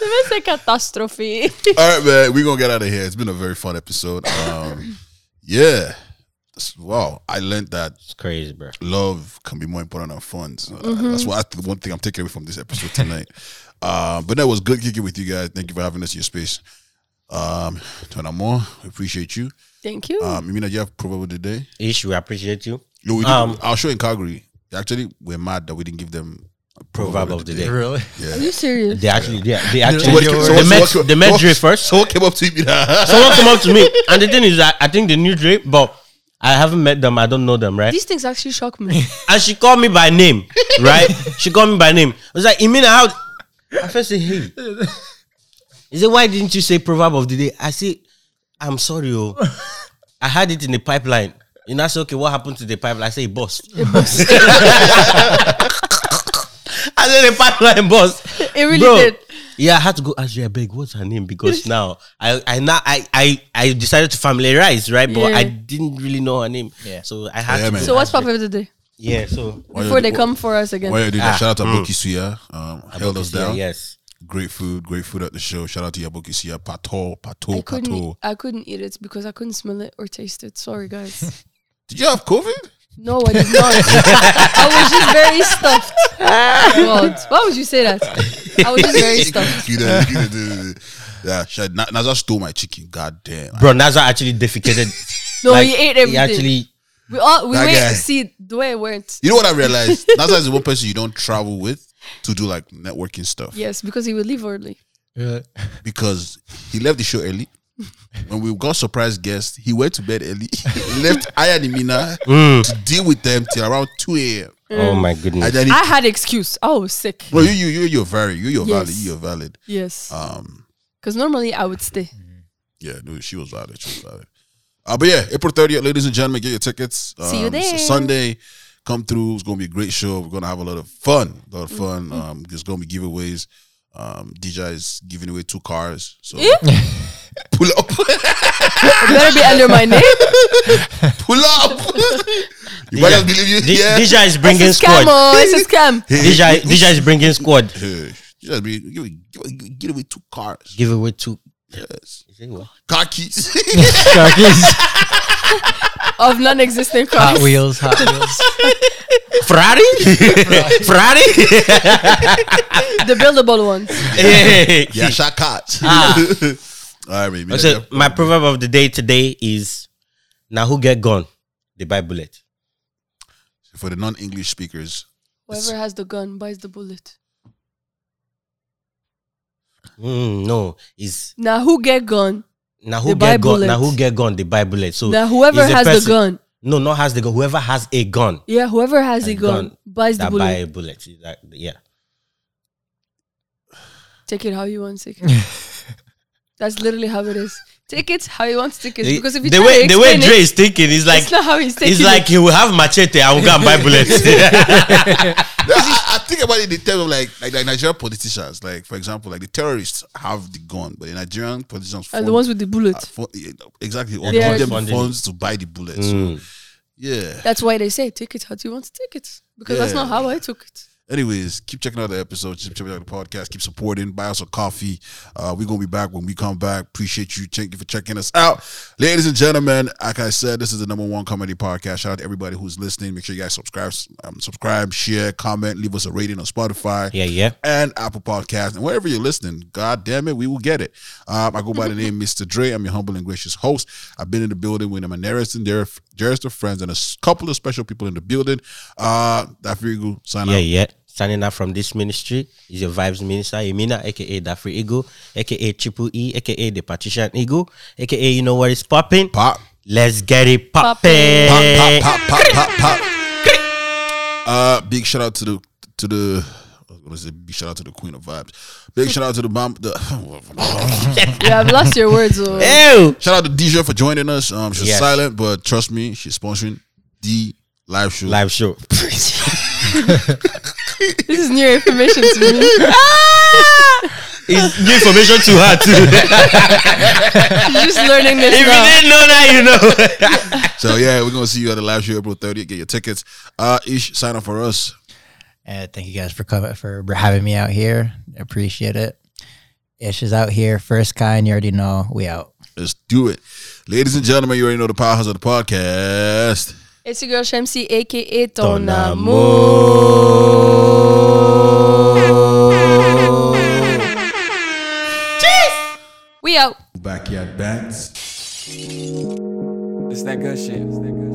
A: It's a catastrophe.
C: right, man. We're going to get out of here. It's been a very fun episode. Um, yeah. This- Wow. I learned that
D: It's crazy, bro.
C: love can be more important than funds. Uh, That's why the one thing I'm taking away from this episode tonight. uh, but that was good kicking with you guys. Thank you for having us in your space. Um, Tonamo, we appreciate you.
A: Thank you.
D: Ah.
C: Um, you mean that you have proverb of the day?
D: Ish, we appreciate you.
C: No, we
D: Um,
C: did, our show in Calgary. Actually, we're mad that we didn't give them a
D: Proverb of the day.
F: Really?
A: Are you serious?
D: They actually, they, they
C: So what-
D: actually,
C: so what-
D: they
C: so
D: met,
C: what-
D: they met
C: what-
D: Dre first.
C: Someone came up to me. that-
D: Someone came up to me, and the thing is, I, I think they knew Dre, but I haven't met them. I don't know them, right?
A: These things actually shock me.
D: and she called me by name, right? she called me by name. I was like, Imina, how? I first say, hey. He said, why didn't you say proverb of the day? I said, I'm sorry, oh. I had it in the pipeline. And I said, okay, what happened to the pipeline? I say, it burst. I said, the pipeline burst.
A: It really
D: Bro,
A: did.
D: Yeah, I had to go ask you, I beg, what's her name? Because now I, I now I, I, I decided to familiarize, right? But
A: Yeah.
D: I didn't really know her name.
F: Yeah.
D: So I had
C: Yeah,
D: to
C: man.
D: go
A: So what's
D: ask her.
A: Papa of the day?
D: Yeah, so
C: Why you
A: Before
C: do-
A: they come for us again.
C: why you do that?
D: Ah,
C: Shout out to Aboki Suya. Um, held us down.
D: yes.
C: Great food, great food at the show. Shout out to Aboki Suya. Pato,
A: I
C: Pato,
A: couldn't.
C: Pato.
A: I couldn't eat it because I couldn't smell it or taste it. Sorry, guys.
C: Did you have COVID?
A: No, I did not. I was just very stuffed. God, why would you say that? I was just very stuffed.
C: You know, you know, yeah, shit, Na- Naza stole my chicken. God damn.
D: Bro, Naza actually defecated.
A: No,
D: Like,
A: Oh, he ate everything.
D: He actually,
A: we all we
C: That
A: wait
C: guy.
A: to see the way it went.
C: You know what I realized? Naza is the one person you don't travel with to do like networking stuff
A: Yes, because he would leave early.
C: because he left the show early. When we got surprise guests, he went to bed early, left Aya and Mina to deal with them till around 2 a.m.
D: oh my goodness.
C: And then he
A: Mm. I had excuse. I was sick.
C: Well, you you you you're valid. You you're valid.
A: Yes.
C: You you're valid.
A: Yes,
C: Um,
A: because normally I would stay.
C: yeah, no, she was valid. She was valid. Uh, but yeah, April thirtieth, ladies and gentlemen, get your tickets. Um,
A: See you there.
C: it's a Sunday, come through. It's gonna be a great show. We're gonna have a lot of fun. A lot of fun.
A: Mm-hmm.
C: Um, there's gonna be giveaways. Um, DJ is giving away two cars. So
A: Eh?
C: pull up,
A: It better be under my name.
C: pull up. you might not believe you.
D: D-
C: yeah.
D: Dija is
A: It's a
D: bringing
A: scam.
D: squad.
A: Oh, it's a scam.
D: Dija, Dija is bringing squad.
C: Yeah. Just be, give, give, give, give away two cars.
D: Give away two.
C: Yes.
D: Is it what?
C: Car keys.
A: of non-existent cars.
F: Hot Wheels, Hot Wheels.
D: Ferrari? Ferrari?
A: the buildable ones.
D: Hey.
C: yeah, shot cards.
D: Ah.
C: All right, baby.
D: So my proverb of the day today is, now who get gone? They buy bullet.
C: for the non-English speakers.
A: Whoever has the gun buys the bullet.
D: Mm, no, is
A: Now who get gun?
D: now
A: They
D: who
A: buy
D: get gone?
A: bullet.
D: Now who get gone? They buy bullet. So
A: Now whoever
D: it's a
A: has the
D: person-
A: gun
D: No, not has the gun. Whoever has a gun
A: Yeah, whoever has a
D: And
A: gun,
D: gun
A: buys the
D: that
A: bullet.
D: buy a bullet. That- yeah.
A: Take it how you want, take it. That's literally how it is. Take it how you want, take it. Because if you
D: the
A: try
D: way
A: to
D: the way
A: explain
D: Dre
A: it,
D: is thinking is like
A: it's not how he's taking
D: it's like
A: it.
D: he will have machete and will go and buy bullets.
C: I, I think about it in terms of like like, like Nigerian politicians, like for example, like the terrorists have the gun, but the Nigerian politicians
A: And
C: fund-
A: the ones with the bullet.
C: uh, fund- yeah, exactly or
D: They
C: give
A: are-
C: them
D: Funding. Hmm.
C: funds to buy the bullets. Yeah.
A: That's why they say take it how you want to take it. Because that's not
C: Yeah.
A: how I took it.
C: Anyways, keep checking out the episodes, keep checking out the podcast, keep supporting, buy us a coffee. Uh, we're gonna be back when we come back. Appreciate you. Thank you for checking us out. Ladies and gentlemen, like I said, this is the number one comedy podcast. Shout out to everybody who's listening. Make sure you guys subscribe, um, subscribe, share, comment, leave us a rating on Spotify.
D: yeah, yeah.
C: and Apple Podcast and wherever you're listening. God damn it, we will get it. Um, I go by the name Mr. Dre. I'm your humble and gracious host. I've been in the building with my nearest and dearest, dearest of friends and a s- couple of special people in the building. Uh, that figure sign
D: Yeah,
C: out.
D: yeah. Signing out from this ministry is your vibes minister, Emina, aka Dafri Eagle, aka Triple E, aka the Partition Eagle, aka you know what is popping.
C: Pop,
D: Let's get it
A: Poppin'.
D: popping.
C: pop, pop, pop, pop, pop, pop. Uh, big shout out to the to the. I was gonna say big shout out to the Queen of Vibes. Big shout out to the bomb. The
A: You have lost your words. Oh.
D: Ew.
C: shout out to Deja for joining us. Um, she's
D: Yes.
C: silent, but trust me, she's sponsoring the live show.
D: Live show.
A: This is new information to me.
D: It's new information to her too.
A: You're just learning this
D: if you
A: now.
D: didn't know that, you know.
C: So yeah, we're gonna see you at the live show April 30th. Get your tickets. Uh Ish, sign up for us.
F: And thank you guys for coming for having me out here. Appreciate it. Ish is out here, first kind. You already know we out.
C: Let's do it. Ladies and gentlemen, you already know the powerhouse of the podcast.
A: It's your girl Shamsi, aka Tonamo.
D: Tonamo.
A: We out.
C: Backyard bands.
G: It's that good shit. It's that good shit.